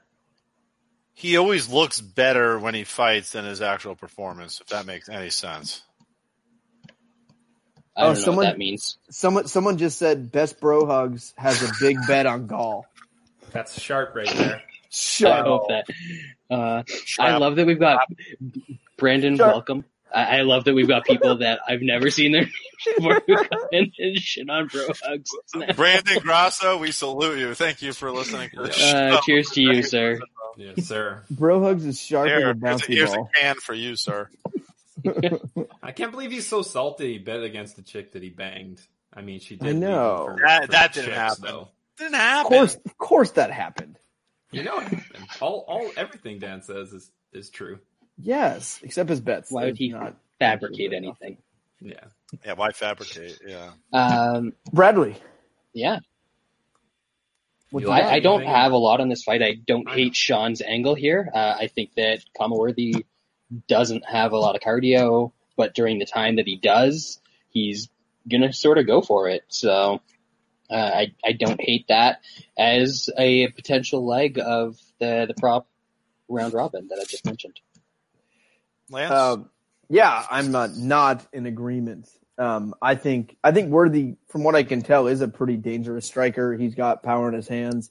Speaker 4: he always looks better when he fights than his actual performance. If that makes any sense.
Speaker 3: I don't
Speaker 7: Oh,
Speaker 3: know
Speaker 7: someone-
Speaker 3: what that means.
Speaker 7: Someone someone just said best bro hugs has a big bet on Gaul.
Speaker 6: That's sharp right there.
Speaker 7: Shut
Speaker 3: I hope that. Uh, I
Speaker 4: Shrap-
Speaker 3: love that we've got Brandon.
Speaker 7: Sure.
Speaker 3: Welcome. I, I love that we've got people that I've never seen their names before who come in and shit on bro hugs.
Speaker 4: Brandon Grasso, we salute you. Thank you for listening. To the
Speaker 3: Uh,
Speaker 4: show.
Speaker 3: cheers to you, sir.
Speaker 6: yes, sir.
Speaker 7: Bro hugs is sharp as
Speaker 4: Here,
Speaker 7: a
Speaker 4: here's, a,
Speaker 7: bouncy
Speaker 4: here's a
Speaker 7: ball.
Speaker 4: can for you, sir.
Speaker 6: I can't believe he's so salty. He bet against the chick that he banged. I mean, she did.
Speaker 7: I
Speaker 6: leave him
Speaker 7: know.
Speaker 6: for-
Speaker 4: That-
Speaker 6: for
Speaker 4: that didn't happen. Didn't happen.
Speaker 7: Of course, of course that happened.
Speaker 6: You know, it happened. all all everything Dan says is is true.
Speaker 7: Yes, except his bets.
Speaker 3: Why would he
Speaker 7: Not-
Speaker 3: fabricate anything?
Speaker 6: Yeah.
Speaker 4: Yeah, why fabricate? Yeah.
Speaker 3: Um,
Speaker 7: Bradley.
Speaker 3: yeah.
Speaker 7: What
Speaker 6: You
Speaker 7: you
Speaker 6: like
Speaker 7: got?
Speaker 3: I, I don't
Speaker 6: anything?
Speaker 3: have a lot on this fight. I don't
Speaker 6: I know.
Speaker 3: hate Sean's angle here. Uh, I think that Kamaworthy doesn't have a lot of cardio, but during the time that he does, he's gonna sort of go for it. So uh, I I don't hate that as a potential leg of the the prop round robin that I just mentioned.
Speaker 4: Lance,
Speaker 7: Um, yeah, I'm not not in agreement. Um, I think I think Worthy, from what I can tell, is a pretty dangerous striker. He's got power in his hands.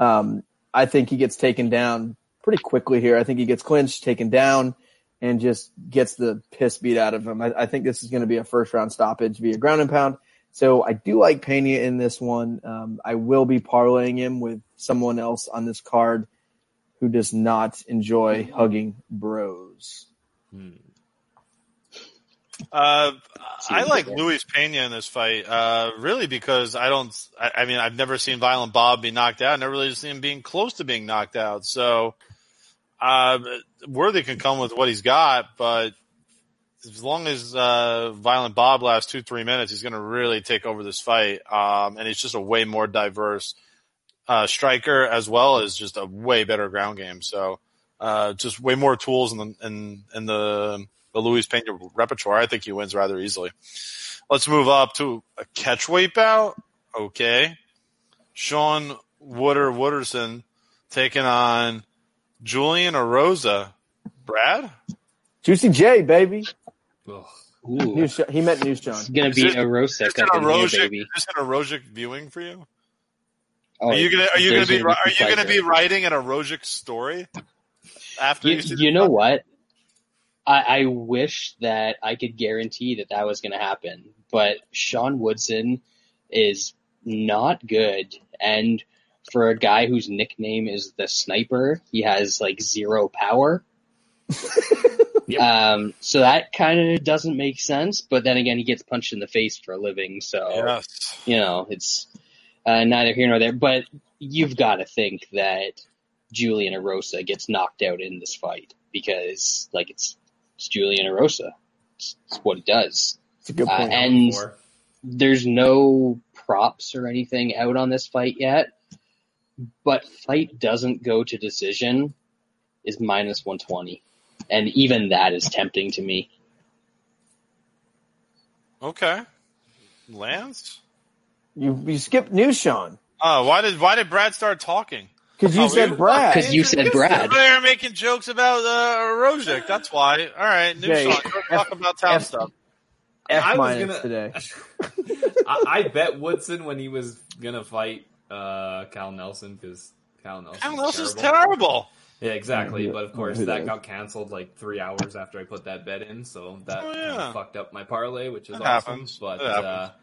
Speaker 7: Um, I think he gets taken down pretty quickly here. I think he gets clinched, taken down, and just gets the piss beat out of him. I, I think this is going to be a first round stoppage via ground and pound. So I do like Pena in this one. Um, I will be parlaying him with someone else on this card who does not enjoy hugging bros.
Speaker 6: Hmm.
Speaker 4: Uh, I
Speaker 3: See,
Speaker 4: like
Speaker 3: yeah.
Speaker 4: Luis Pena in this fight, uh, really because I don't. I, I mean, I've never seen Violent Bob be knocked out. Never really seen him being close to being knocked out. So, uh, Worthy can come with what he's got, but as long as uh, Violent Bob lasts two three minutes, he's going to really take over this fight. Um, and he's just a way more diverse uh, striker as well as just a way better ground game. So, uh, just way more tools in the in, in the the Luis Pena repertoire, I think he wins rather easily. Let's move up to a catch weight bout. Okay. Sean Wooder Wooderson taking on Julian Arosa. Brad?
Speaker 7: Juicy J, baby.
Speaker 6: Ugh.
Speaker 3: Ooh,
Speaker 7: New Sh- he met News John.
Speaker 3: it's gonna
Speaker 4: Is
Speaker 3: be
Speaker 4: it-
Speaker 3: a Rosic
Speaker 4: Is this
Speaker 3: up
Speaker 4: an
Speaker 3: in here,
Speaker 4: erosion,
Speaker 3: baby.
Speaker 4: is this an erosion viewing for you?
Speaker 3: Oh,
Speaker 4: Are you gonna are you gonna
Speaker 3: there's
Speaker 4: be
Speaker 3: gonna
Speaker 4: are you
Speaker 3: some
Speaker 4: gonna
Speaker 3: pleasure.
Speaker 4: be writing an erosion story after you,
Speaker 3: you,
Speaker 4: see
Speaker 3: you know what? I, I wish that I could guarantee that that was going to happen, but Sean Woodson is not good. And for a guy whose nickname is the sniper, he has like zero power.
Speaker 6: Yep.
Speaker 3: Um, so that kind of doesn't make sense, but then again, he gets punched in the face for a living, so
Speaker 4: Yes.
Speaker 3: you know, it's uh, neither here nor there. But you've got to think that Julian Arosa gets knocked out in this fight because, like, it's, it's Julian Arosa. It's, it's what he does.
Speaker 7: It's a good
Speaker 3: Uh,
Speaker 7: point.
Speaker 3: and
Speaker 6: Four.
Speaker 3: there's no props or anything out on this fight yet, but fight doesn't go to decision is minus 120. And even that is tempting to me.
Speaker 4: Okay. Lance?
Speaker 7: you you skipped News John
Speaker 4: Uh, why did why did Brad start talking?
Speaker 7: because you
Speaker 4: Oh,
Speaker 7: said
Speaker 4: you-
Speaker 7: Brad.
Speaker 3: Because you said Brad.
Speaker 4: They're making jokes about uh, Rozic. That's why. All right, new
Speaker 7: Jay,
Speaker 4: song. Go talk about town
Speaker 7: F-
Speaker 4: stuff.
Speaker 7: F
Speaker 6: I was
Speaker 7: minus
Speaker 6: gonna-
Speaker 7: today.
Speaker 6: I, I bet Woodson when he was gonna fight uh, Cal Nelson because Cal Nelson.
Speaker 4: Town else is terrible.
Speaker 6: Yeah, exactly.
Speaker 7: Yeah,
Speaker 6: But of course,
Speaker 7: who
Speaker 6: that
Speaker 7: knows?
Speaker 6: got canceled like three hours after I put that bet in, so that
Speaker 4: Oh,
Speaker 6: kinda
Speaker 4: yeah.
Speaker 6: fucked up my parlay, which is
Speaker 4: It
Speaker 6: awesome.
Speaker 4: happens.
Speaker 6: But
Speaker 4: It
Speaker 6: uh,
Speaker 4: happens.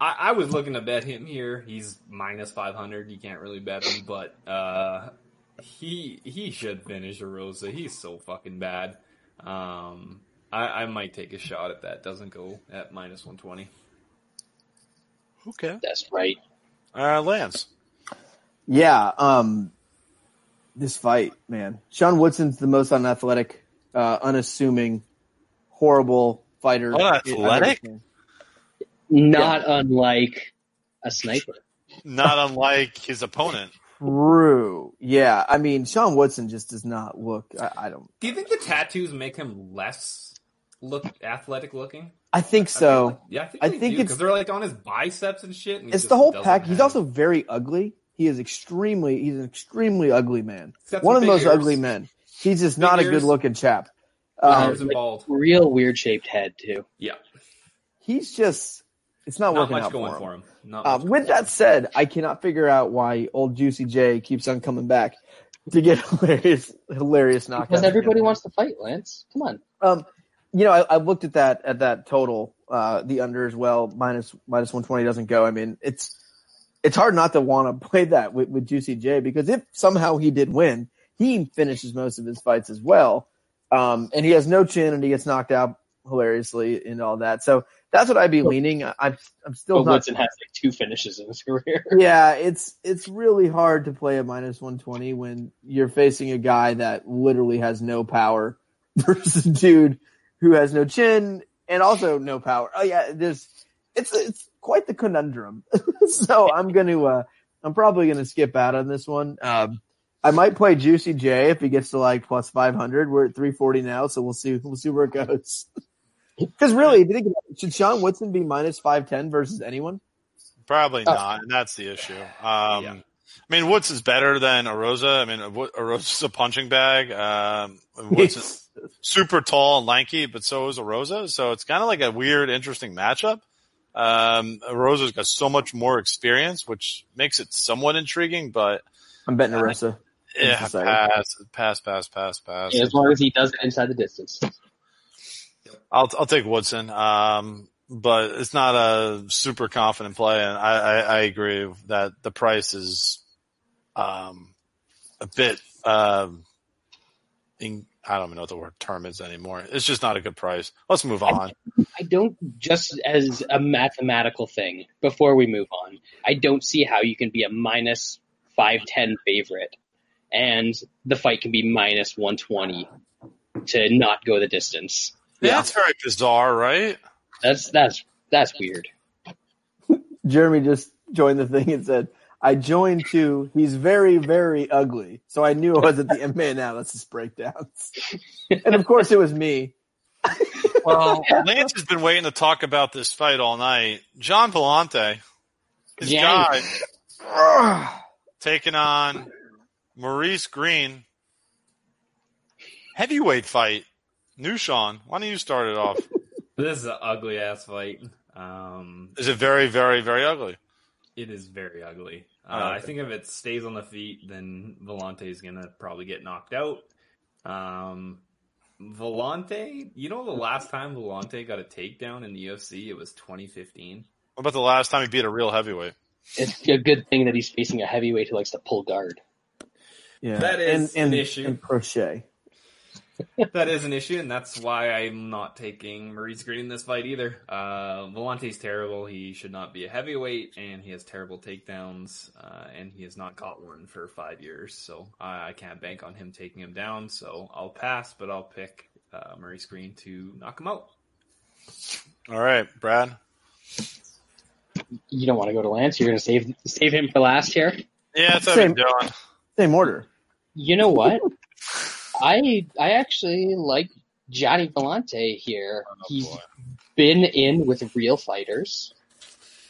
Speaker 6: I, I was looking to bet him here. He's minus five hundred. You can't really bet him, but uh, he he should finish Rosa. He's so fucking bad. Um, I, I might take a shot if that doesn't go at minus one twenty.
Speaker 4: Okay.
Speaker 3: That's right.
Speaker 4: Uh, Lance.
Speaker 7: Yeah. Um, this fight, man. Sean Woodson's the most unathletic, uh, unassuming, horrible fighter. I've ever
Speaker 4: Unathletic?
Speaker 7: seen.
Speaker 3: Not unlike a sniper.
Speaker 4: Not unlike his opponent.
Speaker 7: True. Yeah. I mean, Sean Woodson just does not look. I, I don't.
Speaker 6: Do you think the tattoos make him less look athletic looking?
Speaker 7: I think so.
Speaker 6: Yeah, I think
Speaker 7: I
Speaker 6: they
Speaker 7: think
Speaker 6: do,
Speaker 7: it's-
Speaker 6: 'cause they're like on his biceps and shit. And he
Speaker 7: it's
Speaker 6: just
Speaker 7: the whole
Speaker 6: doesn't
Speaker 7: pack. He's
Speaker 6: have-
Speaker 7: also very ugly. He is extremely. He's an extremely ugly man.
Speaker 6: Except
Speaker 7: One
Speaker 6: for
Speaker 7: of the
Speaker 6: big
Speaker 7: most
Speaker 6: ears.
Speaker 7: ugly men. He's just not a
Speaker 6: ears.
Speaker 7: good looking chap.
Speaker 6: Big
Speaker 7: Um,
Speaker 6: ears and bald.
Speaker 3: Real weird shaped head, too.
Speaker 6: Yeah,
Speaker 7: he's just. It's not,
Speaker 6: not
Speaker 7: working
Speaker 6: much
Speaker 7: out
Speaker 6: going
Speaker 7: for him.
Speaker 6: for him. Not
Speaker 7: Um,
Speaker 6: much
Speaker 7: with
Speaker 6: going
Speaker 7: that said, I cannot figure out why old Juicy J keeps on coming back to get hilarious, hilarious knockouts.
Speaker 3: Because
Speaker 7: against
Speaker 3: everybody
Speaker 7: him.
Speaker 3: wants to fight, Lance. Come on.
Speaker 7: Um, you know, I, I looked at that at that total, uh, the under as well. Minus minus one twenty doesn't go. I mean, it's it's hard not to want to play that with, with Juicy J because if somehow he did win, he finishes most of his fights as well, um, and he has no chin and he gets knocked out hilariously and all that. So that's what I'd be leaning. I, I'm I'm still
Speaker 3: But
Speaker 7: not.
Speaker 3: Woodson has like two finishes in his career.
Speaker 7: Yeah, it's it's really hard to play a minus one twenty when you're facing a guy that literally has no power versus a dude who has no chin and also no power. Oh yeah, there's it's it's quite the conundrum. so I'm gonna uh, I'm I'm probably going to skip out on this one. Um, I might play Juicy J if he gets to like plus 500. We're at 340 now, so we'll see. We'll see where it goes. Because really, if you think about it, should Sean Woodson be minus 510 versus anyone?
Speaker 4: Probably
Speaker 7: Uh,
Speaker 4: not, and that's the issue. Um,
Speaker 6: Yeah.
Speaker 4: I mean, Woods is better than Arosa. I mean, Wo- Arosa's a punching bag. Um, Woods is super tall and lanky, but so is Arosa. So it's kind of like a weird, interesting matchup. Um, Arosa's got so much more experience, which makes it somewhat intriguing, but
Speaker 7: I'm betting Arisa.
Speaker 4: yeah,
Speaker 7: It's the same.
Speaker 4: pass, pass, pass, pass, pass.
Speaker 3: as long as he does it inside the distance.
Speaker 4: I'll I'll take Woodson. Um, but it's not a super confident play, and I, I, I agree that the price is, um, a bit um, in, I don't even know what the word term is anymore. It's just not a good price. Let's move on.
Speaker 3: I don't just as a mathematical thing before we move on. I don't see how you can be a minus 510 favorite and the fight can be minus 120 to not go the distance.
Speaker 4: Yeah, that's very bizarre, right?
Speaker 3: That's that's that's weird.
Speaker 7: Jeremy just joined the thing and said, I joined too. He's very, very ugly. So I knew it wasn't the MMA analysis breakdowns. and of course, it was me.
Speaker 4: Well, Lance has been waiting to talk about this fight all night. John Vellante, his
Speaker 3: Yeah.
Speaker 4: guy, taking on Maurice Green. Heavyweight fight. New Sean, why don't you start it off?
Speaker 6: This is an ugly ass fight. Um,
Speaker 4: Is it very, very, very ugly?
Speaker 6: it is very ugly. Uh,
Speaker 4: Oh, okay.
Speaker 6: I think if it stays on the feet, then Vellante is gonna probably get knocked out. Um, Vellante, you know the last time Vellante got a takedown in the UFC, it was 2015.
Speaker 4: What about the last time he beat a real heavyweight?
Speaker 3: It's a good thing that he's facing a heavyweight who likes to pull guard.
Speaker 7: Yeah.
Speaker 6: That is
Speaker 7: and, and,
Speaker 6: an issue.
Speaker 7: And crochet.
Speaker 6: that is an issue, and that's why I'm not taking Maurice Green in this fight either. Uh, Volante's terrible. He should not be a heavyweight, and he has terrible takedowns, uh, and he has not caught one for five years. So I, I can't bank on him taking him down. So I'll pass, but I'll pick uh, Maurice Green to knock him out.
Speaker 4: All right, Brad.
Speaker 3: You don't want to go to Lance. You're going to save save him for last here.
Speaker 4: Yeah, that's what I've been doing.
Speaker 7: Same order.
Speaker 3: You know what? I I actually like Johnny Vellante here. He's
Speaker 4: boy.
Speaker 3: been in with real fighters,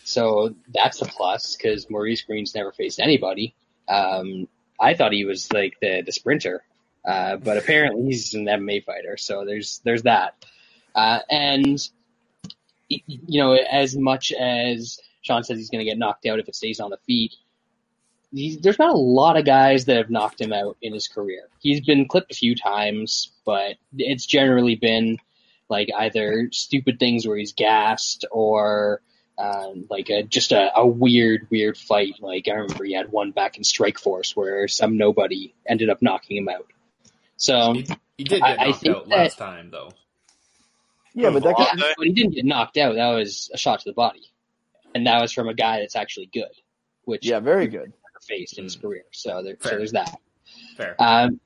Speaker 3: so that's a plus because Maurice Green's never faced anybody. Um, I thought he was like the the sprinter, uh, but apparently he's an MMA fighter. So there's there's that, uh, and y- you know as much as Sean says he's going to get knocked out if it stays on the feet he's, there's not a lot of guys that have knocked him out in his career. He's been clipped a few times, but it's generally been like either stupid things where he's gassed or um, like a, just a, a weird, weird fight. Like I remember he had one back in Strike Force where some nobody ended up knocking him out. So
Speaker 6: He, he did
Speaker 3: I-
Speaker 6: get
Speaker 3: I
Speaker 6: knocked
Speaker 3: think
Speaker 6: out
Speaker 3: that-
Speaker 6: last time, though.
Speaker 7: Yeah, but that
Speaker 4: Well,
Speaker 7: guy,
Speaker 3: yeah, but he didn't get knocked out. That was a shot to the body, and that was from a guy that's actually good, which
Speaker 7: yeah, very good.
Speaker 3: never faced in his
Speaker 6: Mm.
Speaker 3: career. So, there, so
Speaker 6: Fair.
Speaker 3: there's that.
Speaker 6: Fair.
Speaker 3: Um,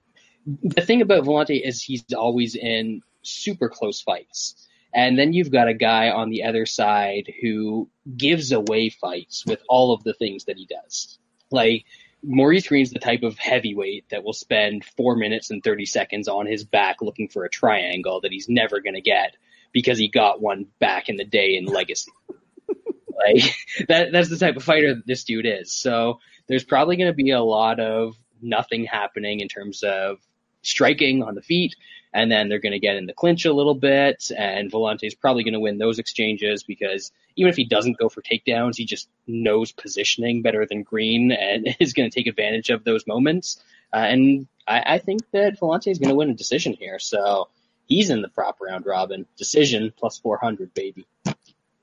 Speaker 3: the thing about Volante is he's always in super close fights. And then you've got a guy on the other side who gives away fights with all of the things that he does. Like, Maurice Green's the type of heavyweight that will spend four minutes and 30 seconds on his back looking for a triangle that he's never going to get because he got one back in the day in Legacy. like, that, that's the type of fighter that this dude is. So, there's probably going to be a lot of nothing happening in terms of striking on the feet, and then they're going to get in the clinch a little bit, and Volante's probably going to win those exchanges because even if he doesn't go for takedowns, he just knows positioning better than Green and is going to take advantage of those moments. Uh, and I, I think that Volante is going to win a decision here, so he's in the prop round robin decision plus 400, baby.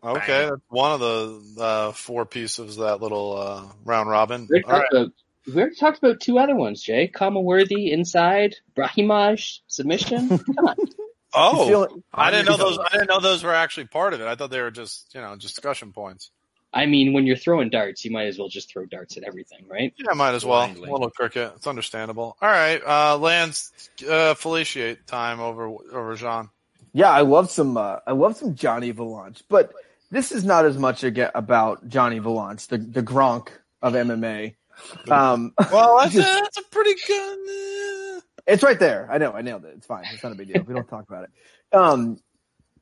Speaker 4: Okay, that's one of the uh, four pieces of that little uh, round robin.
Speaker 3: We already,
Speaker 4: All right.
Speaker 3: talked about, we already talked about two other ones, Jay. Comma worthy, inside, Brahimaj, submission. Come on.
Speaker 7: He's
Speaker 4: Oh,
Speaker 7: feeling-
Speaker 4: I didn't know those. I didn't know those were actually part of it. I thought they were just you know discussion points.
Speaker 3: I mean, when you're throwing darts, you might as well just throw darts at everything, right?
Speaker 4: Yeah, might as well.
Speaker 6: Blindly.
Speaker 4: A little cricket. It's understandable. All right, uh, Lance, uh, feliciate time over over Jean.
Speaker 7: yeah, I love some. Uh, I love some Johnny Valanche, but this is not as much aga about Johnny Valanche, the the Gronk of MMA, Um,
Speaker 4: Well, that's,
Speaker 7: Just-
Speaker 4: a, that's a pretty good. uh,
Speaker 7: It's right there. I know. I nailed it. It's fine. It's not a big deal. We don't talk about it. Um,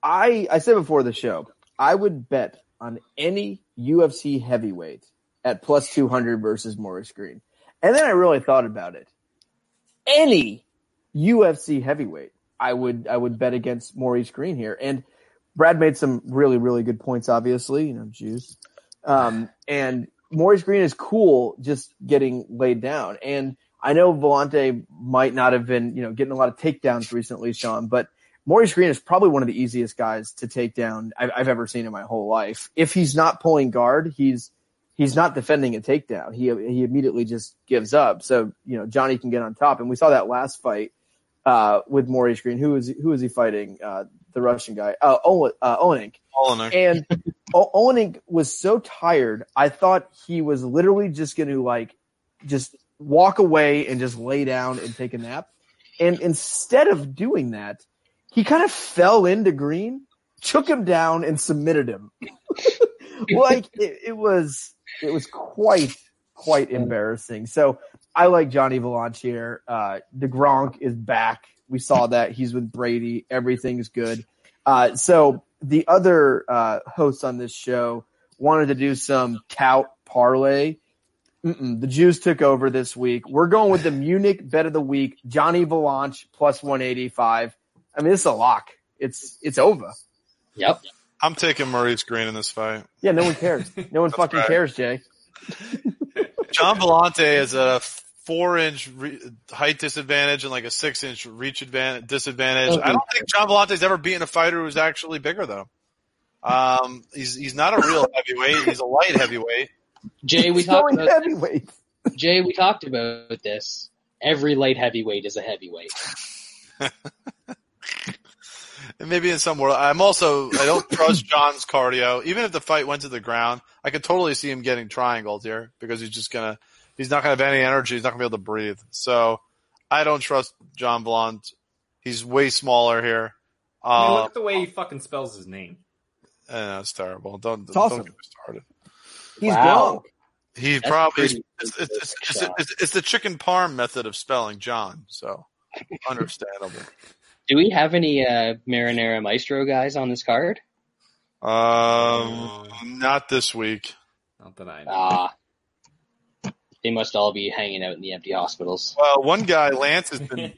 Speaker 7: I I said before the show, I would bet on any UFC heavyweight at plus two hundred versus Morris Green, and then I really thought about it. Any UFC heavyweight, I would I would bet against Maurice Green here. And Brad made some really really good points. Obviously, you know, Jews. Um, and Maurice Green is cool just getting laid down. And I know Volante might not have been, you know, getting a lot of takedowns recently, Sean, but Maurice Green is probably one of the easiest guys to take down I've, I've ever seen in my whole life. If he's not pulling guard, he's he's not defending a takedown. He he immediately just gives up. So you know Johnny can get on top, and we saw that last fight uh, with Maurice Green. Who is who is he fighting? Uh, the Russian guy, uh, Owen, uh, Olenek.
Speaker 4: Olenek.
Speaker 7: And o- Olenek was so tired, I thought he was literally just going to like just walk away and just lay down and take a nap. And instead of doing that, he kind of fell into Green, took him down, and submitted him. like it, it was, it was quite, quite embarrassing. So I like Johnny Valancier. Uh, the Gronk is back. We saw that he's with Brady. Everything's good. Uh, so the other uh, hosts on this show wanted to do some tout parlay. Mm-mm, the Jews took over this week. We're going with the Munich bet of the week, Johnny Valanche plus one eighty five. I mean, it's a lock. It's it's over.
Speaker 3: Yep.
Speaker 4: I'm taking Maurice Green in this fight.
Speaker 7: Yeah, no one cares. No one
Speaker 4: That's
Speaker 7: fucking
Speaker 4: right.
Speaker 7: cares, Jay.
Speaker 4: John Vellante is a four inch re- height disadvantage and like a six inch reach advantage disadvantage. I don't think John Vellante's ever beaten a fighter who's actually bigger though. Um, he's he's not a real heavyweight. He's a light heavyweight.
Speaker 3: Jay, we
Speaker 7: It's
Speaker 3: talked
Speaker 7: going
Speaker 3: about
Speaker 7: heavyweight.
Speaker 3: Jay, we talked about this. Every light heavyweight is a heavyweight.
Speaker 4: And maybe in some world, I'm also I don't trust John's cardio. Even if the fight went to the ground, I could totally see him getting triangled here because he's just gonna he's not gonna have any energy. He's not gonna be able to breathe. So I don't trust John Blunt. He's way smaller here.
Speaker 6: I mean,
Speaker 4: Um,
Speaker 6: look at the way he fucking spells his name.
Speaker 4: Uh, that's terrible. Don't
Speaker 7: It's
Speaker 4: don't
Speaker 7: awesome.
Speaker 4: get me started.
Speaker 7: He's
Speaker 3: Wow.
Speaker 7: gone.
Speaker 4: He
Speaker 3: That's
Speaker 4: probably
Speaker 3: pretty
Speaker 4: it's, it's, it's, it's,
Speaker 3: shot.
Speaker 4: it's, it's the chicken parm method of spelling John, so understandable.
Speaker 3: Do we have any uh, Marinara Maestro guys on this card?
Speaker 4: um, not this week.
Speaker 6: Not that I know.
Speaker 3: Ah, they must all be hanging out in the empty hospitals.
Speaker 4: Well, one guy Lance has been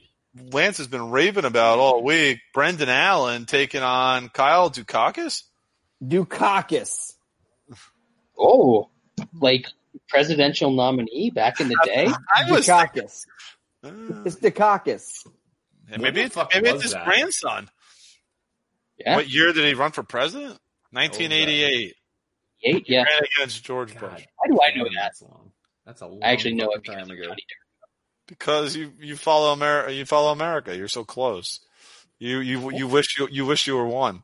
Speaker 4: Lance has been raving about all week. Brendan Allen taking on Kyle Dukakis.
Speaker 7: Dukakis.
Speaker 3: Oh, like presidential nominee back in the day.
Speaker 4: I was
Speaker 7: Dukakis.
Speaker 4: uh,
Speaker 7: It's Dukakis.
Speaker 4: maybe it's,
Speaker 6: fuck
Speaker 4: maybe it's
Speaker 6: was
Speaker 4: his
Speaker 6: that?
Speaker 4: grandson.
Speaker 3: Yeah,
Speaker 4: What year did he run for
Speaker 6: Oh,
Speaker 4: president? 1988.
Speaker 3: yeah. yeah.
Speaker 4: Ran against George
Speaker 6: God,
Speaker 4: Bush.
Speaker 3: Why do I know that?
Speaker 6: That's long. That's a long
Speaker 3: I actually know it because
Speaker 6: fucking time
Speaker 3: of
Speaker 6: ago.
Speaker 3: Johnny Depp.
Speaker 4: Because you, you follow America, you follow America. You're so close. You you you wish you you wish you were one.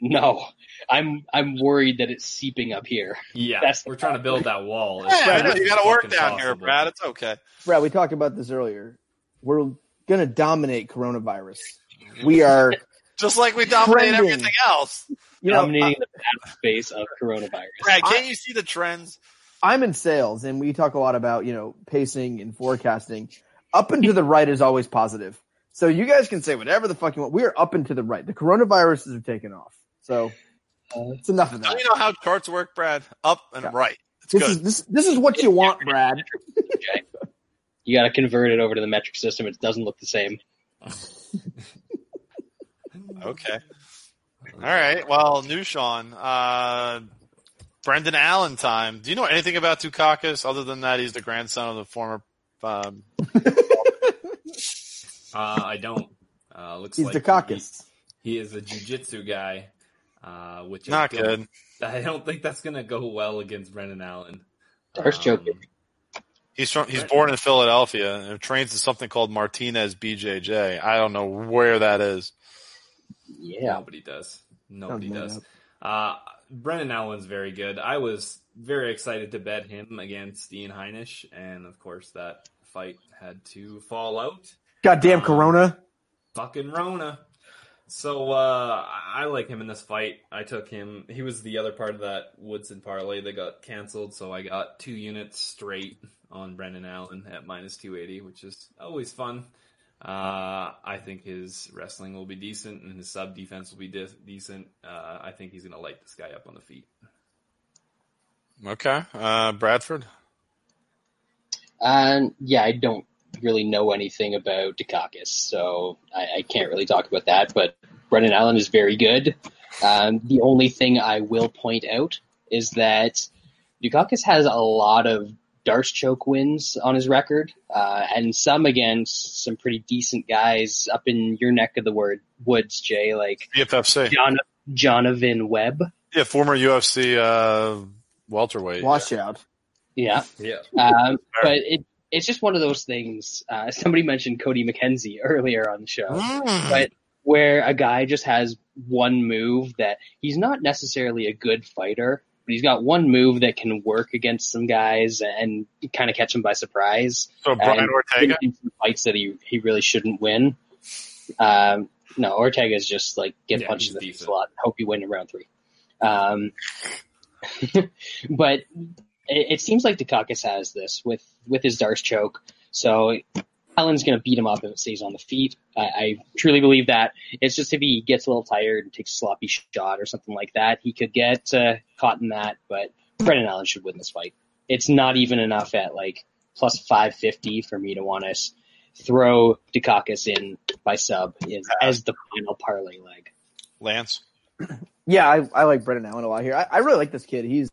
Speaker 3: No, I'm I'm worried that it's seeping up here.
Speaker 6: Yeah,
Speaker 3: That's the
Speaker 6: we're trying to build that wall. as
Speaker 4: Yeah, I know,
Speaker 6: fast
Speaker 4: you
Speaker 6: as
Speaker 4: got to work
Speaker 6: fucking
Speaker 4: down here,
Speaker 6: possible.
Speaker 4: Brad. It's okay.
Speaker 7: Brad, we talked about this earlier. We're gonna dominate coronavirus. We are,
Speaker 4: Just like we dominate
Speaker 7: Trending.
Speaker 4: everything else.
Speaker 7: you know,
Speaker 6: uh,
Speaker 3: Dominating the battle space of coronavirus.
Speaker 4: Brad, can't you see the trends?
Speaker 7: I'm in sales and we talk a lot about, you know, pacing and forecasting. Up and to the right is always positive. So you guys can say whatever the fuck you want. We are up and to the right. The coronaviruses are taking off. So it's enough of
Speaker 4: Don't
Speaker 7: that.
Speaker 4: you know how charts work, Brad? Up and
Speaker 7: Yeah.
Speaker 4: right. It's
Speaker 7: This
Speaker 4: good.
Speaker 7: is this this is what you want, Brad.
Speaker 3: You got to convert it over to the metric system. It doesn't look the same.
Speaker 4: okay. All right. Well, new Sean, uh, Brendan Allen time. Do you know anything about Dukakis other than that he's the grandson of the former? Um,
Speaker 6: Uh, I don't. Uh, looks
Speaker 7: He's
Speaker 6: like
Speaker 7: Dukakis.
Speaker 6: He, he is a jujitsu guy, uh, which
Speaker 4: not
Speaker 6: I don't,
Speaker 4: good.
Speaker 6: I don't think that's gonna go well against Brendan Allen. Um,
Speaker 3: Darce joking.
Speaker 4: He's from. He's born in Philadelphia and trains in something called Martinez BJJ. I don't know where that is.
Speaker 3: Yeah.
Speaker 6: Nobody does. Nobody
Speaker 7: made
Speaker 6: does. Uh, Brendan Allen's very good. I was very excited to bet him against Ian Heinisch, and of course that fight had to fall out.
Speaker 7: Goddamn
Speaker 6: Um,
Speaker 7: corona.
Speaker 6: Fucking Rona. So uh, I I like him in this fight. I took him. He was the other part of that Woodson parlay that got canceled. So I got two units straight on Brendan Allen at minus 280, which is always fun. Uh, I think his wrestling will be decent and his sub defense will be de- decent. Uh, I think he's going to light this guy up on the feet.
Speaker 4: Okay. Uh, Bradford.
Speaker 3: Um, yeah, I don't really know anything about Dukakis, so I, I can't really talk about that. But Brendan Allen is very good. Um, the only thing I will point out is that Dukakis has a lot of Darce choke wins on his record, uh, and some against some pretty decent guys up in your neck of the word, woods, Jay, like
Speaker 4: BFFC.
Speaker 3: John, Jonathan Webb.
Speaker 4: Yeah, former UFC uh, welterweight.
Speaker 7: Watch out.
Speaker 3: Yeah.
Speaker 6: Yeah.
Speaker 3: Um, but it, it's just one of those things. Uh, somebody mentioned Cody McKenzie earlier on the show,
Speaker 4: Mm.
Speaker 3: but where a guy just has one move that he's not necessarily a good fighter, but he's got one move that can work against some guys and kind of catch them by surprise.
Speaker 4: So Brian
Speaker 3: and
Speaker 4: Ortega.
Speaker 3: in some fights that he he really shouldn't win. Um, no, Ortega's just like get
Speaker 6: Yeah,
Speaker 3: punched in
Speaker 6: he's
Speaker 3: the face
Speaker 6: decent.
Speaker 3: a lot. Hope you win in round three. Um, but it, it seems like Dukakis has this with with his Darce choke. So Allen's going to beat him up if it stays on the feet. I, I truly believe that. It's just if he gets a little tired and takes a sloppy shot or something like that, he could get uh, caught in that. But Brendan Allen should win this fight. It's not even enough at like plus 550 for me to want to s- throw Dukakis in by sub is, as the final parlay leg.
Speaker 4: Lance.
Speaker 7: Yeah, I, I like Brendan Allen a lot here. I, I really like this kid. He's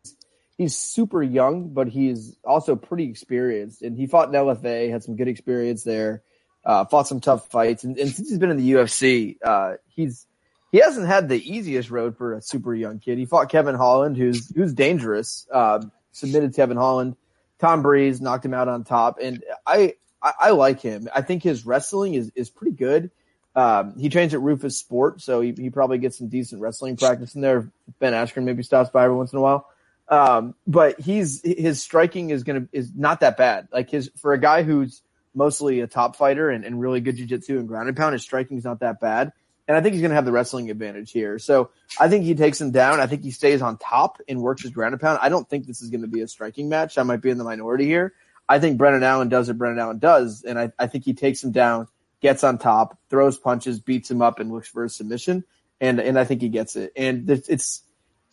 Speaker 7: he's super young, but he's also pretty experienced. And he fought in LFA, had some good experience there, uh, fought some tough fights. And, and since he's been in the UFC, uh, he's he hasn't had the easiest road for a super young kid. He fought Kevin Holland, who's who's dangerous. Uh, submitted Kevin Holland, Tom Breeze knocked him out on top, and I I, I like him. I think his wrestling is is pretty good. Um, he trains at Rufus Sport, so he, he probably gets some decent wrestling practice in there. Ben Askren maybe stops by every once in a while. Um, but he's his striking is gonna is not that bad. Like his for a guy who's mostly a top fighter and, and really good jiu-jitsu and ground and pound, his striking is not that bad. And I think he's gonna have the wrestling advantage here. So I think he takes him down. I think he stays on top and works his ground and pound. I don't think this is gonna be a striking match. I might be in the minority here. I think Brennan Allen does what Brennan Allen does, and I, I think he takes him down gets on top, throws punches, beats him up, and looks for a submission. And and I think he gets it. And it's, it's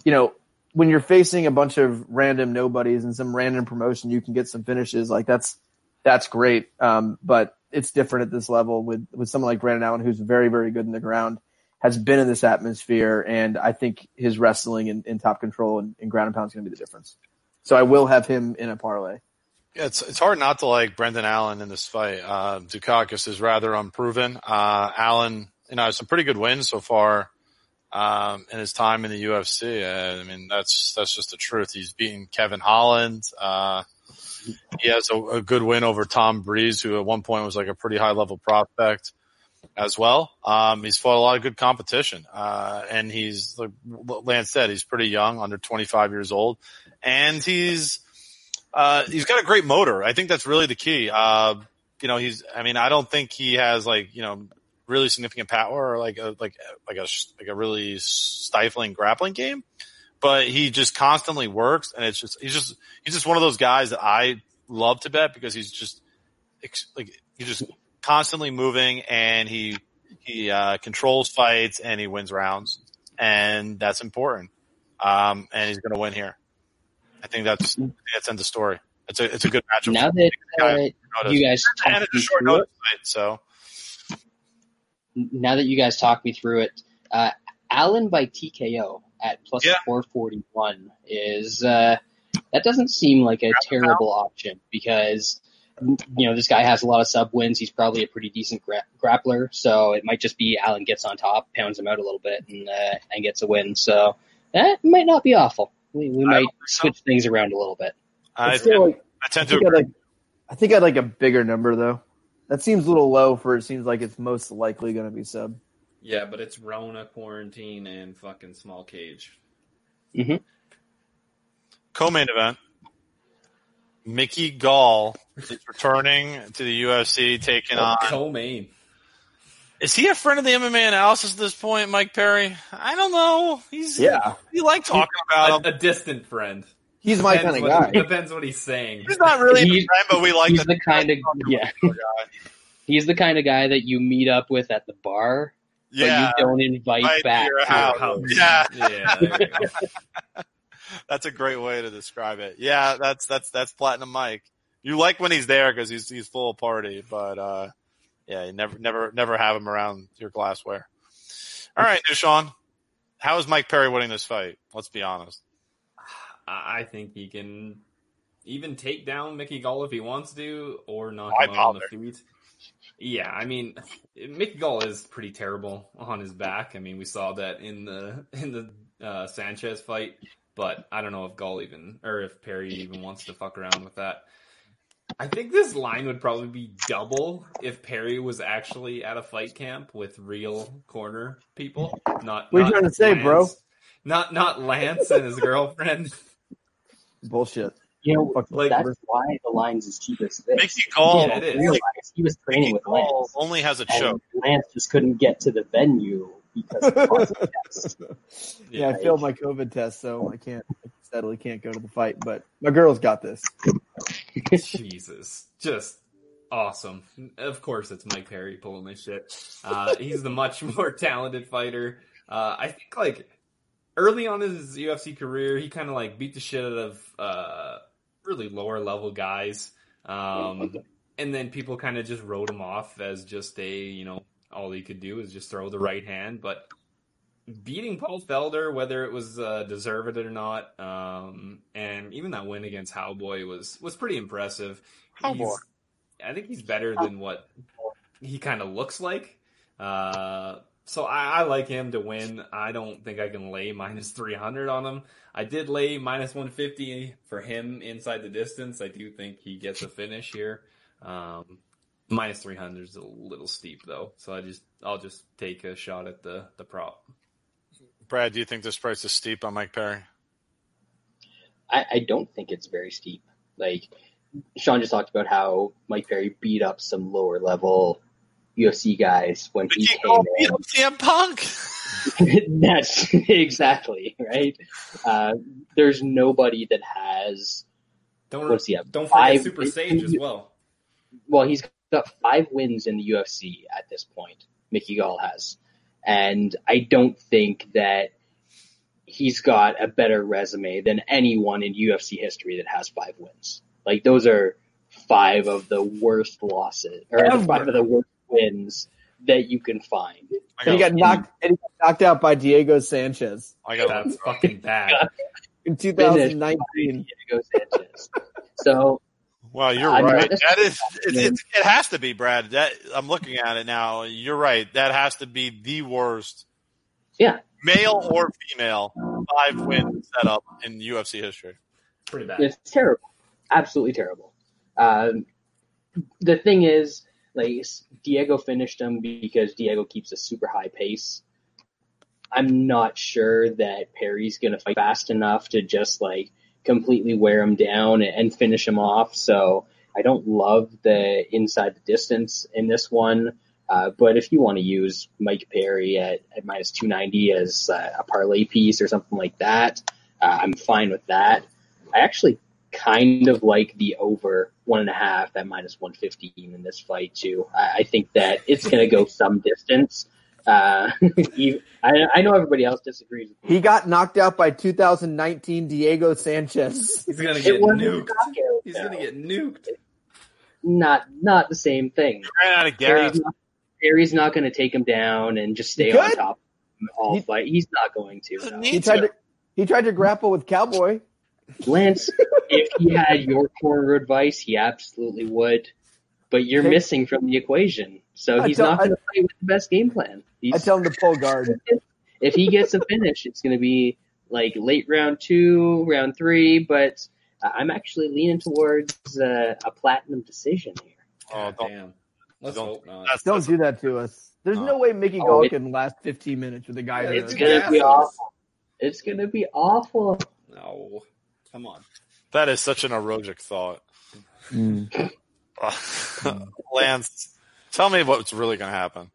Speaker 7: you know when you're facing a bunch of random nobodies and some random promotion, you can get some finishes. Like that's that's great. Um, but it's different at this level with with someone like Brandon Allen, who's very very good in the ground, has been in this atmosphere, and I think his wrestling and, and top control and, and ground and pound is going to be the difference. So I will have him in a parlay.
Speaker 4: Yeah, it's it's hard not to like Brendan Allen in this fight. Uh, Dukakis is rather unproven. Uh, Allen, you know, some pretty good wins so far um, in his time in the UFC. Uh, I mean, that's that's just the truth. He's beaten Kevin Holland. Uh, he has a, a good win over Tom Breeze, who at one point was like a pretty high level prospect as well. Um, he's fought a lot of good competition, uh, and he's like Lance said, he's pretty young, under 25 years old, and he's uh, he's got a great motor. I think that's really the key. Uh, you know, he's. I mean, I don't think he has like you know really significant power or like a like like a like a really stifling grappling game, but he just constantly works, and it's just he's just he's just one of those guys that I love to bet because he's just ex- like he's just constantly moving, and he he uh, controls fights and he wins rounds, and that's important. Um, and he's going to win here. I think that's I think that's end of story. It's a it's a good matchup.
Speaker 3: Now that uh, you guys
Speaker 4: and
Speaker 3: talked
Speaker 4: it's a
Speaker 3: me
Speaker 4: short
Speaker 3: through it,
Speaker 4: notice fight, so
Speaker 3: now that you guys talked me through it, uh, Allen by TKO at plus
Speaker 4: Yeah.
Speaker 3: 441 is uh, that doesn't seem like a terrible option because you know this guy has a lot of sub wins. He's probably a pretty decent gra- grappler, so it might just be Allen gets on top, pounds him out a little bit, and uh, and gets a win. So that might not be awful. We, we
Speaker 4: I
Speaker 3: might
Speaker 4: don't think so.
Speaker 3: switch things around a little bit.
Speaker 4: I,
Speaker 7: It's still, like,
Speaker 4: I tend
Speaker 7: I
Speaker 4: to
Speaker 7: think I'd like, I think I'd like a bigger number though. That seems a little low for it seems like it's most likely going to be sub.
Speaker 6: Yeah, but it's Rona, quarantine, and fucking small cage.
Speaker 4: co-main event. Mickey
Speaker 7: Uh,
Speaker 4: Gall is returning to the UFC, taking on
Speaker 6: Co main.
Speaker 4: Is he a friend of the MMA analysis at this point, Mike Perry? I don't know. He's
Speaker 7: Yeah,
Speaker 4: You like talking
Speaker 6: A,
Speaker 4: about him.
Speaker 6: a distant friend.
Speaker 7: um, he's my kind
Speaker 6: Depends
Speaker 7: of
Speaker 6: what-
Speaker 7: guy.
Speaker 6: Depends what he's saying.
Speaker 4: He's not really
Speaker 3: He-
Speaker 4: a friend, but we like
Speaker 3: he's
Speaker 4: the,
Speaker 3: the kind of yeah. He's the kind of guy that you meet up with at the bar,
Speaker 4: yeah.
Speaker 3: but you don't invite
Speaker 4: Right
Speaker 3: back.
Speaker 4: here,
Speaker 3: to
Speaker 4: how-
Speaker 3: your
Speaker 6: Your house.
Speaker 4: Yeah.
Speaker 6: Yeah, there you go.
Speaker 4: That's a great way to describe it. Yeah, that's that's that's platinum Mike. You like when he's there because he's he's full of party, but uh, yeah, you never never never have him around your glassware. All right, Deshaun, how is Mike Perry winning this fight? Let's be honest.
Speaker 6: I I think he can even take down Mickey Gall if he wants to, or knock
Speaker 4: Why
Speaker 6: him out on the feet. Yeah, I mean, Mickey Gall is pretty terrible on his back. I mean, we saw that in the in the uh, Sanchez fight, but I don't know if Gall even or if Perry even wants to fuck around with that. I think this line would probably be double if Perry was actually at a fight camp with real corner people. Not
Speaker 7: What you
Speaker 6: not
Speaker 7: trying to say, bro?
Speaker 6: Lance- Not not Lance and his girlfriend.
Speaker 7: Bullshit.
Speaker 3: You know,
Speaker 7: Fuck,
Speaker 6: like-
Speaker 7: we're-
Speaker 3: that's why the lines is cheap as this.
Speaker 4: Mickey Gall,
Speaker 6: Yeah, it is.
Speaker 4: Mickey
Speaker 3: Realize he was training with
Speaker 4: Gall
Speaker 3: Lance,
Speaker 4: only has a choke.
Speaker 3: and Lance just couldn't get to the venue because of the positive test.
Speaker 7: yeah, I failed my COVID test, so I can't I sadly can't go to the fight. But my girl's got this.
Speaker 6: Jesus, just awesome. Of course, it's Mike Perry pulling this shit. Uh, he's the much more talented fighter. Uh, I think like early on in his UFC career, he kind of like beat the shit out of uh, really lower level guys, um, and then people kind of just wrote him off as just a you know all he could do is just throw the right hand, but. Beating Paul Felder, whether it was uh, deserved or not, um, and even that win against Howboy was was pretty impressive.
Speaker 4: Cowboy.
Speaker 6: He's- I think he's better than what he kind of looks like. Uh, so I, I like him to win. I don't think I can lay minus 300 on him. I did lay minus 150 for him inside the distance. I do think he gets a finish here. Um, minus 300 is a little steep though. So I just, I'll just take a shot at the, the prop.
Speaker 4: Brad, do you think this price is steep on Mike Perry?
Speaker 3: I, I don't think it's very steep. Like Sean just talked about how Mike Perry beat up some lower level UFC guys when he
Speaker 4: Mickey
Speaker 3: came
Speaker 4: Gall beat up CM Punk.
Speaker 3: in. That's exactly right. Uh, there's nobody that has
Speaker 6: Don't,
Speaker 3: what's he have?
Speaker 6: don't forget
Speaker 3: Five-
Speaker 6: Super Sage as well.
Speaker 3: Well, he's got five wins in the UFC at this point. Mickey Gall has, and I don't think that he's got a better resume than anyone in UFC history that has five wins. Like those are five of the worst losses or the
Speaker 7: Ever.
Speaker 3: five of the worst wins that you can find.
Speaker 4: I
Speaker 7: And he
Speaker 4: got,
Speaker 7: got knocked. And he got knocked out by Diego Sanchez
Speaker 4: I got
Speaker 6: That's fucking bad.
Speaker 7: in
Speaker 3: Finished
Speaker 7: 2019.
Speaker 3: by Diego Sanchez. so
Speaker 4: Wow, you're
Speaker 3: I'm not-
Speaker 4: right. That is, it,
Speaker 3: Yeah.
Speaker 4: it, it has to be Brad. That I'm looking at it now. You're right. That has to be the worst.
Speaker 3: Yeah.
Speaker 4: male or female, five win setup in UFC history.
Speaker 6: Pretty bad.
Speaker 3: it's terrible, absolutely terrible. Um, the thing is, like Diego finished him because Diego keeps a super high pace. I'm not sure that Perry's going to fight fast enough to just like completely wear him down and finish him off. So I don't love the inside the distance in this one. Uh, but if you want to use Mike Perry at, at minus 290 as uh, a parlay piece or something like that, uh, I'm fine with that. I actually kind of like the over one and a half at minus 115 in this fight too. I, I think that it's going to go some distance. Uh, you- I, I know everybody else disagrees with me.
Speaker 7: He got knocked out by 2019 Diego Sanchez.
Speaker 6: He's going to get
Speaker 3: It wasn't a
Speaker 6: nuked.
Speaker 3: knockout,
Speaker 6: He's
Speaker 3: though.
Speaker 6: going to get nuked.
Speaker 3: not not the same thing.
Speaker 4: Ran out of gas.
Speaker 3: Perry's not, Perry's not going to take him down and just stay
Speaker 7: He
Speaker 3: on
Speaker 7: could.
Speaker 3: top of him all
Speaker 7: He-
Speaker 3: fight. He's not going to.
Speaker 4: Doesn't
Speaker 3: no.
Speaker 4: need
Speaker 7: He tried
Speaker 4: to.
Speaker 7: to. He tried to grapple with Cowboy.
Speaker 3: Lance, if he had your corner advice, he absolutely would. But you're
Speaker 7: Take-
Speaker 3: missing from the equation, so
Speaker 7: I
Speaker 3: he's
Speaker 7: tell-
Speaker 3: not
Speaker 7: I-
Speaker 3: going to play with the best game plan.
Speaker 7: I
Speaker 3: He's,
Speaker 7: tell him to pull guard.
Speaker 3: if he gets a finish, it's going to be like late round two, round three. But uh, I'm actually leaning towards uh, a platinum decision here.
Speaker 4: Oh, don't,
Speaker 6: Damn. Let's
Speaker 4: don't-
Speaker 6: hope not.
Speaker 4: that's,
Speaker 7: Don't
Speaker 4: that's,
Speaker 7: do that to us. There's no way Mickey
Speaker 3: Oh,
Speaker 7: Gall
Speaker 3: it-
Speaker 7: can last 15 minutes with a guy. who-
Speaker 6: It's
Speaker 3: It's going to be
Speaker 6: Yeah.
Speaker 3: awful. It's going to be awful.
Speaker 6: No. Come on.
Speaker 4: that is such an erotic thought. Lance, tell me what's really going to happen.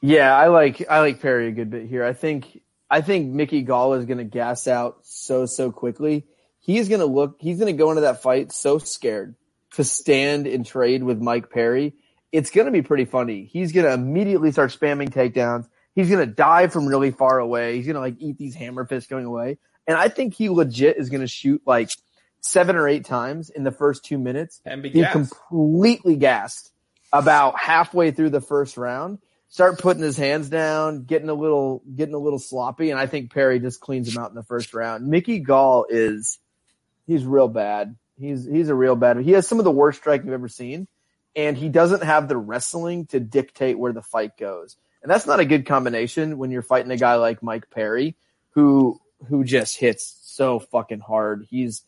Speaker 7: Yeah, I like I like Perry a good bit here. I think I think Mickey Gall is going to gas out so so quickly. He's going to look. He's going to go into that fight so scared to stand and trade with Mike Perry. It's going to be pretty funny. He's going to immediately start spamming takedowns. He's going to dive from really far away. He's going to like eat these hammer fists going away. And I think he legit is going to shoot like seven or eight times in the first two minutes
Speaker 6: And be
Speaker 7: be
Speaker 6: gassed.
Speaker 7: completely gassed about halfway through the first round. Start putting his hands down, getting a little, getting a little sloppy, and I think Perry just cleans him out in the first round. Mickey Gall is, he's real bad. He's he's a real bad. He has some of the worst strike you've ever seen, and he doesn't have the wrestling to dictate where the fight goes. And that's not a good combination when you're fighting a guy like Mike Perry, who who just hits so fucking hard. He's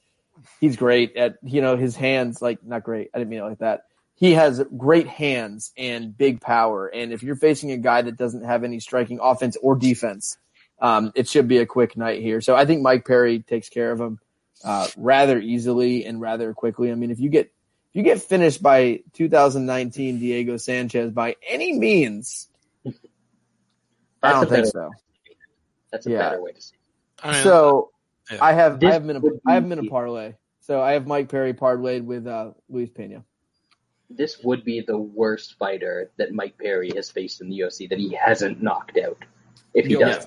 Speaker 7: he's great at you know his hands like not great. I didn't mean it like that. He has great hands and big power. And if you're facing a guy that doesn't have any striking offense or defense, um, it should be a quick night here. So I think Mike Perry takes care of him uh, rather easily and rather quickly. I mean, if you get if you get finished by 2019 Diego Sanchez by any means, I
Speaker 3: That's a
Speaker 7: don't think
Speaker 3: better.
Speaker 7: so.
Speaker 3: That's a
Speaker 7: Yeah.
Speaker 3: better way to see.
Speaker 4: I mean,
Speaker 7: So
Speaker 4: Yeah.
Speaker 7: I have I
Speaker 3: This
Speaker 7: have been
Speaker 3: would
Speaker 7: a, I have been a
Speaker 3: be-
Speaker 7: parlay. So I have Mike Perry parlayed with uh, Luis Pena.
Speaker 3: it. This would be the worst fighter that Mike Perry has faced in the UFC that he hasn't knocked out. If he
Speaker 7: Yeah.
Speaker 3: does,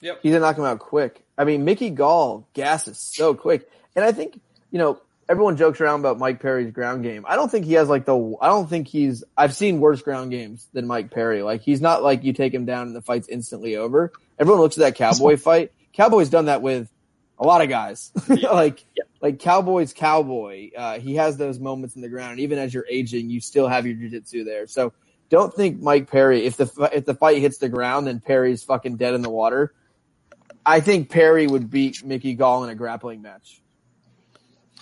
Speaker 6: Yep.
Speaker 7: He's gonna knock him out quick. I mean, Mickey Gall gasses so quick, and I think you know everyone jokes around about Mike Perry's ground game. I don't think he has like the. I don't think he's. I've seen worse ground games than Mike Perry. Like he's not like you take him down and the fight's instantly over. Everyone looks at that Cowboy fight. Cowboy's done that with a lot of guys. like like Cowboy's Cowboy. Uh, he has those moments in the ground, and even as you're aging, you still have your jujitsu there. So. Don't think Mike Perry. If the fi- if the fight hits the ground, then Perry's fucking dead in the water. I think Perry would beat Mickey Gall in a grappling match.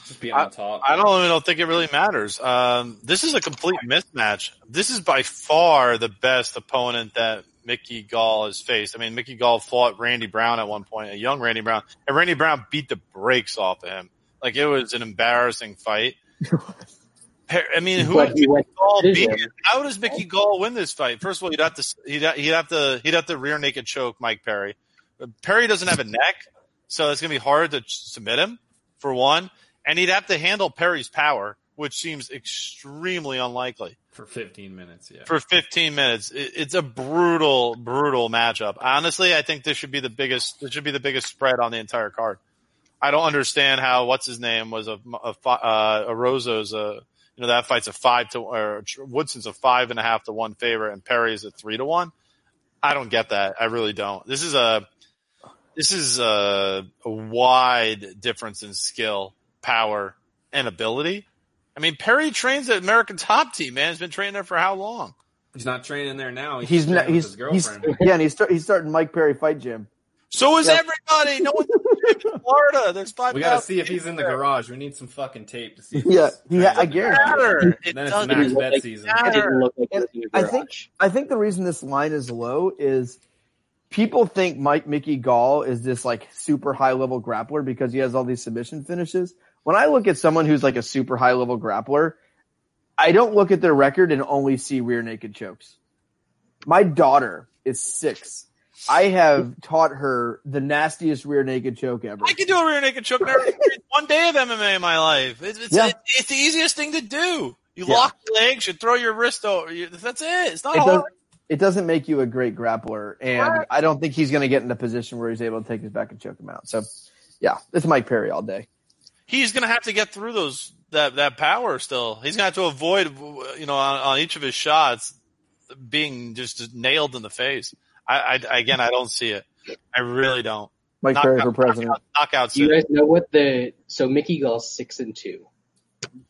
Speaker 6: Just be on top.
Speaker 4: I don't even don't think it really matters. Um, this is a complete mismatch. This is by far the best opponent that Mickey Gall has faced. I mean, Mickey Gall fought Randy Brown at one point, a young Randy Brown, and Randy Brown beat the brakes off of him. Like it was an embarrassing fight. Per- I mean, who
Speaker 3: But
Speaker 4: would
Speaker 3: he went-
Speaker 4: Mickey Gall beat?
Speaker 3: decision.
Speaker 4: How does Mickey Gall win this fight? First of all, he'd have to he'd have, he'd have to he'd have to rear naked choke Mike Perry. But Perry doesn't have a neck, so it's gonna be hard to submit him for one, and he'd have to handle Perry's power, which seems extremely unlikely
Speaker 6: for 15 minutes. Yeah.
Speaker 4: for 15 minutes. It, it's a brutal, brutal matchup. Honestly, I think this should be the biggest. This should be the biggest spread on the entire card. I don't understand how what's his name was a a, fi- uh, a Roso's a you know that fight's a five to or Tr- Woodson's a five and a half to one favorite and Perry is a three to one. I don't get that. I really don't. This is a this is a, a wide difference in skill, power, and ability. I mean, Perry trains at American Top Team. Man, he's been training there for how long?
Speaker 6: he's not training there now. He's,
Speaker 7: He's
Speaker 6: training
Speaker 7: not,
Speaker 6: with
Speaker 7: he's,
Speaker 6: his
Speaker 7: he's
Speaker 6: girlfriend.
Speaker 7: yeah, and he's start, he's starting Mike Perry fight gym.
Speaker 4: So is
Speaker 7: Yeah.
Speaker 4: everybody. No one's in Florida. There's five.
Speaker 6: we got to see if he's in the garage. We need some fucking tape to see. If
Speaker 7: Yeah,
Speaker 6: he's
Speaker 7: yeah,
Speaker 6: training
Speaker 7: I
Speaker 6: in the
Speaker 7: guarantee
Speaker 6: garage.
Speaker 4: matter. It
Speaker 6: Then it's
Speaker 4: doesn't
Speaker 6: max
Speaker 4: matter.
Speaker 6: bet
Speaker 3: like-
Speaker 6: season.
Speaker 4: Yeah.
Speaker 3: it didn't look like
Speaker 7: And
Speaker 3: it was in
Speaker 7: I
Speaker 3: the
Speaker 7: think
Speaker 3: garage.
Speaker 7: I think the reason this line is low is people think Mike Mickey Gall is this like super high level grappler because he has all these submission finishes. When I look at someone who's like a super high level grappler, I don't look at their record and only see rear naked chokes. My daughter is six. I have taught her the nastiest rear naked choke ever.
Speaker 4: I can do a rear naked choke in every- one day of MMA in my life. It's, it's,
Speaker 7: Yeah.
Speaker 4: it's the easiest thing to do. You
Speaker 7: Yeah.
Speaker 4: lock your legs, you throw your wrist over. You, that's it. It's not
Speaker 7: it
Speaker 4: hard.
Speaker 7: does. It doesn't make you a great grappler, and I don't think he's going to get in a position where he's able to take his back and choke him out. So, yeah, it's Mike Perry all day.
Speaker 4: He's gonna have to get through those that that power. Still, he's gonna have to avoid you know on, on each of his shots being just nailed in the face. I, I again, I don't see it. I really don't.
Speaker 7: Mike Perry for president.
Speaker 4: Knockout, knockout
Speaker 3: Do you
Speaker 4: city.
Speaker 3: guys know what the so Mickey Gall's six and two?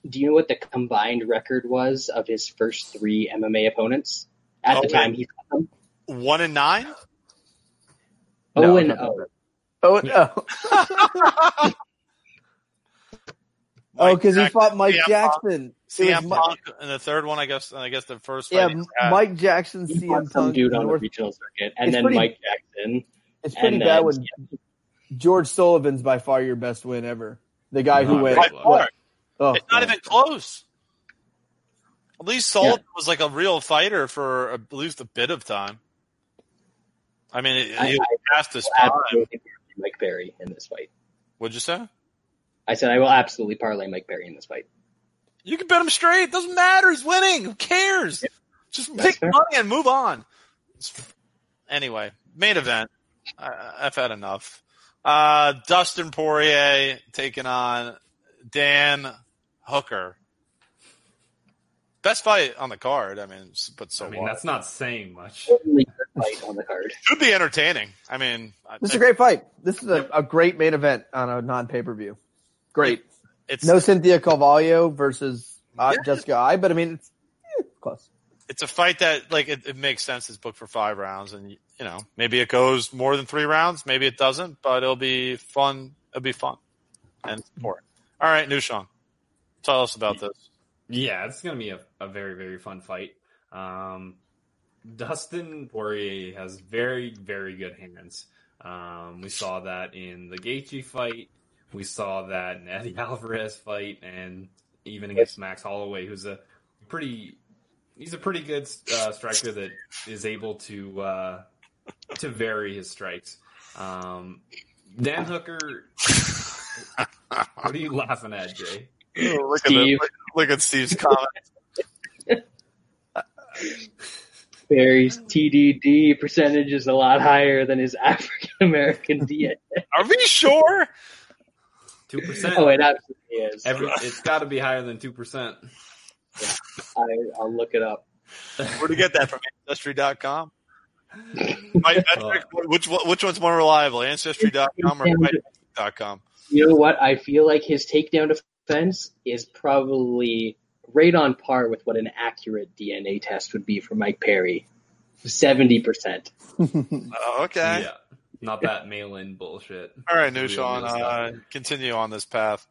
Speaker 3: Do you know what the combined record was of his first three MMA opponents at
Speaker 4: Oh,
Speaker 3: the
Speaker 4: yeah.
Speaker 3: time he fought them?
Speaker 4: One and nine.
Speaker 7: No,
Speaker 3: Oh and
Speaker 7: not
Speaker 3: oh.
Speaker 7: Oh no! oh,
Speaker 4: Mike
Speaker 7: because Oh, he
Speaker 4: Jack- uh,
Speaker 7: fought Mike
Speaker 4: CM Punk.
Speaker 7: Jackson. It was
Speaker 4: CM
Speaker 7: Mi-
Speaker 4: Punk and the third one, I guess. I guess the first.
Speaker 7: Yeah,
Speaker 4: fight he had.
Speaker 7: Mike Jackson,
Speaker 3: He fought
Speaker 7: CM
Speaker 3: some
Speaker 7: Punk.
Speaker 3: dude on
Speaker 7: North-
Speaker 3: the regional circuit, and
Speaker 7: It's
Speaker 3: then
Speaker 7: pretty-
Speaker 3: Mike Jackson.
Speaker 7: it's pretty
Speaker 3: and, uh,
Speaker 7: bad when George Sullivan's by far your best win ever. The guy who
Speaker 6: Not
Speaker 7: went.
Speaker 4: By
Speaker 6: Well,
Speaker 4: far.
Speaker 7: what- oh,
Speaker 4: It's not
Speaker 7: God.
Speaker 4: even close. At least Sullivan was like a real fighter for at least a bit of time. I mean, it,
Speaker 3: I-
Speaker 4: he passed his prime.
Speaker 3: Absolutely parlay Mike Perry in this fight.
Speaker 4: What'd you say?
Speaker 3: I said I will absolutely parlay Mike Perry in this fight.
Speaker 4: You can bet him straight. Doesn't matter. He's winning. Who cares? Just
Speaker 3: That's
Speaker 4: pick
Speaker 3: fair.
Speaker 4: money and move on. Anyway, main event. I, I've had enough. Uh, Dustin Poirier taking on Dan Hooker. Best fight on the card. I mean, s- but so
Speaker 6: I
Speaker 4: what?
Speaker 6: mean, that's not saying much.
Speaker 3: Certainly the fight on the card.
Speaker 4: should be entertaining. I mean, I-
Speaker 7: This is a
Speaker 4: I-
Speaker 7: great fight. This is a, a great main event on a non pay per view. Great.
Speaker 4: It's
Speaker 7: No Cynthia Calvallo versus uh,
Speaker 4: Yeah.
Speaker 7: Jessica I, but I mean, it's eh, close.
Speaker 4: it's a fight that like it, it makes sense. It's booked for five rounds, and you know maybe it goes more than three rounds, maybe it doesn't, but it'll be fun. It'll be fun and important. All right, Nushan, tell us about this.
Speaker 6: Yeah, it's going to be a, a very, very fun fight. Um, Dustin Poirier has very, very good hands. Um, we saw that in the Gaethje fight. We saw that in Eddie Alvarez fight, and even against Max Holloway, who's a pretty, he's a pretty good uh, striker that is able to uh, to vary his strikes. Um, Dan Hooker, what are you laughing at, Jay?
Speaker 4: look,
Speaker 3: at Steve. the-
Speaker 4: look at Steve's comment.
Speaker 3: Perry's TDD percentage is a lot higher than his African American DNA.
Speaker 4: Are we sure?
Speaker 6: Two percent.
Speaker 3: Oh, it absolutely is.
Speaker 6: Every, it's got to be higher than two percent.
Speaker 3: I, I'll look it up.
Speaker 4: Where'd you get that from? Ancestry.com.
Speaker 6: Uh,
Speaker 4: My metric, which one- which one's more reliable, Ancestry.com or Fight.com?
Speaker 3: You know what? I feel like his takedown defense is probably right on par with what an accurate DNA test would be for Mike Perry. Seventy percent.
Speaker 4: Oh, okay.
Speaker 6: Yeah, not that mail-in bullshit.
Speaker 4: All right,
Speaker 6: Really
Speaker 4: Nushan,
Speaker 6: good
Speaker 4: uh,
Speaker 6: stuff.
Speaker 4: continue on this path.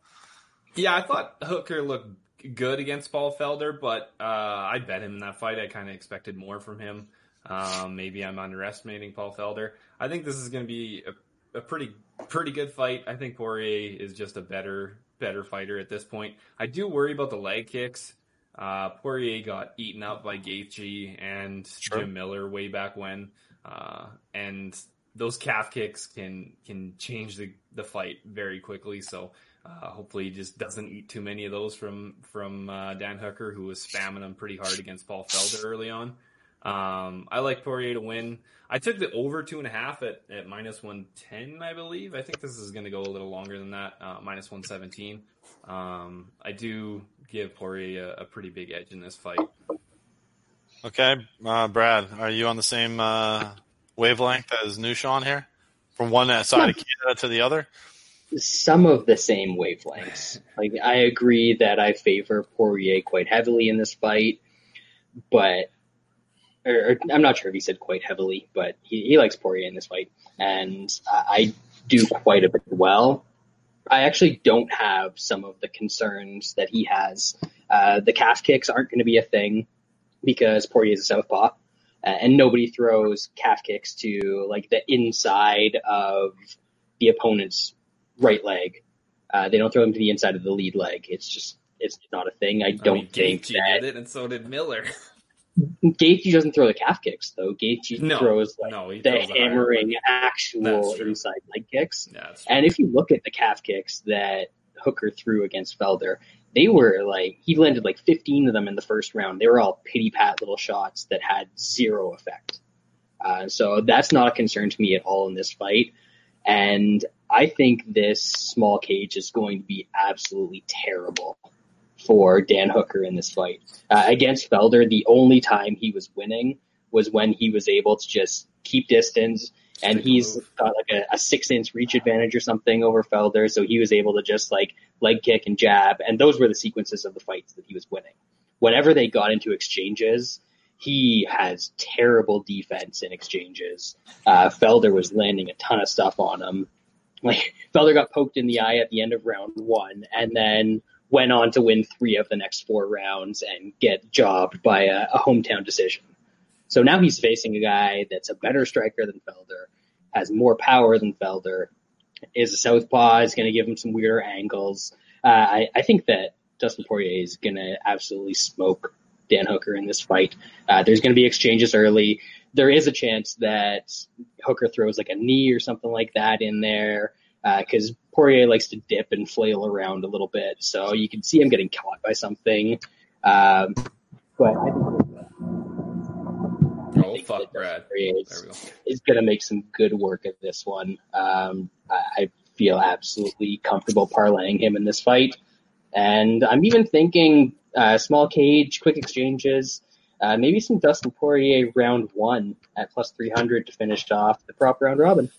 Speaker 6: Yeah, I thought Hooker looked good against Paul Felder, but uh, I bet him in that fight. I kind of expected more from him. Um, maybe I'm underestimating Paul Felder. I think this is going to be a, a pretty pretty good fight. I think Poirier is just a better better fighter at this point. I do worry about the leg kicks. Uh, Poirier got eaten up by Gaethje and
Speaker 4: Sure.
Speaker 6: Jim Miller way back when, uh, and those calf kicks can can change the the fight very quickly. So uh, hopefully, he just doesn't eat too many of those from from uh, Dan Hooker, who was spamming them pretty hard against Paul Felder early on. Um, I like Poirier to win. I took the over two and a half at, at minus one ten, I believe. I think this is going to go a little longer than that, uh, minus one seventeen. Um, I do give Poirier a, a pretty big edge in this fight.
Speaker 4: Okay, uh, Brad, are you on the same uh, wavelength as Nushan here? From one uh, side of Canada to the other?
Speaker 3: Some of the same wavelengths. Like I agree that I favor Poirier quite heavily in this fight, but or, or I'm not sure if he said quite heavily, but he, he likes Poirier in this fight, and I, I do quite a bit well. I actually don't have some of the concerns that he has. Uh, the calf kicks aren't going to be a thing because Poirier is a southpaw, uh, and nobody throws calf kicks to like the inside of the opponent's right leg. Uh, they don't throw them to the inside of the lead leg. It's just it's not a thing. I don't
Speaker 6: mean,
Speaker 3: think
Speaker 6: Gaethje
Speaker 3: that
Speaker 6: did it, and so did Miller.
Speaker 3: Gaethje doesn't throw the calf kicks though. Gaethje
Speaker 6: No,
Speaker 3: throws like
Speaker 6: no, he
Speaker 3: the
Speaker 6: throws a higher
Speaker 3: hammering
Speaker 6: That's
Speaker 3: actual
Speaker 6: true.
Speaker 3: inside leg kicks.
Speaker 6: Yeah, that's true.
Speaker 3: And if you look at the calf kicks that Hooker threw against Felder, they were like he landed like 15 of them in the first round. They were all pity pat little shots that had zero effect. Uh, so that's not a concern to me at all in this fight. And I think this small cage is going to be absolutely terrible for Dan Hooker in this fight. Uh, against Felder, the only time he was winning was when he was able to just keep distance, and
Speaker 6: Stick a
Speaker 3: he's
Speaker 6: move.
Speaker 3: got like a, a six inch reach advantage or something over Felder, so he was able to just like leg kick and jab, and those were the sequences of the fights that he was winning. Whenever they got into exchanges, he has terrible defense in exchanges. Uh, Felder was landing a ton of stuff on him. Like Felder got poked in the eye at the end of round one, and then went on to win three of the next four rounds and get jobbed by a, a hometown decision. So now he's facing a guy that's a better striker than Felder, has more power than Felder, is a southpaw, is going to give him some weirder angles. Uh, I, I think that Dustin Poirier is going to absolutely smoke Dan Hooker in this fight. Uh, there's going to be exchanges early. There is a chance that Hooker throws like a knee or something like that in there because Uh, Poirier likes to dip and flail around a little bit, so you can see him getting caught by something. Um, but I think, I
Speaker 6: Oh
Speaker 3: think
Speaker 6: fuck,
Speaker 3: that
Speaker 6: Brad.
Speaker 3: Poirier
Speaker 6: There
Speaker 3: is,
Speaker 6: we go.
Speaker 3: is going to make some good work of this one. Um, I, I feel absolutely comfortable parlaying him in this fight, and I'm even thinking uh, small cage, quick exchanges. Uh, maybe some Dustin Poirier round one at plus 300 to finish off the prop round robin.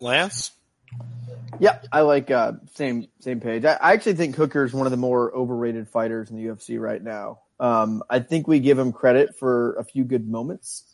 Speaker 4: Lance?
Speaker 7: Yeah, I like uh, same same page. I, I actually think Hooker is one of the more overrated fighters in the UFC right now. Um, I think we give him credit for a few good moments,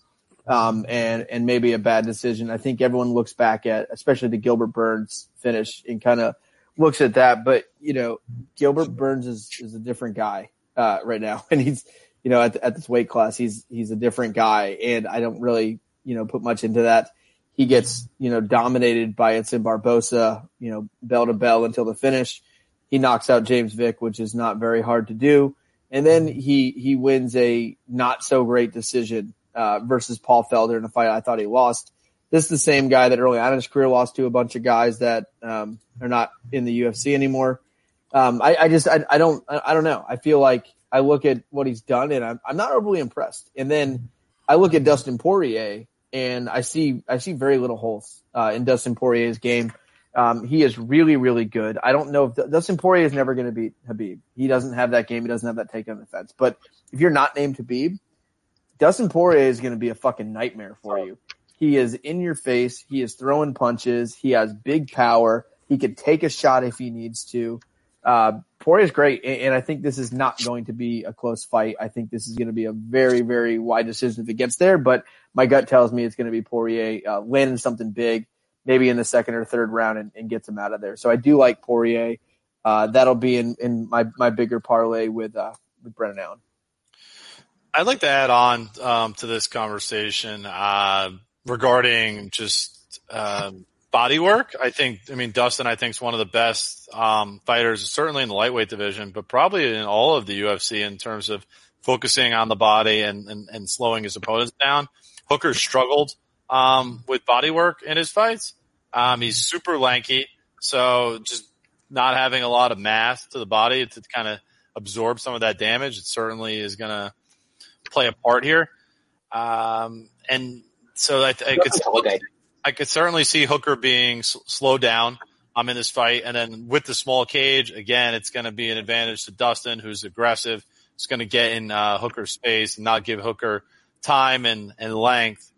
Speaker 7: um, and and maybe a bad decision. I think everyone looks back at, especially the Gilbert Burns finish, and kind of looks at that. But you know, Gilbert Burns is is a different guy uh, right now, and he's you know at at this weight class, he's he's a different guy, and I don't really you know put much into that he gets you know dominated by Edson Barbosa, you know bell to bell until the finish. He knocks out James Vick, which is not very hard to do, and then he he wins a not so great decision uh, versus Paul Felder in a fight I thought he lost. This is the same guy that early on in his career lost to a bunch of guys that um, are not in the UFC anymore. Um, I, I just I, I don't I I don't know. I feel like I look at what he's done and I'm I'm not overly impressed. And then I look at Dustin Poirier and I see I see very little holes uh, in Dustin Poirier's game. Um, he is really really good. I don't know if Dustin Poirier is never going to beat Habib. He doesn't have that game. He doesn't have that takedown defense. But if you're not named Habib, Dustin Poirier is going to be a fucking nightmare for you. He is in your face. He is throwing punches. He has big power. He could take a shot if he needs to. Uh, Poirier's great, and, and I think this is not going to be a close fight. I think this is going to be a very, very wide decision if it gets there, but my gut tells me it's going to be Poirier uh, landing something big, maybe in the second or third round, and, and gets him out of there. So I do like Poirier. Uh, that'll be in, in my, my bigger parlay with uh, with Brennan Allen.
Speaker 4: I'd like to add on um, to this conversation uh, regarding just um, body work. I think, I mean, Dustin, I think is one of the best um, fighters, certainly in the lightweight division, but probably in all of the UFC in terms of focusing on the body and, and, and slowing his opponents down. Hooker struggled um, with body work in his fights. Um, he's super lanky, so just not having a lot of mass to the body to kind of absorb some of that damage, it certainly is going to play a part here. Um, and so I, I could
Speaker 3: Tall guy.
Speaker 4: I could certainly see Hooker being s- slowed down um, in this fight. And then with the small cage, again, it's going to be an advantage to Dustin, who's aggressive. It's going to get in uh, Hooker's space and not give Hooker time and, and length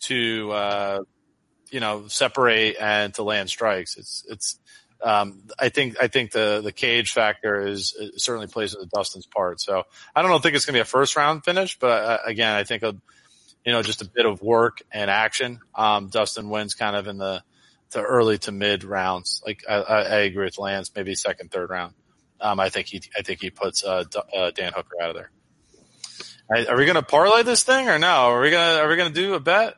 Speaker 4: to, uh, you know, separate and to land strikes. It's, it's, um, I think, I think the, the cage factor is it certainly plays into Dustin's part. So I don't know, think it's going to be a first round finish, but uh, again, I think a, you know, just a bit of work and action. Um, Dustin wins kind of in the, the early to mid rounds. Like I, I, I agree with Lance, maybe second, third round. Um, I think he, I think he puts uh, D- uh, Dan Hooker out of there. Are- Are we going to parlay this thing or no? Are we going to, are we going to do a bet?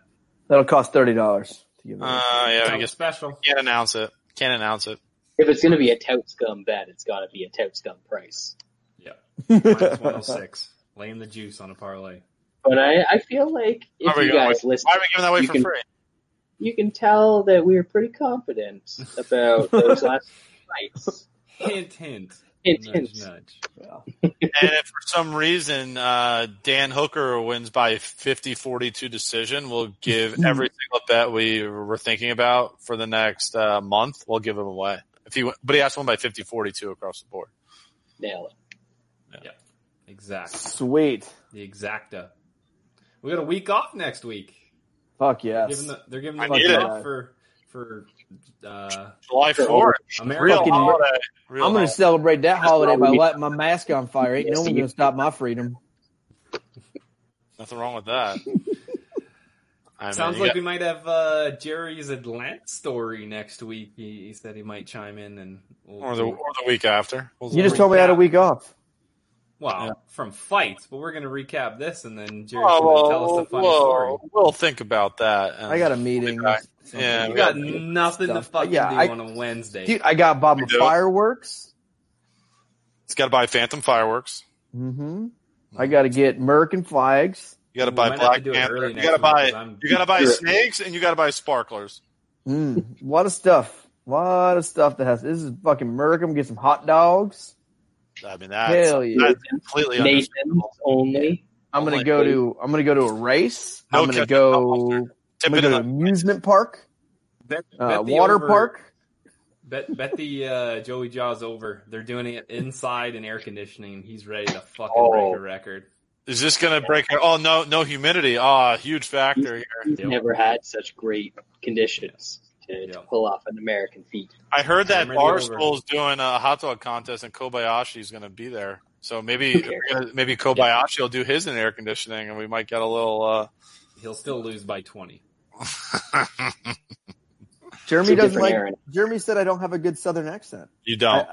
Speaker 7: That'll cost thirty dollars to give.
Speaker 4: Uh,
Speaker 7: away.
Speaker 4: yeah, I
Speaker 6: That was
Speaker 4: guess
Speaker 6: special.
Speaker 4: can't announce it. Can't announce it.
Speaker 3: If it's going to be a tout scum bet, it's got to be a tout scum price.
Speaker 6: Yeah. Minus 106. Laying the juice on a parlay.
Speaker 3: But I, I feel like if
Speaker 4: Are we
Speaker 3: you
Speaker 4: going
Speaker 3: guys listen,
Speaker 4: Why are we giving that away
Speaker 3: You
Speaker 4: for
Speaker 3: can-
Speaker 4: free?
Speaker 3: you can tell that we were pretty confident about those last fights.
Speaker 6: Hint, hint.
Speaker 3: Hint,
Speaker 6: nudge,
Speaker 3: hint.
Speaker 6: nudge.
Speaker 4: and if for some reason uh, Dan Hooker wins by 50 42 decision, we'll give
Speaker 6: Hmm.
Speaker 4: every single bet we were thinking about for the next uh, month. We'll give him away. If he, win- but he has to win by 50 42 across the board.
Speaker 3: Nail it.
Speaker 6: Exact.
Speaker 7: Sweet,
Speaker 6: The exacta. We got a week off next week.
Speaker 7: fuck
Speaker 6: They're
Speaker 7: yes.
Speaker 6: giving the, they're giving
Speaker 4: I
Speaker 6: the
Speaker 4: need
Speaker 6: week
Speaker 4: it.
Speaker 6: off for for uh,
Speaker 4: July 4th. Real
Speaker 6: America.
Speaker 7: Fucking-
Speaker 4: holiday. Real
Speaker 7: I'm gonna
Speaker 4: holiday.
Speaker 7: celebrate that
Speaker 3: That's
Speaker 7: holiday
Speaker 3: what
Speaker 7: by
Speaker 3: we-
Speaker 7: letting my mask on fire. Ain't no one gonna stop my freedom.
Speaker 4: Nothing wrong with that. I mean,
Speaker 6: Sounds
Speaker 4: you
Speaker 6: like
Speaker 4: got-
Speaker 6: we might have uh, Jerry's Atlanta story next week. He, he said he might chime in and we'll
Speaker 4: or the,
Speaker 6: do-
Speaker 4: or the week after. We'll-
Speaker 7: You just told me I had a week off.
Speaker 6: Wow,
Speaker 4: Yeah.
Speaker 6: from fights, but we're gonna recap this and then Jerry's
Speaker 4: Oh,
Speaker 6: gonna tell us a funny
Speaker 4: whoa,
Speaker 6: story.
Speaker 4: We'll think about that. and-
Speaker 7: I got a meeting.
Speaker 4: Uh, back. Yeah,
Speaker 6: We
Speaker 4: we
Speaker 6: got
Speaker 4: got
Speaker 6: nothing to
Speaker 7: stuff.
Speaker 6: fucking
Speaker 7: Yeah,
Speaker 6: do
Speaker 7: I-
Speaker 6: on a Wednesday.
Speaker 7: dude. I got Bob
Speaker 4: We do.
Speaker 7: fireworks.
Speaker 4: It's got to buy Phantom Fireworks.
Speaker 7: Mm-hmm. I got to get Merck and Flags.
Speaker 4: You got to
Speaker 6: We
Speaker 4: buy
Speaker 6: might have
Speaker 4: Black
Speaker 6: do it
Speaker 4: Panther.
Speaker 6: early
Speaker 4: You
Speaker 6: next
Speaker 4: got to
Speaker 6: week,
Speaker 4: buy.
Speaker 6: 'cause I'm-
Speaker 4: You got to buy
Speaker 2: Yeah.
Speaker 4: snakes and you got to buy sparklers.
Speaker 7: Mm, a lot of stuff. A lot of stuff that has. This is fucking Merck. I'm gonna get some hot dogs.
Speaker 4: I mean, that's,
Speaker 7: Hell yeah.
Speaker 4: that's completely
Speaker 3: Nathan's
Speaker 4: understandable.
Speaker 3: only.
Speaker 7: I'm gonna
Speaker 4: my
Speaker 7: go
Speaker 3: God.
Speaker 7: to. I'm gonna go to a race.
Speaker 4: No
Speaker 7: I'm gonna
Speaker 4: ketchup,
Speaker 7: go. I'm
Speaker 4: Tip
Speaker 7: gonna
Speaker 4: it
Speaker 7: go
Speaker 4: in
Speaker 7: to
Speaker 4: the
Speaker 7: amusement park,
Speaker 6: Bet,
Speaker 7: uh,
Speaker 6: bet the
Speaker 7: water
Speaker 6: over-
Speaker 7: park.
Speaker 6: Bet, bet the uh, Joey Jaws over. They're doing it inside in air conditioning. He's ready to fucking
Speaker 3: Oh.
Speaker 6: break a record.
Speaker 4: Is this going to break? Oh no, no humidity. Ah, huge factor here.
Speaker 3: He's
Speaker 6: Yep.
Speaker 3: never had such great conditions to, to
Speaker 6: Yep.
Speaker 3: pull off an American feat.
Speaker 4: I heard that
Speaker 6: I'm ready to go
Speaker 4: Barstool's doing a hot dog contest, and Kobayashi's going to be there. So maybe
Speaker 3: cares?
Speaker 4: we're gonna- maybe Kobayashi will do his in air conditioning, and we might get a little.
Speaker 6: He'll still lose by twenty.
Speaker 4: Uh,
Speaker 3: It's a
Speaker 7: Jeremy doesn't
Speaker 3: different
Speaker 7: like.
Speaker 3: era.
Speaker 7: Jeremy said I don't have a good Southern accent.
Speaker 4: you don't.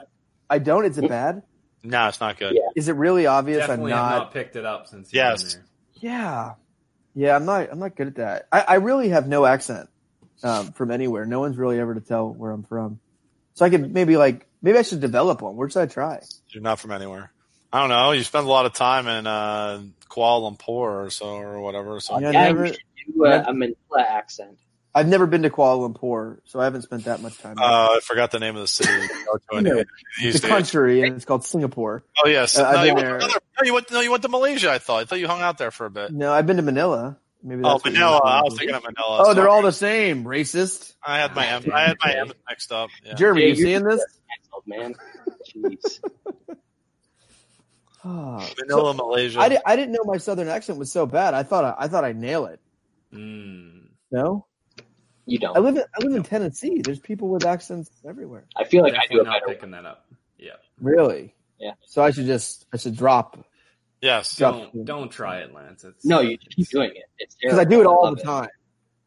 Speaker 7: I don't. Is it bad?
Speaker 4: no, it's not good.
Speaker 3: Yeah.
Speaker 7: Is it really obvious?
Speaker 6: Definitely
Speaker 7: I'm
Speaker 6: have
Speaker 7: not.
Speaker 6: not picked it up since he's
Speaker 4: Yes.
Speaker 6: been there.
Speaker 7: Yeah, yeah. I'm not. I'm not good at that. I, I really have no accent um, from anywhere. No one's really ever to tell where I'm from. So I could maybe like maybe I should develop one. Where should I try?
Speaker 4: You're not from anywhere. I don't know. You spend a lot of time in uh, Kuala Lumpur or so or whatever. So
Speaker 7: Yeah, I
Speaker 3: Yeah, you
Speaker 7: never-
Speaker 3: should do, uh, a Manila accent.
Speaker 7: I've never been to Kuala Lumpur, so I haven't spent that much time. there.
Speaker 4: Uh, I forgot the name of the city. we go to in
Speaker 7: You know,
Speaker 4: these
Speaker 7: the
Speaker 4: days.
Speaker 7: country, and it's called Singapore.
Speaker 4: Oh yes.
Speaker 7: Uh, I've
Speaker 4: no, you
Speaker 7: been
Speaker 4: went
Speaker 7: there.
Speaker 4: to other- no, you went. No, you went to Malaysia. I thought. I thought you hung out there for a bit.
Speaker 7: No, I've been to Manila. Maybe
Speaker 4: Oh,
Speaker 7: that's what you're
Speaker 4: Manila. I
Speaker 7: referring
Speaker 4: was
Speaker 7: to.
Speaker 4: thinking of Manila.
Speaker 7: Oh,
Speaker 4: Sorry.
Speaker 7: they're all the same. Racist,
Speaker 4: I had my M. I had my M mixed up. Yeah.
Speaker 7: Jeremy.
Speaker 3: Yeah,
Speaker 7: you
Speaker 3: you're-
Speaker 7: seeing this?
Speaker 3: Canceled, man. Jeez.
Speaker 7: Ah.
Speaker 4: Manila, Malaysia.
Speaker 7: I, di- I didn't know my southern accent was so bad. I thought I, I thought I nail it.
Speaker 6: Mm.
Speaker 7: No,
Speaker 3: You
Speaker 7: I
Speaker 3: don't.
Speaker 7: live in I live in Tennessee. There's people with accents everywhere.
Speaker 3: I feel like I do
Speaker 6: Definitely
Speaker 3: a
Speaker 6: not
Speaker 3: better
Speaker 6: picking that up. Yeah.
Speaker 7: Really?
Speaker 3: Yeah.
Speaker 7: So I should just I should drop
Speaker 4: yes.
Speaker 7: Go.
Speaker 6: Don't don't try it, Lance. It's,
Speaker 3: No, you keep doing it. It's
Speaker 7: because I
Speaker 3: terrible.
Speaker 7: do it all
Speaker 3: love
Speaker 7: the time.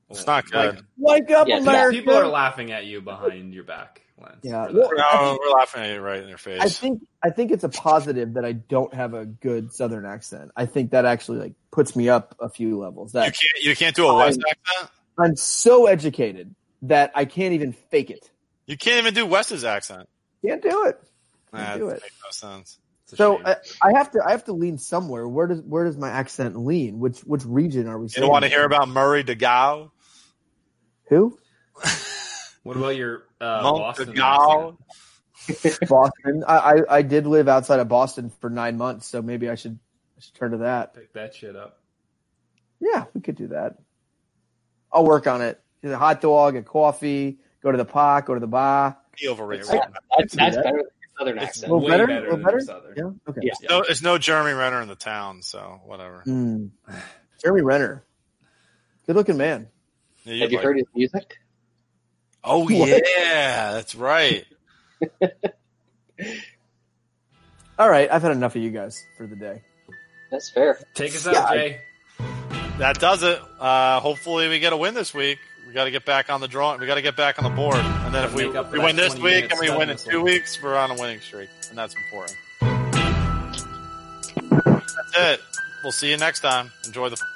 Speaker 4: It's not
Speaker 6: like,
Speaker 4: good.
Speaker 7: Wake up,
Speaker 3: Yeah,
Speaker 6: people-
Speaker 7: America!
Speaker 6: People are laughing at you behind your back, Lance.
Speaker 7: Yeah,
Speaker 6: for
Speaker 7: well,
Speaker 6: that.
Speaker 4: No, we're laughing at you right in your face.
Speaker 7: I think I think it's a positive that I don't have a good Southern accent. I think that actually like puts me up a few levels.
Speaker 4: you
Speaker 7: That
Speaker 4: can't. You can't do a West accent.
Speaker 7: I'm so educated that I can't even fake it.
Speaker 4: You can't even do West's accent.
Speaker 7: Can't do it.
Speaker 4: Nah,
Speaker 7: do
Speaker 4: that
Speaker 7: it.
Speaker 4: makes no sense.
Speaker 6: It's a
Speaker 7: So uh,
Speaker 6: shame.
Speaker 7: I, I have to I have to lean somewhere. Where does where does my accent lean? Which which region are we?
Speaker 4: You don't want to hear about Murray DeGao?
Speaker 7: who
Speaker 6: what about your uh,
Speaker 4: Monk
Speaker 6: Boston?
Speaker 4: DeGao?
Speaker 6: accent?
Speaker 7: Boston. I, I I did live outside of Boston for nine months, so maybe I should I should turn to that.
Speaker 6: Pick that shit up.
Speaker 7: Yeah, we could do that. I'll work on it. Get a hot dog, a coffee, go to the park, go to the bar.
Speaker 4: He overrated.
Speaker 3: Yeah, that's,
Speaker 7: do
Speaker 3: that's
Speaker 7: that.
Speaker 3: better than your southern
Speaker 6: It's
Speaker 3: accent.
Speaker 7: Well,
Speaker 6: way
Speaker 7: better?
Speaker 6: better,
Speaker 7: Well,
Speaker 6: than
Speaker 7: better?
Speaker 6: your Southern.
Speaker 7: Yeah. Okay.
Speaker 3: Yeah.
Speaker 4: No, it's no Jeremy Renner in the town, so whatever.
Speaker 7: Mm. Jeremy Renner, good looking man.
Speaker 4: Yeah, you'd
Speaker 3: Have you
Speaker 4: like-
Speaker 3: heard his music?
Speaker 4: Oh
Speaker 7: What?
Speaker 4: yeah, that's right.
Speaker 7: All right, I've had enough of you guys for the day.
Speaker 3: That's fair.
Speaker 6: Take us out,
Speaker 7: Yeah.
Speaker 6: Jay.
Speaker 4: That does it. Uh, hopefully, we get a win this week. We got to get back on the drawing. We got to get back on the board. And then if we,
Speaker 6: Make up for
Speaker 4: we
Speaker 6: that
Speaker 4: win this
Speaker 6: 20
Speaker 4: week
Speaker 6: minutes
Speaker 4: and we
Speaker 6: done
Speaker 4: win in
Speaker 6: this
Speaker 4: two
Speaker 6: week.
Speaker 4: weeks, we're on a winning streak, and that's important. That's it. We'll see you next time. Enjoy the.